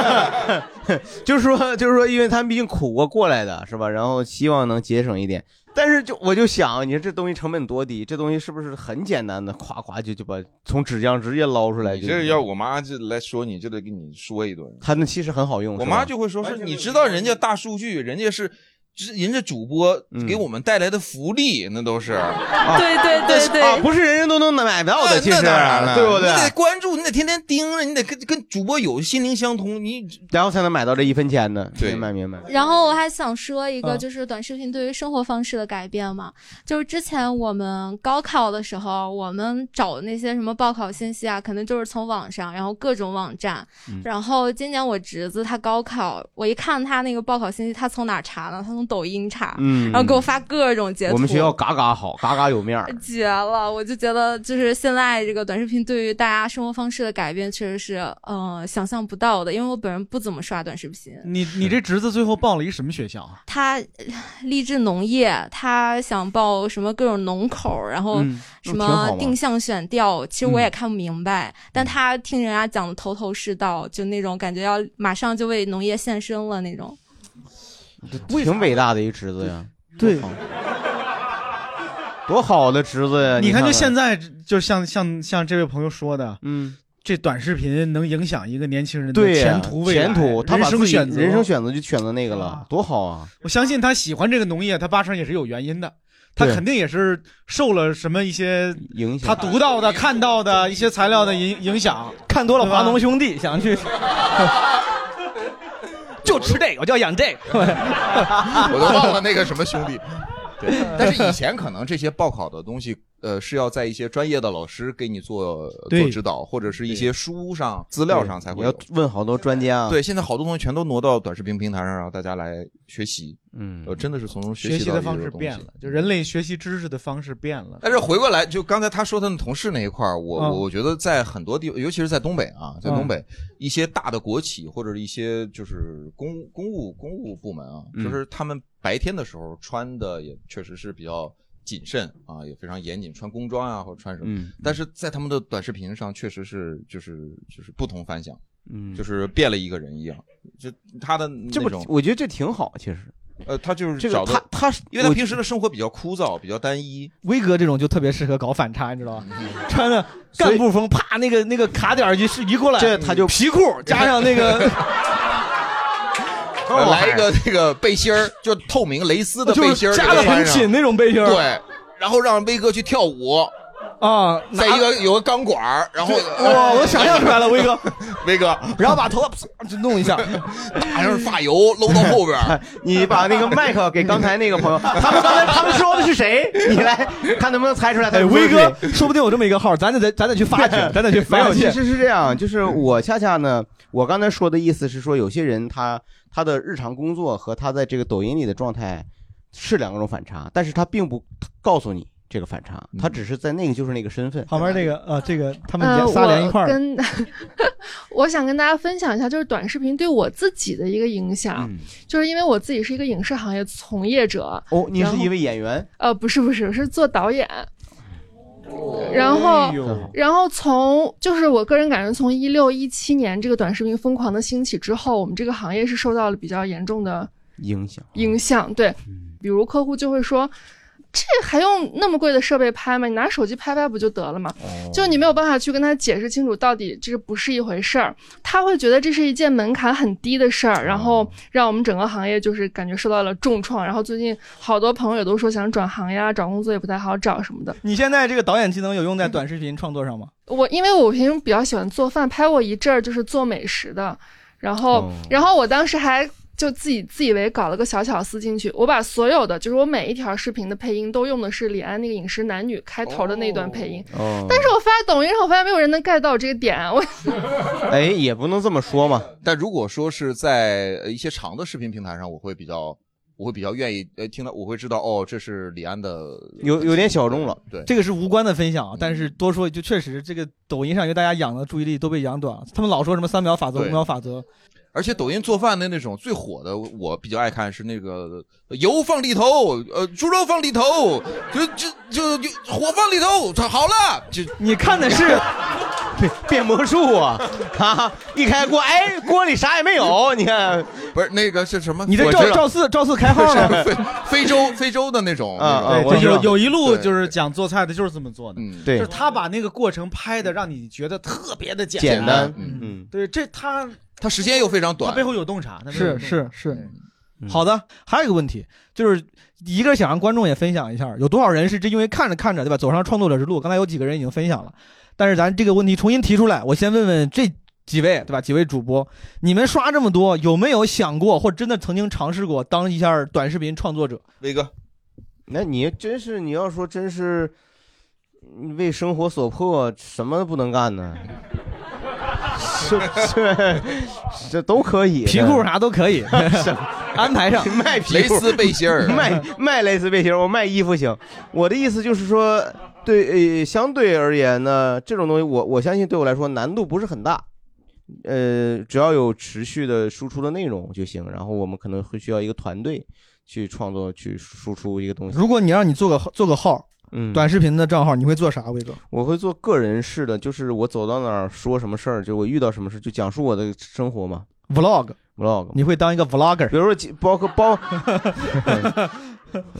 [SPEAKER 4] 就是说，就是说，因为他们毕竟苦过过来的，是吧？然后希望能节省一点，但是就我就想，你说这东西成本多低，这东西是不是很简单的，夸夸就就把从纸箱直接捞出来
[SPEAKER 13] 你
[SPEAKER 4] 就？
[SPEAKER 13] 这要我妈这来说你，就得给你说一顿。
[SPEAKER 4] 他那其实很好用，
[SPEAKER 13] 我
[SPEAKER 4] 是吧
[SPEAKER 13] 妈就会说是，你知道人家大数据，人家是就是人家主播
[SPEAKER 4] 嗯
[SPEAKER 13] 给我们带来的福利，那都是。
[SPEAKER 11] 对对对对
[SPEAKER 13] 啊
[SPEAKER 4] 不是人人都能买到的
[SPEAKER 13] 那
[SPEAKER 4] 其实
[SPEAKER 13] 那当然了，
[SPEAKER 4] 对不对
[SPEAKER 13] 你得关注，你得天天盯着，你得跟跟主播有心灵相通，你
[SPEAKER 4] 然后才能买到这一分钱呢。明白明白。
[SPEAKER 18] 然后我还想说一个，
[SPEAKER 4] 嗯
[SPEAKER 18] 就是短视频对于生活方式的改变嘛，就是之前我们高考的时候，我们找那些什么报考信息啊，可能就是从网上，然后各种网站。
[SPEAKER 19] 嗯
[SPEAKER 18] 然后今年我侄子他高考，我一看他那个报考信息，他从哪儿查呢？他从抖音查，
[SPEAKER 4] 嗯
[SPEAKER 18] 然后给我发各种截图。
[SPEAKER 4] 我们学校嘎嘎好，嘎嘎有面儿。
[SPEAKER 18] 绝了！我就觉得，就是现在这个短视频对于大家生活方式的改变，确实是呃想象不到的。因为我本人不怎么刷短视频，
[SPEAKER 14] 你你这侄子最后报了一什么学校啊？
[SPEAKER 18] 他呃励志农业，他想报什么各种农口，然后
[SPEAKER 14] 嗯
[SPEAKER 18] 什
[SPEAKER 14] 那挺好嗯
[SPEAKER 18] 么
[SPEAKER 14] 嘛
[SPEAKER 18] 定向选调，其实我也看不明白。但他听人家讲的头头是道，就那种感觉要马上就为农业献身了那种。
[SPEAKER 4] 挺伟大的一侄子呀。
[SPEAKER 14] 对，
[SPEAKER 4] 多好的侄子呀！
[SPEAKER 14] 你
[SPEAKER 4] 呃看
[SPEAKER 14] 看，就
[SPEAKER 4] 看
[SPEAKER 14] 现在，就像像像这位朋友说的，
[SPEAKER 4] 嗯，
[SPEAKER 14] 这短视频能影响一个年轻人的
[SPEAKER 4] 对呀
[SPEAKER 14] 前途未来、
[SPEAKER 4] 前途，他
[SPEAKER 14] 人
[SPEAKER 4] 把自
[SPEAKER 14] 生
[SPEAKER 4] 己
[SPEAKER 14] 选择、
[SPEAKER 4] 人生选择就选择那个了，多好啊！
[SPEAKER 14] 我相信他喜欢这个农业，他八成也是有原因的，他
[SPEAKER 4] 对
[SPEAKER 14] 肯定也是受了什么一些
[SPEAKER 4] 影响，
[SPEAKER 14] 他读到的、看到的一些材料的影影响，看多了
[SPEAKER 2] 华农
[SPEAKER 14] 兄弟，想去。
[SPEAKER 2] 就吃这个，我就要养这个。
[SPEAKER 4] 啊
[SPEAKER 13] 我都忘了那个什么 兄弟。对，但是以前可能这些报考的东西，呃，是要在一些专业的老师给你做
[SPEAKER 4] 对
[SPEAKER 13] 做指导，或者是一些书上、资料上才
[SPEAKER 4] 你
[SPEAKER 13] 会
[SPEAKER 4] 要
[SPEAKER 13] 有。
[SPEAKER 4] 问好多专家。啊
[SPEAKER 13] 对，，现在好多东西全都挪到短视频平台上，让大家来学习。
[SPEAKER 4] 嗯，
[SPEAKER 13] 呃，真的是从中
[SPEAKER 14] 学习
[SPEAKER 13] 习到
[SPEAKER 14] 的
[SPEAKER 13] 一
[SPEAKER 14] 方
[SPEAKER 13] 个
[SPEAKER 14] 式
[SPEAKER 13] 东
[SPEAKER 14] 变
[SPEAKER 13] 西
[SPEAKER 14] 了，就人类学习知识的方式变了。
[SPEAKER 13] 但是回过来，就刚才他说他的同事那一块儿，我、
[SPEAKER 14] 嗯
[SPEAKER 13] 我我觉得在很多地方，尤其是在东北啊，在
[SPEAKER 4] 嗯
[SPEAKER 13] 东北、一些大的国企或者一些就是公务公务公务部门啊，
[SPEAKER 4] 嗯
[SPEAKER 13] 就是他们白天的时候穿的也确实是比较谨慎啊，也非常严谨，穿工装啊或者穿什么，
[SPEAKER 4] 嗯
[SPEAKER 13] 但是在他们的短视频上确实是就是就是不同凡响，
[SPEAKER 4] 嗯
[SPEAKER 13] 就是变了一个人一样，就他的那
[SPEAKER 4] 这不
[SPEAKER 13] 种，，
[SPEAKER 4] 我觉得这挺好，其实。
[SPEAKER 13] 呃，他就是
[SPEAKER 4] 这个
[SPEAKER 13] 找的
[SPEAKER 4] 他他是
[SPEAKER 13] 因为他
[SPEAKER 4] 我
[SPEAKER 13] 平时的生活比较枯燥，比较单一，
[SPEAKER 2] 威哥这种就特别适合搞反差，你知道吧？
[SPEAKER 13] 嗯
[SPEAKER 2] 穿的干部风，啪，那个那个卡点儿一是一过来，
[SPEAKER 13] 这他就
[SPEAKER 2] 皮裤加上那 个
[SPEAKER 13] 呃来一个那个背心儿，就透明蕾丝的
[SPEAKER 2] 哦就是
[SPEAKER 13] 背心儿，
[SPEAKER 2] 扎得很紧那种背心儿
[SPEAKER 13] 对，然后让威哥去跳舞
[SPEAKER 2] 啊，
[SPEAKER 13] 在一个有个钢管儿，然后
[SPEAKER 2] 哇我想象出来 了威哥，
[SPEAKER 13] 威哥，
[SPEAKER 2] 然后把头发啪就弄 一下，
[SPEAKER 13] 打上发油搂到后边儿，
[SPEAKER 4] 你把那个麦克给刚才那个朋友，他们刚才他们说的是谁？你来看能不能猜出来他
[SPEAKER 2] 哎，
[SPEAKER 4] 们说的
[SPEAKER 2] 威
[SPEAKER 4] 是谁。
[SPEAKER 2] 哥，说不定有这么一个号，咱得咱得去发掘，咱得去
[SPEAKER 4] 没
[SPEAKER 2] 发
[SPEAKER 4] 有
[SPEAKER 2] 掘。
[SPEAKER 4] 其实是这样，就是我恰恰呢，我刚才说的意思是说，有些人他他的日常工作和他在这个抖音里的状态是两种反差，但是他并不告诉你这个反差，他只是在那个就是那个身份。
[SPEAKER 2] 嗯旁边这个啊，这个他
[SPEAKER 4] 他
[SPEAKER 2] 们连仨连一块儿
[SPEAKER 19] 呃呃、我跟 我想跟大家分享一下，就是短视频对我自己的一个影响，
[SPEAKER 2] 嗯
[SPEAKER 19] 就是因为我自己是一个影视行业从业者。
[SPEAKER 4] 哦，您
[SPEAKER 19] 然
[SPEAKER 4] 是
[SPEAKER 19] 后
[SPEAKER 4] 一位演员，
[SPEAKER 19] 呃，不是不是，是做导演。
[SPEAKER 2] 哦
[SPEAKER 19] 然
[SPEAKER 2] 哎
[SPEAKER 19] 后，然后从就是我个人感觉，从一六一七年这个短视频疯狂的兴起之后，我们这个行业是受到了比较严重的
[SPEAKER 4] 影响。
[SPEAKER 2] 哦
[SPEAKER 19] 影响。对，
[SPEAKER 2] 嗯
[SPEAKER 19] 比如客户就会说。这还用那么贵的设备拍吗？你拿手机拍拍不就得了吗？
[SPEAKER 4] 哦
[SPEAKER 7] 嗯
[SPEAKER 19] 就你没有办法去跟他解释清楚，到底这不是一回事儿。他会觉得这是一件门槛很低的事儿，然后让我们整个行业就是感觉受到了重创。然后最近好多朋友也都说想转行呀，找工作也不太好找什么的。
[SPEAKER 2] 你现在这个导演技能有用在短视频创作上吗？
[SPEAKER 19] 我因为我平时比较喜欢做饭，拍过一阵儿就是做美食的，然后、然后我当时还就自己自以为搞了个小巧思进去，我把所有的就是我每一条视频的配音都用的是李安那个《饮食男女》开头的那段配音，
[SPEAKER 4] 哦
[SPEAKER 19] 但是我发抖音上我发现没有人能 get 到我这个点，啊我
[SPEAKER 4] 哎，也不能这么说嘛。
[SPEAKER 13] 但如果说是在呃一些长的视频平台上，我会比较，我会比较愿意呃听到，我会知道哦，这是李安的，
[SPEAKER 4] 有有点小众了。
[SPEAKER 13] 对，嗯
[SPEAKER 2] 这个是无关的分享啊，但是多说一句，确实这个抖音上因为大家养的注意力都被养短了，他们老说什么三秒法则、五
[SPEAKER 13] 对
[SPEAKER 2] 秒法则，
[SPEAKER 13] 而且抖音做饭的那种最火的，我比较爱看是那个呃油放里头，呃，猪肉放里头，就就就就火放里头， 好了，就
[SPEAKER 2] 你看的是
[SPEAKER 4] 变魔术啊！啊，一开锅，哎，锅里啥也没有，你看，
[SPEAKER 13] 不是那个是什么
[SPEAKER 2] 你这赵赵四赵四开号 了，
[SPEAKER 13] 非非洲非洲的那种
[SPEAKER 4] 啊
[SPEAKER 13] 那种
[SPEAKER 4] 我知道
[SPEAKER 14] 有有一路
[SPEAKER 13] 对嗯
[SPEAKER 14] 就是讲做菜的，就是这么做的，
[SPEAKER 4] 对
[SPEAKER 14] 就是他把那个过程拍的，让你觉得特别的
[SPEAKER 4] 简
[SPEAKER 14] 单
[SPEAKER 4] 单，，嗯嗯。
[SPEAKER 14] 对，这他
[SPEAKER 13] 他时间又非常短，
[SPEAKER 14] 他背后有洞察，他背后有
[SPEAKER 2] 是
[SPEAKER 14] 洞察
[SPEAKER 2] 是是，
[SPEAKER 4] 嗯
[SPEAKER 2] 好的，还有一个问题，就是一个想让观众也分享一下，有多少人是这因为看着看着，对吧，走上创作者之路？刚才有几个人已经分享了，但是咱这个问题重新提出来，我先问问这几位，对吧？几位主播，你们刷这么多，有没有想过或真的曾经尝试过当一下短视频创作者？
[SPEAKER 4] 威哥，那你真是你要说真是嗯为生活所迫，什么不能干呢？ 是是，这都可以，
[SPEAKER 2] 皮裤啥都可 以安排上
[SPEAKER 4] 卖皮
[SPEAKER 13] 蕾
[SPEAKER 4] 裤
[SPEAKER 13] 丝背心 儿
[SPEAKER 4] 卖卖蕾丝背心儿，我卖衣服行。我的意思就是说，对，呃，相对而言呢，这种东西我我相信对我来说难度不是很大，呃，只要有持续的输出的内容就行。然后我们可能会需要一个团队去创作、去输出一个东西。
[SPEAKER 2] 如果你让你做个做个号，
[SPEAKER 4] 嗯
[SPEAKER 2] 短视频的账号，你会做啥，威哥？
[SPEAKER 4] 我会做个人式的，就是我走到哪儿说什么事儿，就我遇到什么事就讲述我的生活嘛。
[SPEAKER 2] Vlog
[SPEAKER 4] vlog，
[SPEAKER 2] 你会当一个 vlogger，
[SPEAKER 4] 比如说几包括 包，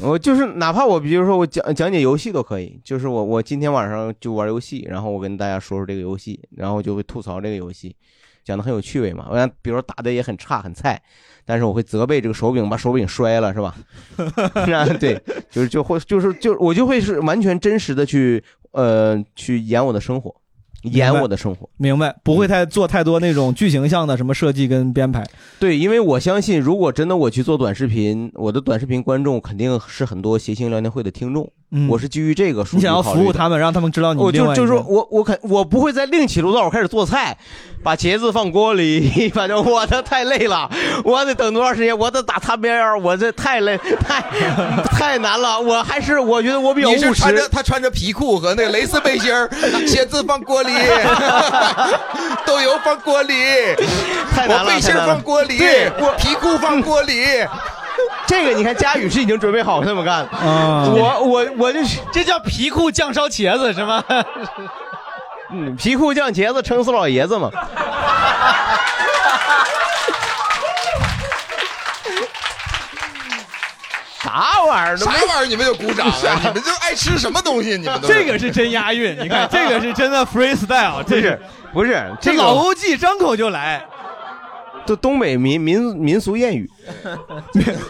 [SPEAKER 4] 我就是哪怕我比如说我讲讲解游戏都可以，就是我我今天晚上就玩游戏，然后我跟大家说说这个游戏，然后就会吐槽这个游戏，讲的很有趣味嘛。我想比如说打的也很差很菜，但是我会责备这个手柄把手柄摔了是吧？ 然后对，就是就会就是就我就会是完全真实的去呃去演我的生活，演我的生活。
[SPEAKER 2] 明白，不
[SPEAKER 4] 嗯
[SPEAKER 2] 会太做太多那种剧情向的什么设计跟编排。
[SPEAKER 4] 对，因为我相信，如果真的我去做短视频，我的短视频观众肯定是很多谐星聊天会的听众。
[SPEAKER 2] 嗯
[SPEAKER 4] 我是基于这个数
[SPEAKER 2] 你
[SPEAKER 4] 据
[SPEAKER 2] 想要
[SPEAKER 4] 考虑
[SPEAKER 2] 服务
[SPEAKER 4] 的。
[SPEAKER 2] 他们，让他们知道你
[SPEAKER 4] 我
[SPEAKER 2] 另
[SPEAKER 4] 哦就
[SPEAKER 2] 外一
[SPEAKER 4] 就是
[SPEAKER 2] 面
[SPEAKER 4] 说我我肯我不会再另起炉灶，我开始做菜，把茄子放锅里， 反正我的太累了，我得等多长时间，我得打擦边儿，我这太累太 太难了，我还是我觉得我比较务
[SPEAKER 13] 你
[SPEAKER 4] 实。
[SPEAKER 13] 是穿着他穿着皮裤和那个蕾丝背 心儿，茄子放锅里， 豆油放锅里，
[SPEAKER 4] 太难
[SPEAKER 13] 我
[SPEAKER 4] 了
[SPEAKER 13] 背心
[SPEAKER 4] 太
[SPEAKER 13] 儿
[SPEAKER 4] 难了
[SPEAKER 13] 放锅里，
[SPEAKER 4] 对
[SPEAKER 13] 我皮裤放锅里。
[SPEAKER 4] 这个你看，佳宇是已经准备好这么干了。嗯
[SPEAKER 2] 啊
[SPEAKER 4] 我我我就是
[SPEAKER 14] 这叫皮裤酱烧茄子是吗？
[SPEAKER 4] 嗯，皮裤酱茄子撑死老爷子嘛。啥玩意儿？
[SPEAKER 13] 啥玩意儿？你们就鼓掌啊！你们就爱吃什么东西？你们都
[SPEAKER 2] 这个是真押韵，你看哎 这个是真的 freestyle，这
[SPEAKER 4] 是不是
[SPEAKER 2] 这
[SPEAKER 4] 这
[SPEAKER 2] 老
[SPEAKER 4] 个
[SPEAKER 2] 欧记张口就来。
[SPEAKER 4] 都东北民民民俗谚 语，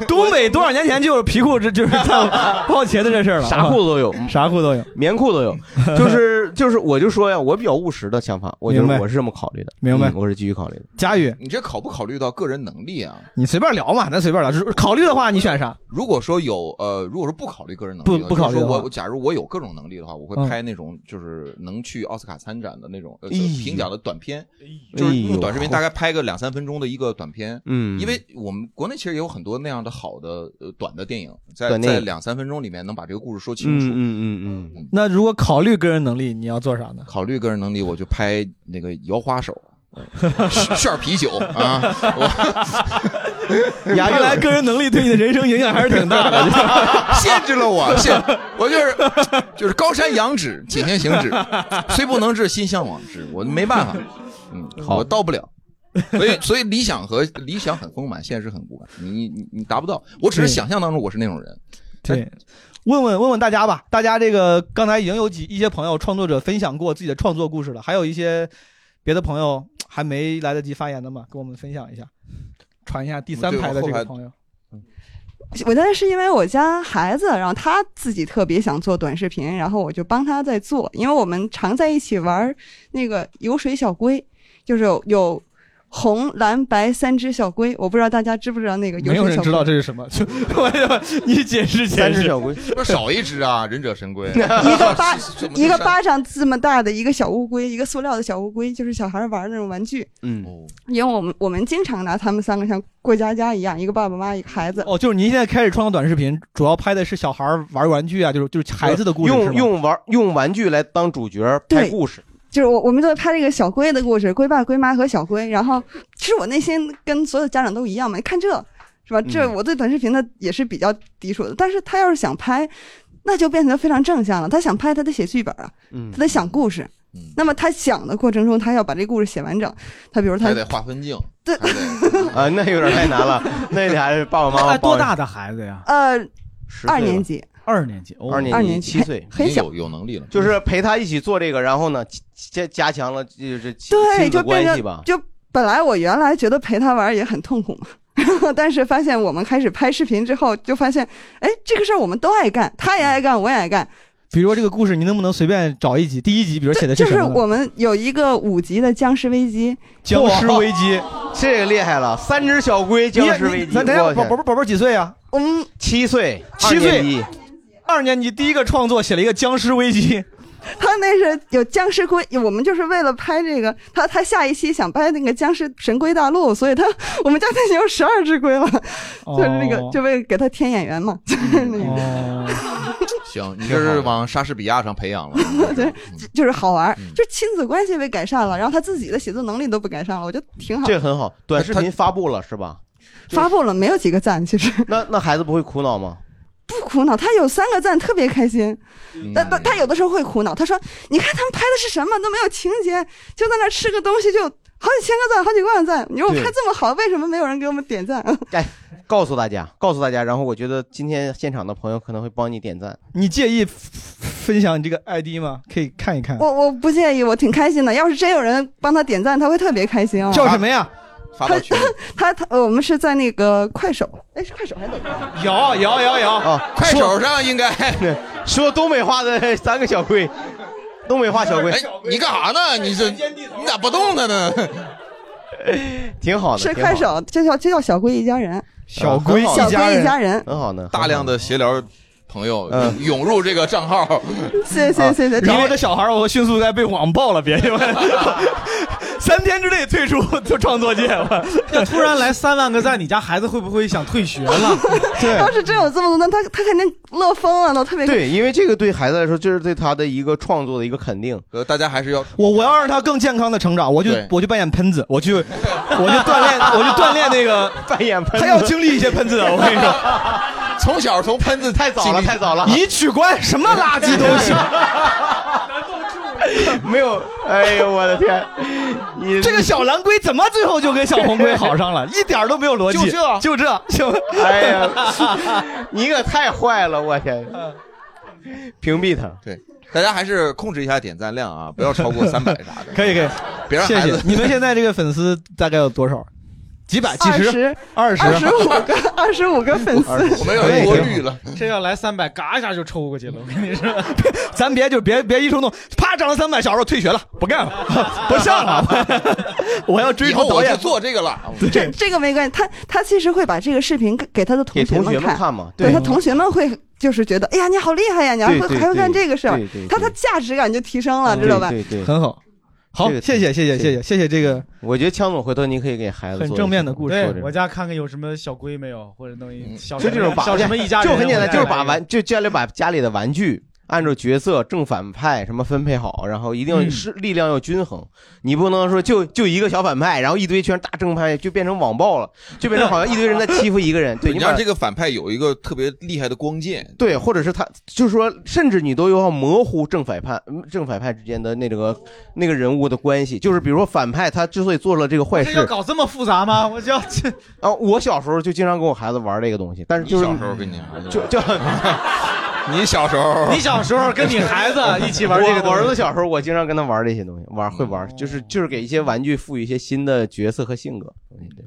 [SPEAKER 2] 东北多少年前就有皮裤，这就是 放放茄子这事儿了。嗯
[SPEAKER 4] 啥裤子都有，
[SPEAKER 2] 啥裤都有，
[SPEAKER 4] 棉裤 都有。就是就是，我就说呀，我比较务实的想法，我觉
[SPEAKER 2] 明
[SPEAKER 4] 得
[SPEAKER 2] 白
[SPEAKER 4] 我是这么考虑的。
[SPEAKER 2] 明白
[SPEAKER 4] 嗯我是基于考虑的。
[SPEAKER 2] 佳宇，
[SPEAKER 13] 你这考不考虑到个人能力啊？
[SPEAKER 2] 你随便聊嘛，咱随便聊。如考虑的话，你选啥？
[SPEAKER 13] 如果说有呃，如果说不考虑个人能力的话，
[SPEAKER 2] 不不考虑
[SPEAKER 13] 就是
[SPEAKER 2] 的
[SPEAKER 13] 说
[SPEAKER 2] 话
[SPEAKER 13] 我我假如我有各种能力的话，我会
[SPEAKER 2] 嗯
[SPEAKER 13] 拍那种就是能去奥斯卡参展的那种呃
[SPEAKER 4] 哎呦
[SPEAKER 13] 评奖的短片，
[SPEAKER 4] 呦
[SPEAKER 2] 哎
[SPEAKER 13] 就是用短视频大概拍个两三分钟的一个短片。
[SPEAKER 4] 嗯
[SPEAKER 13] 因为我们国内其实也有很多那样的好的呃短的电影，在
[SPEAKER 4] 短电
[SPEAKER 13] 在
[SPEAKER 4] 影
[SPEAKER 13] 两三分钟里面能把这个故事说清楚。
[SPEAKER 4] 嗯嗯嗯嗯，
[SPEAKER 2] 那如果考虑个人能力，你要做啥呢？
[SPEAKER 13] 考虑个人能力，我就拍那个摇 花手。炫炫啤酒啊！ 我
[SPEAKER 2] 看来个人能力对你的人生影响还是挺大的。
[SPEAKER 13] 限制了我，限我就是就是高山仰止，铁线行止，虽不能至，心向往之。我没办法，嗯，
[SPEAKER 4] 好
[SPEAKER 13] 我到不了。所以，所以理想和理想很丰满，现实很骨感。你你你达不到，我只是想象当中我是那种人。哎
[SPEAKER 2] 对， 问问问问大家吧，大家这个刚才已经有几一些朋友创作者分享过自己的创作故事了，还有一些别的朋友还没来得及发言的嘛，跟我们分享一下，传一下第三排的这个朋友。
[SPEAKER 20] 我觉得是因为我家孩子，然后他自己特别想做短视频，然后我就帮他在做，因为我们常在一起玩那个游水小龟，就是有有红蓝白三只小龟，我不知道大家知不知道那个游
[SPEAKER 2] 没
[SPEAKER 20] 水小
[SPEAKER 2] 有
[SPEAKER 20] 龟。
[SPEAKER 2] 人知道这是什么，就 我就你解释解释。
[SPEAKER 20] 三只小
[SPEAKER 4] 龟
[SPEAKER 13] 不是少一只啊，忍 者神龟，一
[SPEAKER 20] 一个巴一个
[SPEAKER 13] 八
[SPEAKER 20] 巴掌这么大的一个小乌龟，一个塑料的小乌龟，就是小孩玩的那种玩具。
[SPEAKER 13] 哦
[SPEAKER 4] 嗯，
[SPEAKER 20] 因为我们我们经常拿他们三个像过家家一样，一个爸爸妈妈，一个孩子。
[SPEAKER 2] 哦，就是您现在开始创作短视频，主要拍的是小孩玩玩具啊，就是就是孩子的故事，
[SPEAKER 4] 用
[SPEAKER 2] 是吗
[SPEAKER 4] 用玩用玩具来当主角拍
[SPEAKER 20] 对
[SPEAKER 4] 故事。
[SPEAKER 20] 就是我我们都在拍这个小龟的故事，龟爸、龟妈和小龟。然后其实我内心跟所有家长都一样嘛，你看这是吧？这
[SPEAKER 4] 嗯
[SPEAKER 20] 我对短视频的也是比较抵触的。但是他要是想拍，那就变得非常正向了。他想拍，他得写剧本啊，
[SPEAKER 4] 嗯
[SPEAKER 20] 他得想故事。那么他想的过程中，他要把这故事写完整。他比如他
[SPEAKER 13] 还得划分镜。
[SPEAKER 20] 对
[SPEAKER 4] 啊，那有点太难 了，那得还是爸爸妈妈
[SPEAKER 20] 哎多
[SPEAKER 14] 大的孩子呀？
[SPEAKER 20] 呃
[SPEAKER 4] 十岁吧
[SPEAKER 20] 二年级，
[SPEAKER 14] 二年级，
[SPEAKER 4] 二年
[SPEAKER 20] 二年级
[SPEAKER 4] 七岁，
[SPEAKER 20] 很很小
[SPEAKER 13] 有能力了，
[SPEAKER 4] 就是陪他一起做这个，然后呢，加加强了就是亲
[SPEAKER 20] 对，
[SPEAKER 4] 亲子
[SPEAKER 20] 就变
[SPEAKER 4] 关系
[SPEAKER 20] 成
[SPEAKER 4] 吧。
[SPEAKER 20] 就本来我原来觉得陪他玩也很痛苦嘛， 但是发现我们开始拍视频之后，就发现，哎，这个事儿我们都爱干，他也爱干，我也爱干。
[SPEAKER 2] 比如说这个故事，你能不能随便找一集？第一集，比如写的
[SPEAKER 20] 就是
[SPEAKER 2] 什
[SPEAKER 20] 是
[SPEAKER 2] 么呢？
[SPEAKER 20] 我们有一个五级的僵尸危机，
[SPEAKER 2] 僵尸危 机，
[SPEAKER 4] 这 个厉害了，三只小龟僵尸危机。
[SPEAKER 2] 咱等一下，
[SPEAKER 4] 我去
[SPEAKER 2] 宝宝宝宝几岁啊？
[SPEAKER 20] 嗯，
[SPEAKER 4] 七岁，
[SPEAKER 2] 七
[SPEAKER 4] 二年
[SPEAKER 2] 岁
[SPEAKER 4] 级，
[SPEAKER 2] 二年级第一个创作写了一个僵尸危机，
[SPEAKER 20] 他那是有僵尸龟，我们就是为了拍这个，他他下一期想拍那个僵尸神龟大陆，所以他我们家那已经有十二只龟了，就是那个
[SPEAKER 13] 哦
[SPEAKER 20] 就为了给他添演员嘛，就是那个。
[SPEAKER 4] 嗯
[SPEAKER 13] 行，你这是往莎士比亚上培养了。
[SPEAKER 4] 哦
[SPEAKER 20] 对， 就就是好玩儿，
[SPEAKER 4] 嗯
[SPEAKER 20] 就亲子关系被改善了，然后他自己的写作能力都被改善了，我觉得挺好。
[SPEAKER 4] 这很好。短视频发布了是吧？
[SPEAKER 20] 发布了没有几个赞，其实
[SPEAKER 4] 那那孩子不会苦恼吗？
[SPEAKER 20] 不苦恼。他有三个赞，特别开心。
[SPEAKER 4] 嗯
[SPEAKER 20] 但但他有的时候会苦恼，他说：“你看他们拍的是什么，都没有情节，就在那吃个东西就好几千个赞，好几万赞。你说我
[SPEAKER 4] 对
[SPEAKER 20] 拍这么好，为什么没有人给我们点赞？”
[SPEAKER 4] 告诉大家，告诉大家，然后我觉得今天现场的朋友可能会帮你点赞。
[SPEAKER 2] 你介意分享你这个 ID 吗？可以看一看。
[SPEAKER 20] 我我不介意，我挺开心的。要是真有人帮他点赞，他会特别开心啊。
[SPEAKER 2] 叫什么呀？
[SPEAKER 13] 发到群。
[SPEAKER 20] 他他我们是在那个快手，哎，是快手还是抖音？
[SPEAKER 2] 有有有有
[SPEAKER 4] 啊！
[SPEAKER 13] 快手上应该
[SPEAKER 4] 说 东北话的三个小龟，东北话小龟
[SPEAKER 13] 哎，你干啥呢？你这你咋不动它呢？哎
[SPEAKER 4] 挺好的，
[SPEAKER 20] 是
[SPEAKER 4] 挺好
[SPEAKER 20] 快
[SPEAKER 4] 的
[SPEAKER 20] 手，这叫这叫小龟一家 人。
[SPEAKER 13] 小龟
[SPEAKER 20] 小龟一家人，
[SPEAKER 4] 很好的，嗯
[SPEAKER 13] 大量的闲聊朋友涌入这个账号，
[SPEAKER 20] 谢谢谢谢。
[SPEAKER 2] 然啊后这小孩，我迅速该被网暴了，别介， 三天之内退出 就创作 界了。
[SPEAKER 14] 要突然来三万个赞，你家孩子会不会想退 学了？
[SPEAKER 20] 要是真有这么多，那他他肯定乐疯了，都特别
[SPEAKER 4] 对，因为这个对孩子来说，这是对他的一个创作的一个肯定。
[SPEAKER 13] 呃， 大家还是要
[SPEAKER 2] 我我要让他更健康的成长，我就
[SPEAKER 4] 对
[SPEAKER 2] 我就扮演喷子，我去，我 就锻 炼，我就锻炼那个
[SPEAKER 4] 扮演喷
[SPEAKER 2] 他要经历一些喷子的，啊我跟 你说，
[SPEAKER 13] 从小从喷子太
[SPEAKER 4] 早了太早了
[SPEAKER 2] 你取关什么垃圾东西？
[SPEAKER 4] 没有，哎呦我的天！你
[SPEAKER 2] 这个小蓝龟怎么最后就跟小红龟好上 了？一点儿都没有逻辑，
[SPEAKER 4] 就这
[SPEAKER 2] 就这，行。
[SPEAKER 4] 哎 呀， 你可太坏了，我天！屏蔽他。
[SPEAKER 13] 嗯对，大家还是控制一下点赞量啊，不要超过三百啥 的。
[SPEAKER 2] 可以可以，
[SPEAKER 13] 别让
[SPEAKER 2] 谢
[SPEAKER 13] 孩
[SPEAKER 2] 谢
[SPEAKER 13] 子。
[SPEAKER 2] 你们现在这个粉丝大概有多少？几百、几十、二十、
[SPEAKER 20] 二十五个二 十五个粉丝，
[SPEAKER 13] 了，
[SPEAKER 14] 这要来三百，嘎一下就抽过去了。我跟你说，
[SPEAKER 2] 咱别就别别一冲动，啪涨了三百，小时候退学了，不干了，不上了， 我要追
[SPEAKER 13] 以
[SPEAKER 2] 求
[SPEAKER 13] 后
[SPEAKER 2] 导
[SPEAKER 13] 我就
[SPEAKER 2] 演。
[SPEAKER 13] 做这个了。
[SPEAKER 20] 这这个没关系，他他其实会把这个视频给给他的同学
[SPEAKER 4] 给同学们
[SPEAKER 20] 看
[SPEAKER 4] 看嘛
[SPEAKER 20] 对
[SPEAKER 4] 对
[SPEAKER 20] 他同学们会就是觉得，哎呀，你好厉害呀，你还
[SPEAKER 4] 对
[SPEAKER 20] 会
[SPEAKER 4] 对
[SPEAKER 20] 还会干
[SPEAKER 4] 对
[SPEAKER 20] 这个事儿
[SPEAKER 4] 对对对，
[SPEAKER 20] 他他价值感就提升了，知道吧？
[SPEAKER 4] 对对，
[SPEAKER 2] 很好。好，
[SPEAKER 4] 这个
[SPEAKER 2] 谢谢谢谢谢谢谢谢这个
[SPEAKER 4] 我觉得枪总回头你可以给孩子做一个
[SPEAKER 14] 对
[SPEAKER 4] 做这
[SPEAKER 14] 我
[SPEAKER 4] 种
[SPEAKER 14] 家看看有什么小龟没有，或者弄一小
[SPEAKER 4] 就这种把哎
[SPEAKER 14] 小什么一家人，啊
[SPEAKER 4] 就很简单，
[SPEAKER 14] 我再来一个
[SPEAKER 4] 就是把玩就家里把家里的玩具按照角色正反派什么分配好，然后一定
[SPEAKER 14] 嗯
[SPEAKER 4] 是力量要均衡，你不能说就就一个小反派，然后一堆全是大正派，就变成网暴了，就变成好像一堆人在欺负一个人。对，
[SPEAKER 13] 你
[SPEAKER 4] 你把
[SPEAKER 13] 让这个反派有一个特别厉害的光剑，
[SPEAKER 4] 对，或者是他，就是说，甚至你都要模糊正反派、嗯正反派之间的那个那个人物的关系。就是比如说，反派他之所以做了这个坏
[SPEAKER 14] 这要
[SPEAKER 4] 事，
[SPEAKER 14] 搞这么复杂吗？我就要这
[SPEAKER 4] 啊，我小时候就经常跟我孩子玩这个东西，但是就是
[SPEAKER 13] 你小时候跟你孩子玩
[SPEAKER 4] 就就
[SPEAKER 13] 你小时候
[SPEAKER 14] 你小时候跟你孩子一起玩这 个
[SPEAKER 4] 我
[SPEAKER 14] 东西
[SPEAKER 4] 我
[SPEAKER 14] 哦
[SPEAKER 4] 儿子小时候我经常跟他玩这些东西，玩会玩，就是就是给一些玩具赋予一些新的角色和性格。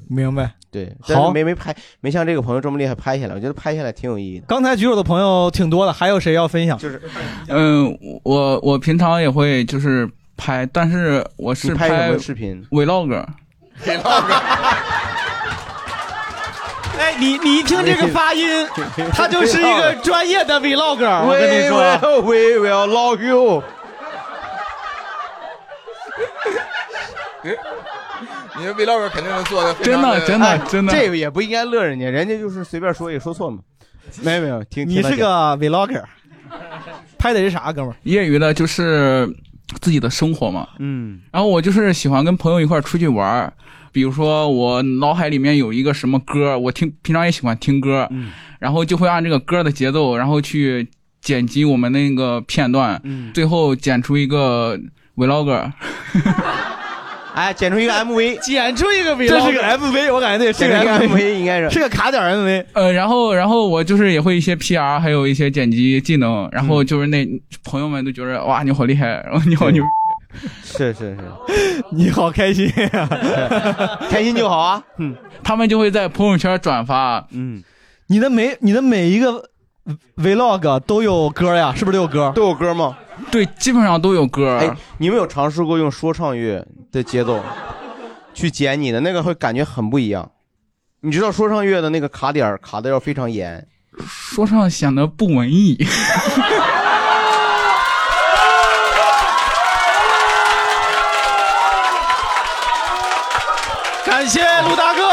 [SPEAKER 2] 明白。
[SPEAKER 4] 对，但
[SPEAKER 2] 好
[SPEAKER 4] 是没没拍，没像这个朋友这么厉害拍下来，我觉得拍下来挺有意义的。
[SPEAKER 2] 刚才举手的朋友挺多的，还有谁要分享？
[SPEAKER 4] 就是
[SPEAKER 15] 嗯，我我平常也会就是拍，但是我是
[SPEAKER 4] 你拍什么视频
[SPEAKER 15] ？vlog。
[SPEAKER 14] 哎，你你一听这个 发音，他就是一个专业的啊 vlogger。我跟你说，
[SPEAKER 4] ，We will we will log you。
[SPEAKER 13] 你这 vlog 肯定能做的
[SPEAKER 4] 哎这个也不应该乐人家，人家就是随便说也说错嘛。没有没有，听
[SPEAKER 2] 你是个 vlogger，拍的是啥，哥们儿？
[SPEAKER 15] 业余的就是自己的生活嘛。
[SPEAKER 4] 嗯，
[SPEAKER 15] 然后我就是喜欢跟朋友一块儿出去玩儿，比如说我脑海里面有一个什么歌，我听平常也喜欢听歌，
[SPEAKER 4] 嗯
[SPEAKER 15] 然后就会按这个歌的节奏，然后去剪辑我们那个片段，
[SPEAKER 4] 嗯
[SPEAKER 15] 最后剪出一个 vlog。
[SPEAKER 4] 哎，剪出一个 MV，
[SPEAKER 14] 剪出一个 vlog，
[SPEAKER 2] 这是个 MV，我感觉得是个
[SPEAKER 15] 这是个
[SPEAKER 4] MV 应该是
[SPEAKER 2] 是个卡点儿 MV。
[SPEAKER 15] 呃，然后然后我就是也会一些 PR，还
[SPEAKER 4] 嗯
[SPEAKER 15] 有一些剪辑技能，然后就是那、朋友们都觉得哇你好厉害，然后你好牛逼。
[SPEAKER 4] 是是是，
[SPEAKER 2] 你好开心呀、
[SPEAKER 4] 开心就好啊。
[SPEAKER 15] 嗯，他们就会在朋友圈转发。
[SPEAKER 4] 嗯，
[SPEAKER 2] 你的每你的每一个 vlog 都有歌呀，是不是都有歌？
[SPEAKER 4] 都有歌吗？
[SPEAKER 15] 对，基本上都有歌。
[SPEAKER 4] 哎，你们有尝试过用说唱乐的节奏去剪你的那个，会感觉很不一样。你知道说唱乐的那个卡点儿卡的要非常严，
[SPEAKER 15] 说唱显得不文艺。
[SPEAKER 12] 感谢陆大 哥，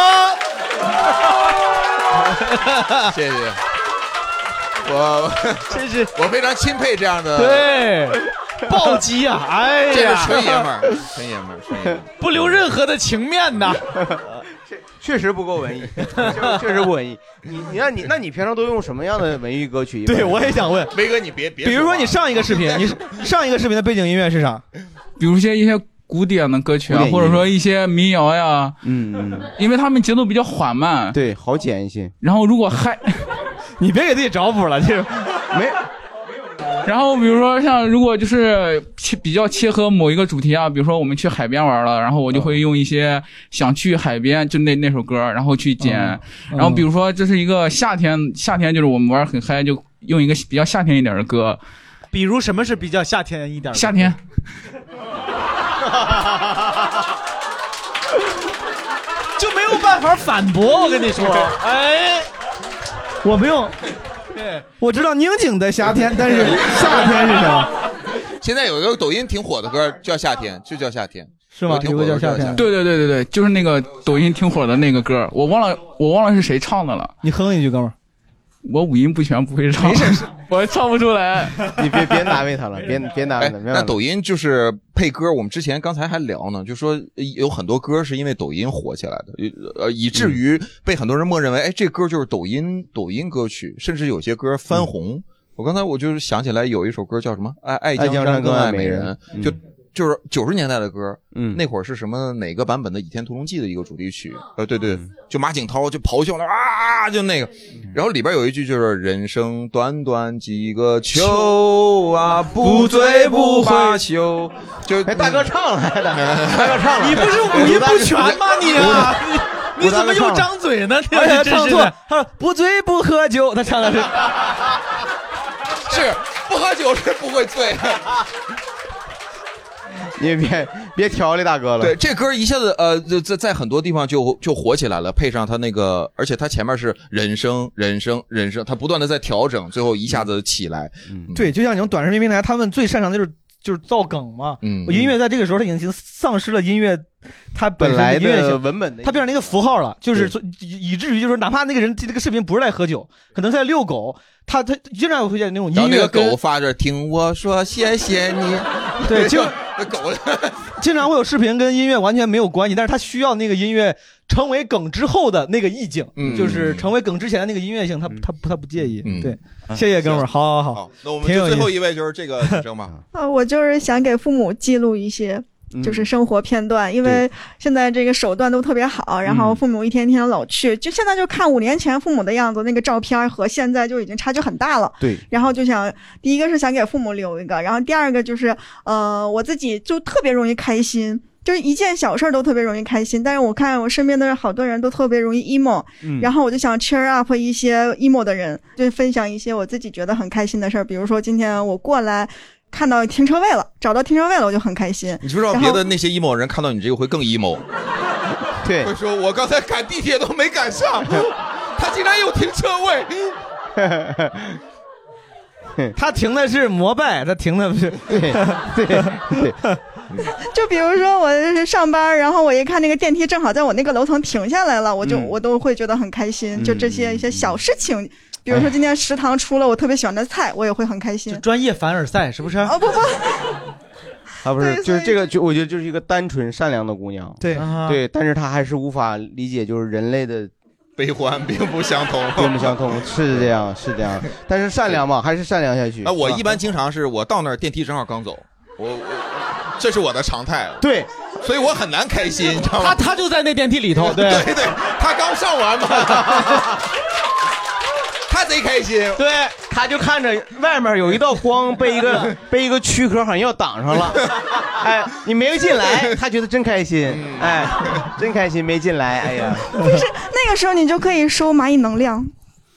[SPEAKER 13] 谢谢。我
[SPEAKER 12] 真是
[SPEAKER 13] 我非常钦佩这样的
[SPEAKER 12] 对暴击 啊！哎呀，
[SPEAKER 13] 这是纯爷们儿，纯爷们儿，纯爷们儿。
[SPEAKER 12] 不留任何的情面呐。
[SPEAKER 4] 确实不够文艺，确确实不文艺。你你那你那你平常都用什么样的文艺歌曲？
[SPEAKER 2] 对我也想问
[SPEAKER 13] 威哥，你别别
[SPEAKER 2] 比如说你上一个视频，你上一个视频的背景音乐是啥？
[SPEAKER 15] 比如些一些古典的歌曲啊，
[SPEAKER 4] 古典音乐
[SPEAKER 15] 或者说一些民谣呀，
[SPEAKER 4] 嗯，
[SPEAKER 15] 因为他们节奏比较缓慢。
[SPEAKER 4] 对，好剪一些。
[SPEAKER 15] 然后如果嗨，
[SPEAKER 2] 你别给自己找补了，这没。
[SPEAKER 15] 然后比如说像如果就是切比较切合某一个主题啊，比如说我们去海边玩了，然后我就会用一些想去海边就那那首歌，然后去剪。
[SPEAKER 6] 嗯
[SPEAKER 15] 然后比如说这是一个夏天，夏天就是我们玩很嗨，就用一个比较夏天一点的歌，
[SPEAKER 14] 比如什么是比较夏天一点？
[SPEAKER 15] 夏 天。
[SPEAKER 12] 就没有办 法反驳。我跟你说，哎，
[SPEAKER 2] 我不用，
[SPEAKER 12] 对，
[SPEAKER 2] 我知道宁静在夏天，但 是夏天是什么？
[SPEAKER 13] 现在有一个抖音挺火的歌叫《夏天》，就叫《夏天》，
[SPEAKER 2] 是吗
[SPEAKER 13] 有挺火的歌《夏天》。
[SPEAKER 15] 对对对对对，就是那个抖音挺火的那个歌，我忘了我忘了是谁唱的了。
[SPEAKER 2] 你哼一句，哥们儿。
[SPEAKER 15] 我五音不全，不会唱。我唱不出 来。
[SPEAKER 4] 你别别难为他了，别别难为他。别难为
[SPEAKER 13] 哎那
[SPEAKER 4] 他
[SPEAKER 13] 抖音就是配歌，我们之前刚才还聊呢，就说呃有很多歌是因为抖音火起来的，呃，以至于
[SPEAKER 4] 嗯
[SPEAKER 13] 被很多人默认为，哎，这歌就是抖音抖音歌曲，甚至有些歌翻红。
[SPEAKER 4] 嗯
[SPEAKER 13] 我刚才我就是想起来有一首歌叫什么《爱爱
[SPEAKER 4] 爱江山
[SPEAKER 13] 山
[SPEAKER 4] 更
[SPEAKER 13] 更
[SPEAKER 4] 爱
[SPEAKER 13] 美
[SPEAKER 4] 美
[SPEAKER 13] 人
[SPEAKER 4] 人》，嗯
[SPEAKER 13] 就就是九十年代的歌，
[SPEAKER 4] 嗯
[SPEAKER 13] 那会儿是什么哪个版本的《倚天屠龙记》的一个主题曲？呃，对
[SPEAKER 4] 嗯
[SPEAKER 13] 对，就马景涛就咆哮了啊，就那个，然后里边有一句就是“人生短短几个秋啊，不醉不罢休”，就嗯
[SPEAKER 4] 哎，大哥唱来的，大哥 唱来的。
[SPEAKER 12] 你不是五音不全吗你 啊？你
[SPEAKER 4] 我
[SPEAKER 12] 怎
[SPEAKER 4] 大
[SPEAKER 12] 么
[SPEAKER 4] 哥唱了
[SPEAKER 12] 又张嘴呢？
[SPEAKER 2] 哎
[SPEAKER 12] 这
[SPEAKER 2] 呀，
[SPEAKER 12] 真
[SPEAKER 2] 唱
[SPEAKER 12] 是
[SPEAKER 2] 错
[SPEAKER 12] 的
[SPEAKER 2] 了，，他说不醉不喝酒，他唱的是。
[SPEAKER 13] 是不喝酒是不会醉。
[SPEAKER 4] 你别别调理大哥了。
[SPEAKER 13] 对，这歌一下子呃，就在在很多地方就就火起来了，配上他那个，而且他前面是人声、人声、人声，他不断的在调整，最后一下子起来。嗯，
[SPEAKER 2] 对，就像你们短视频平台，他们最擅长的就是就是造梗嘛。
[SPEAKER 13] 嗯
[SPEAKER 2] 音乐在这个时候它已经丧失了音乐它身
[SPEAKER 4] 本来
[SPEAKER 2] 音乐
[SPEAKER 4] 的
[SPEAKER 2] 性
[SPEAKER 4] 文本的
[SPEAKER 2] 它变成了一个符号了，就是说以以至于就是说哪怕那个人这个视频不是在喝酒，可能是在遛狗，他他经常会在那种
[SPEAKER 13] 然后
[SPEAKER 2] 音
[SPEAKER 13] 那
[SPEAKER 2] 乐
[SPEAKER 13] 个
[SPEAKER 2] 跟
[SPEAKER 13] 狗发着听我说谢谢 你，
[SPEAKER 2] 对就
[SPEAKER 13] 那狗
[SPEAKER 2] 经常会有视频跟音乐完全没有关系，但是它需要那个音乐成为梗之后的那个意境，
[SPEAKER 13] 嗯
[SPEAKER 2] 就是成为梗之前的那个音乐性，他他他不介意。对，谢谢哥们儿，好好好。
[SPEAKER 13] 那我们
[SPEAKER 2] 挺有
[SPEAKER 13] 就最后
[SPEAKER 2] 意
[SPEAKER 13] 一位就是这个女生吧。
[SPEAKER 17] 呃，我就是想给父母记录一些
[SPEAKER 13] 嗯
[SPEAKER 17] 就是生活片段，因为现在这个手段都特别好，然后
[SPEAKER 13] 嗯
[SPEAKER 17] 父母一天天老去，就现在就看五年前父母的样子，那个照片儿和现在就已经差距很大了。
[SPEAKER 4] 对
[SPEAKER 17] 然后就想，第一个是想给父母留一个，然后第二个就是，呃，我自己就特别容易开心，就是一件小事儿都特别容易开心。但是我看我身边的好多人都特别容易 emo，、
[SPEAKER 10] 嗯
[SPEAKER 17] 然后我就想 cheer up 一些 emo 的人，就分享一些我自己觉得很开心的事儿，比如说今天我过来看到停车位了，找到停车位了，我就很开心。
[SPEAKER 13] 你知不知道
[SPEAKER 17] 然
[SPEAKER 13] 别
[SPEAKER 17] 后
[SPEAKER 13] 的那些 emo 人看到你这个会更 emo？
[SPEAKER 4] 对
[SPEAKER 13] 会说我刚才赶地铁都没赶上， 他竟然有停车位。
[SPEAKER 2] 他停的是摩拜，他停的不是对对对，
[SPEAKER 17] 就比如说我上班，然后我一看那个电梯正好在我那个楼层停下来了，我就、
[SPEAKER 2] 嗯
[SPEAKER 17] 我都会觉得很开心。就这些一些小事情，比如说今天食堂出了我特别喜欢的菜，我也会很开心。
[SPEAKER 14] 专业凡尔赛是不是？哦
[SPEAKER 17] 不不，
[SPEAKER 4] 啊，不是，就是这个，就我觉得就是一个单纯善良的姑娘，
[SPEAKER 2] 对
[SPEAKER 13] 啊
[SPEAKER 4] 对，但是她还是无法理解，就是人类的
[SPEAKER 13] 悲欢并不相同，
[SPEAKER 4] 并不相通，是这样，是这样，但是善良嘛，还是善良下去。
[SPEAKER 13] 啊，我
[SPEAKER 4] 是吧
[SPEAKER 13] 一般经常是我到那儿电梯正好刚走，我我这是我的常态。
[SPEAKER 4] 对，
[SPEAKER 13] 所以我很难开心，你知道吗？
[SPEAKER 12] 他他 就在那电梯里头，
[SPEAKER 13] 对对对，他刚上完嘛。他他贼开心。
[SPEAKER 4] 对，他就看着外面有一道光被一 个被一个躯壳好像要挡上了，哎，你没有进 来，他觉得真开心，哎，真开心没进来，哎呀，
[SPEAKER 17] 那个时候你就可以收蚂蚁能量，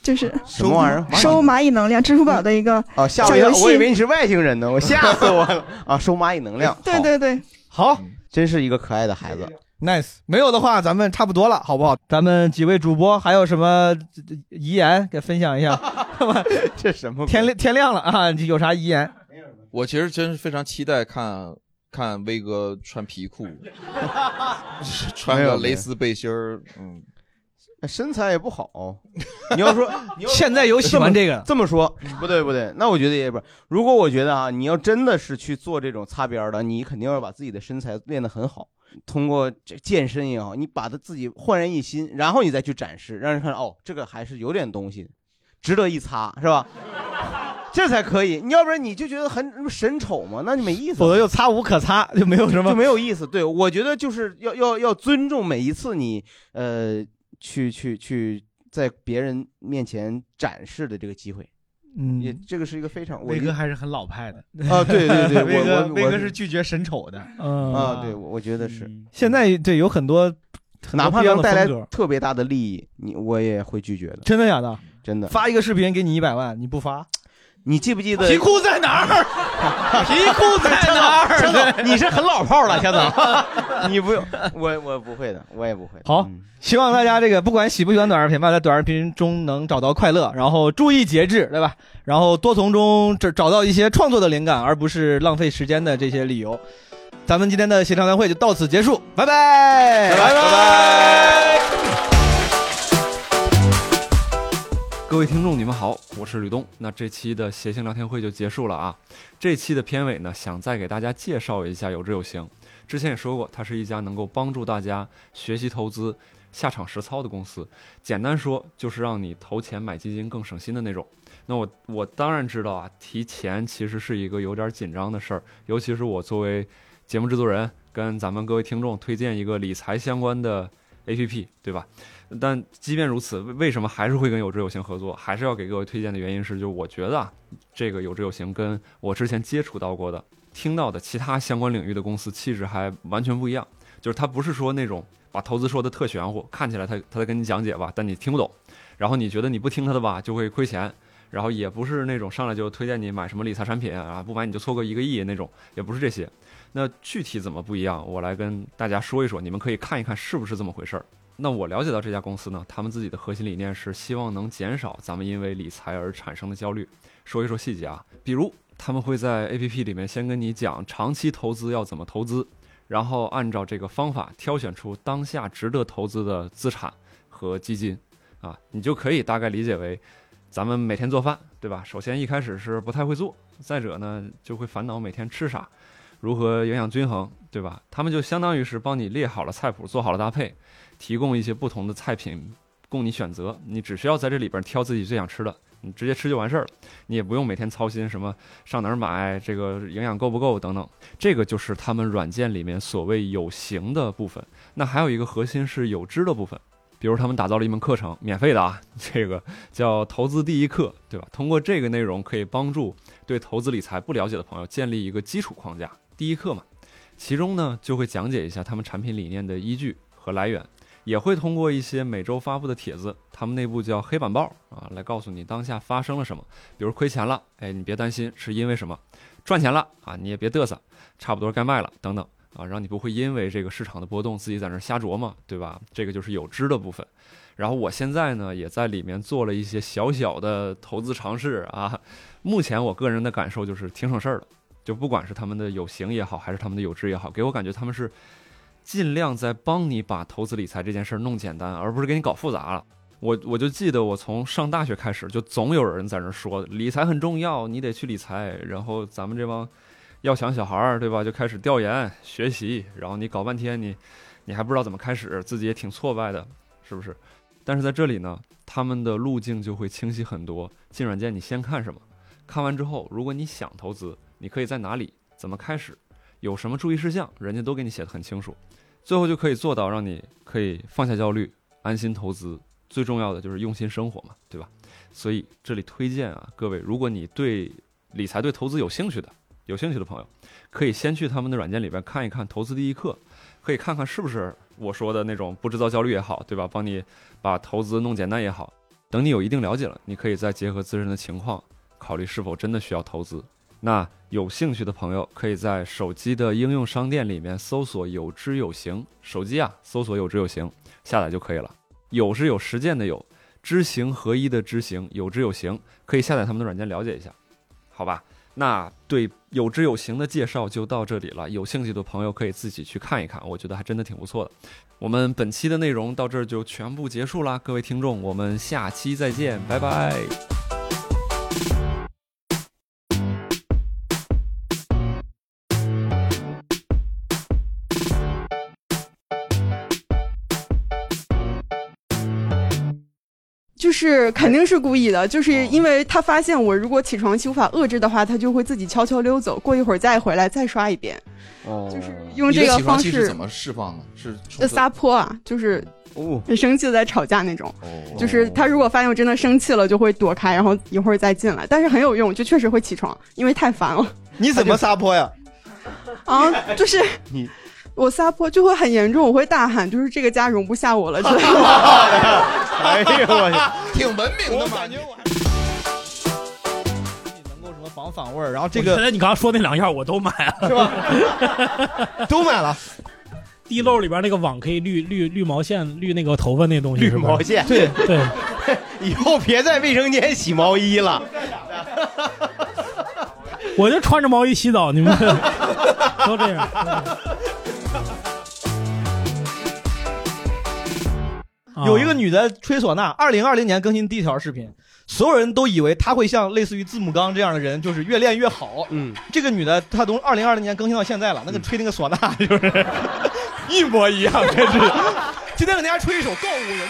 [SPEAKER 17] 就是
[SPEAKER 4] 什么玩意儿
[SPEAKER 17] 收蚂蚁能量，支付宝的一个
[SPEAKER 4] 啊，吓
[SPEAKER 17] 小
[SPEAKER 4] 我一
[SPEAKER 17] 游
[SPEAKER 4] 跳，
[SPEAKER 17] 戏。
[SPEAKER 4] 我以为你是外星人呢，我吓死我 了啊，收蚂蚁能量，
[SPEAKER 17] 对对对，
[SPEAKER 2] 好，
[SPEAKER 4] 真是一个可爱的孩子。
[SPEAKER 2] Nice，没有的话咱们差不多了，好不好？咱们几位主播还有什么遗言给分享一下？
[SPEAKER 4] 这什么？
[SPEAKER 2] 天亮天亮了啊，你有啥遗言？
[SPEAKER 13] 我其实真是非常期待看看威哥穿皮 裤，穿个蕾丝背心儿，嗯，
[SPEAKER 4] 身材也不
[SPEAKER 2] 哦
[SPEAKER 4] 好。 你要说
[SPEAKER 2] 现在有喜欢这个
[SPEAKER 4] 这么说，不对不对，那我觉得也不是。如果我觉得啊，你要真的是去做这种擦边儿的，你肯定要把自己的身材练得很好，通过这健身也好，你把它自己焕然一新，然后你再去展示，让人看哦，这个还是有点东西的，值得一擦，是吧？这才可以，你要不然你就觉得很神丑嘛，那你没意思。
[SPEAKER 2] 否则就擦无可擦，就没有什么
[SPEAKER 4] 就没有意思。对，我觉得就是要要要尊重每一次你呃去去去在别人面前展示的这个机会。
[SPEAKER 2] 嗯，
[SPEAKER 4] 也这个是一个非常我
[SPEAKER 14] 威哥还是很老派的
[SPEAKER 4] 啊对对 对我
[SPEAKER 14] 威哥
[SPEAKER 4] 我
[SPEAKER 14] 威
[SPEAKER 4] 我
[SPEAKER 14] 哥是拒绝审丑的，嗯
[SPEAKER 2] 嗯
[SPEAKER 4] 啊，对，我我觉得是，
[SPEAKER 2] 现在对有很多，很多
[SPEAKER 4] 哪怕
[SPEAKER 2] 不一样
[SPEAKER 4] 能
[SPEAKER 2] 的
[SPEAKER 4] 带来
[SPEAKER 2] 风格
[SPEAKER 4] 特别大的利益，你我也会拒绝的。
[SPEAKER 2] 真的假的？
[SPEAKER 4] 真的。
[SPEAKER 2] 发一个视频给你一百万，你不发？
[SPEAKER 4] 你记不记得
[SPEAKER 2] 皮裤在哪儿？ 皮裤在哪 儿？
[SPEAKER 4] 强 总，你是很老炮了，强总， 你不用，我我不会的，我也不会的。
[SPEAKER 2] 好，希望大家这个不管喜不喜欢短视频吧，在短视频中能找到快乐，然后注意节制，对吧？然后多从中找找到一些创作的灵感，而不是浪费时间的这些理由。咱们今天的协调大会就到此结束，拜拜，拜拜，拜拜。
[SPEAKER 1] 各位听众，你们好，我是吕东。那这期的谐星聊天会就结束了啊。这期的片尾呢，想再给大家介绍一下有志有行。之前也说过，它是一家能够帮助大家学习投资、下场实操的公司。简单说，就是让你投钱买基金更省心的那种。那我我当然知道啊，提钱其实是一个有点紧张的事儿，尤其是我作为节目制作人，跟咱们各位听众推荐一个理财相关的 APP，对吧？但即便如此，为为什么还是会跟有志有行合作？还是要给各位推荐的原因是，就我觉得啊，这个有志有行跟我之前接触到过的、听到的其他相关领域的公司气质还完全不一样。就是它不是说那种把投资说的特玄乎，看起来他他在跟你讲解吧，但你听不懂，然后你觉得你不听他的吧就会亏钱，然后也不是那种上来就推荐你买什么理财产品啊，不买你就错过一个亿那种，也不是这些。那具体怎么不一样，我来跟大家说一说，你们可以看一看是不是这么回事儿。那我了解到这家公司呢，他们自己的核心理念是希望能减少咱们因为理财而产生的焦虑。说一说细节啊，比如他们会在 APP 里面先跟你讲长期投资要怎么投资，然后按照这个方法挑选出当下值得投资的资产和基金，啊，你就可以大概理解为，咱们每天做饭，对吧？首先一开始是不太会做，再者呢就会烦恼每天吃啥，如何营养均衡，对吧？他们就相当于是帮你列好了菜谱，做好了搭配，提供一些不同的菜品供你选择，你只需要在这里边挑自己最想吃的，你直接吃就完事儿了，你也不用每天操心什么上哪儿买，这个营养够不够等等。这个就是他们软件里面所谓有形的部分。那还有一个核心是有知的部分。比如他们打造了一门课程，免费的啊， 这个叫“投资第一课”，对吧？通过这个内容可以帮助对投资理财不了解的朋友建立一个基础框架，第一课嘛。其中呢，就会讲解一下他们产品理念的依据和来源，也会通过一些每周发布的帖子，他们内部叫黑板报啊，来告诉你当下发生了什么。比如亏钱了，哎，你别担心，是因为什么；赚钱了啊，你也别嘚瑟，差不多该卖了，等等。啊，让你不会因为这个市场的波动自己在那儿瞎琢磨，对吧？这个就是有知的部分。然后我现在呢，也在里面做了一些小小的投资尝试啊。目前我个人的感受就是挺省事儿的，就不管是他们的有形也好，还是他们的有知也好，给我感觉他们是尽量在帮你把投资理财这件事儿弄简单，而不是给你搞复杂了。我我就记得我从上大学开始，就总有人在那儿说理财很重要，你得去理财。然后咱们这帮要想小孩儿，对吧？就开始调研学习，然后你搞半天你，你还不知道怎么开始，自己也挺挫败的，是不是？但是在这里呢，他们的路径就会清晰很多。进软件你先看什么，看完之后，如果你想投资，你可以在哪里、怎么开始，有什么注意事项，人家都给你写的很清楚。最后就可以做到让你可以放下焦虑，安心投资。最重要的就是用心生活嘛，对吧？所以这里推荐啊，各位，如果你对理财、对投资有兴趣的，有兴趣的朋友，可以先去他们的软件里边看一看《投资第一课》，可以看看是不是我说的那种不制造焦虑也好，对吧？帮你把投资弄简单也好。等你有一定了解了，你可以再结合自身的情况，考虑是否真的需要投资。那有兴趣的朋友可以在手机的应用商店里面搜索“有知有行”，手机啊搜索“有知有行”，下载就可以了。有是有实践的有，知行合一的知行，有知有行，可以下载他们的软件了解一下，好吧？那对有知有行的介绍就到这里了，有兴趣的朋友可以自己去看一看，我觉得还真的挺不错的。我们本期的内容到这儿就全部结束啦，各位听众，我们下期再见，拜拜。
[SPEAKER 21] 就是肯定是故意的，
[SPEAKER 2] 哦
[SPEAKER 21] 就是因为他发现我如果起床期无法遏制的话，他就会自己悄悄溜走，过一会儿再回来再刷一遍，
[SPEAKER 13] 哦，就是
[SPEAKER 21] 用这个方式
[SPEAKER 13] 是怎么释放的？是
[SPEAKER 21] 就 撒泼啊，就是
[SPEAKER 13] 哦
[SPEAKER 21] 很生气的在吵架那种。
[SPEAKER 2] 哦
[SPEAKER 21] 就是他如果发现我真的生气了，就会躲开，然后一会儿再进来，但是很有用，就确实会起床，因为太烦了。
[SPEAKER 2] 你怎么撒泼呀？
[SPEAKER 21] 啊，就是
[SPEAKER 2] 你
[SPEAKER 21] 我撒泼就会很严重，我会大喊，就是这个家容不下我了之类的。
[SPEAKER 2] 哎呦我，
[SPEAKER 13] 挺文明的嘛。
[SPEAKER 2] 什么防反味儿，然后这
[SPEAKER 3] 我觉
[SPEAKER 2] 个
[SPEAKER 3] 得你刚刚说那两样我都买了，是
[SPEAKER 2] 吧？都买了。
[SPEAKER 3] 地漏里边那个网可以滤滤滤毛线、滤那个头发那东西是吧，
[SPEAKER 4] 绿毛线
[SPEAKER 3] 对对，
[SPEAKER 4] 以后别在卫生间洗毛衣了。
[SPEAKER 3] 我就穿着毛衣洗澡，你们 都这样。
[SPEAKER 2] 有一个女的吹唢呐，二零二零年更新第一条视频，所有人都以为她会像类似于字母刚这样的人，就是越练越好。嗯，这个女的她从二零二零年更新到现在了，那个吹那个唢呐就是一模一样，真是。今天给大家吹一首告五人的。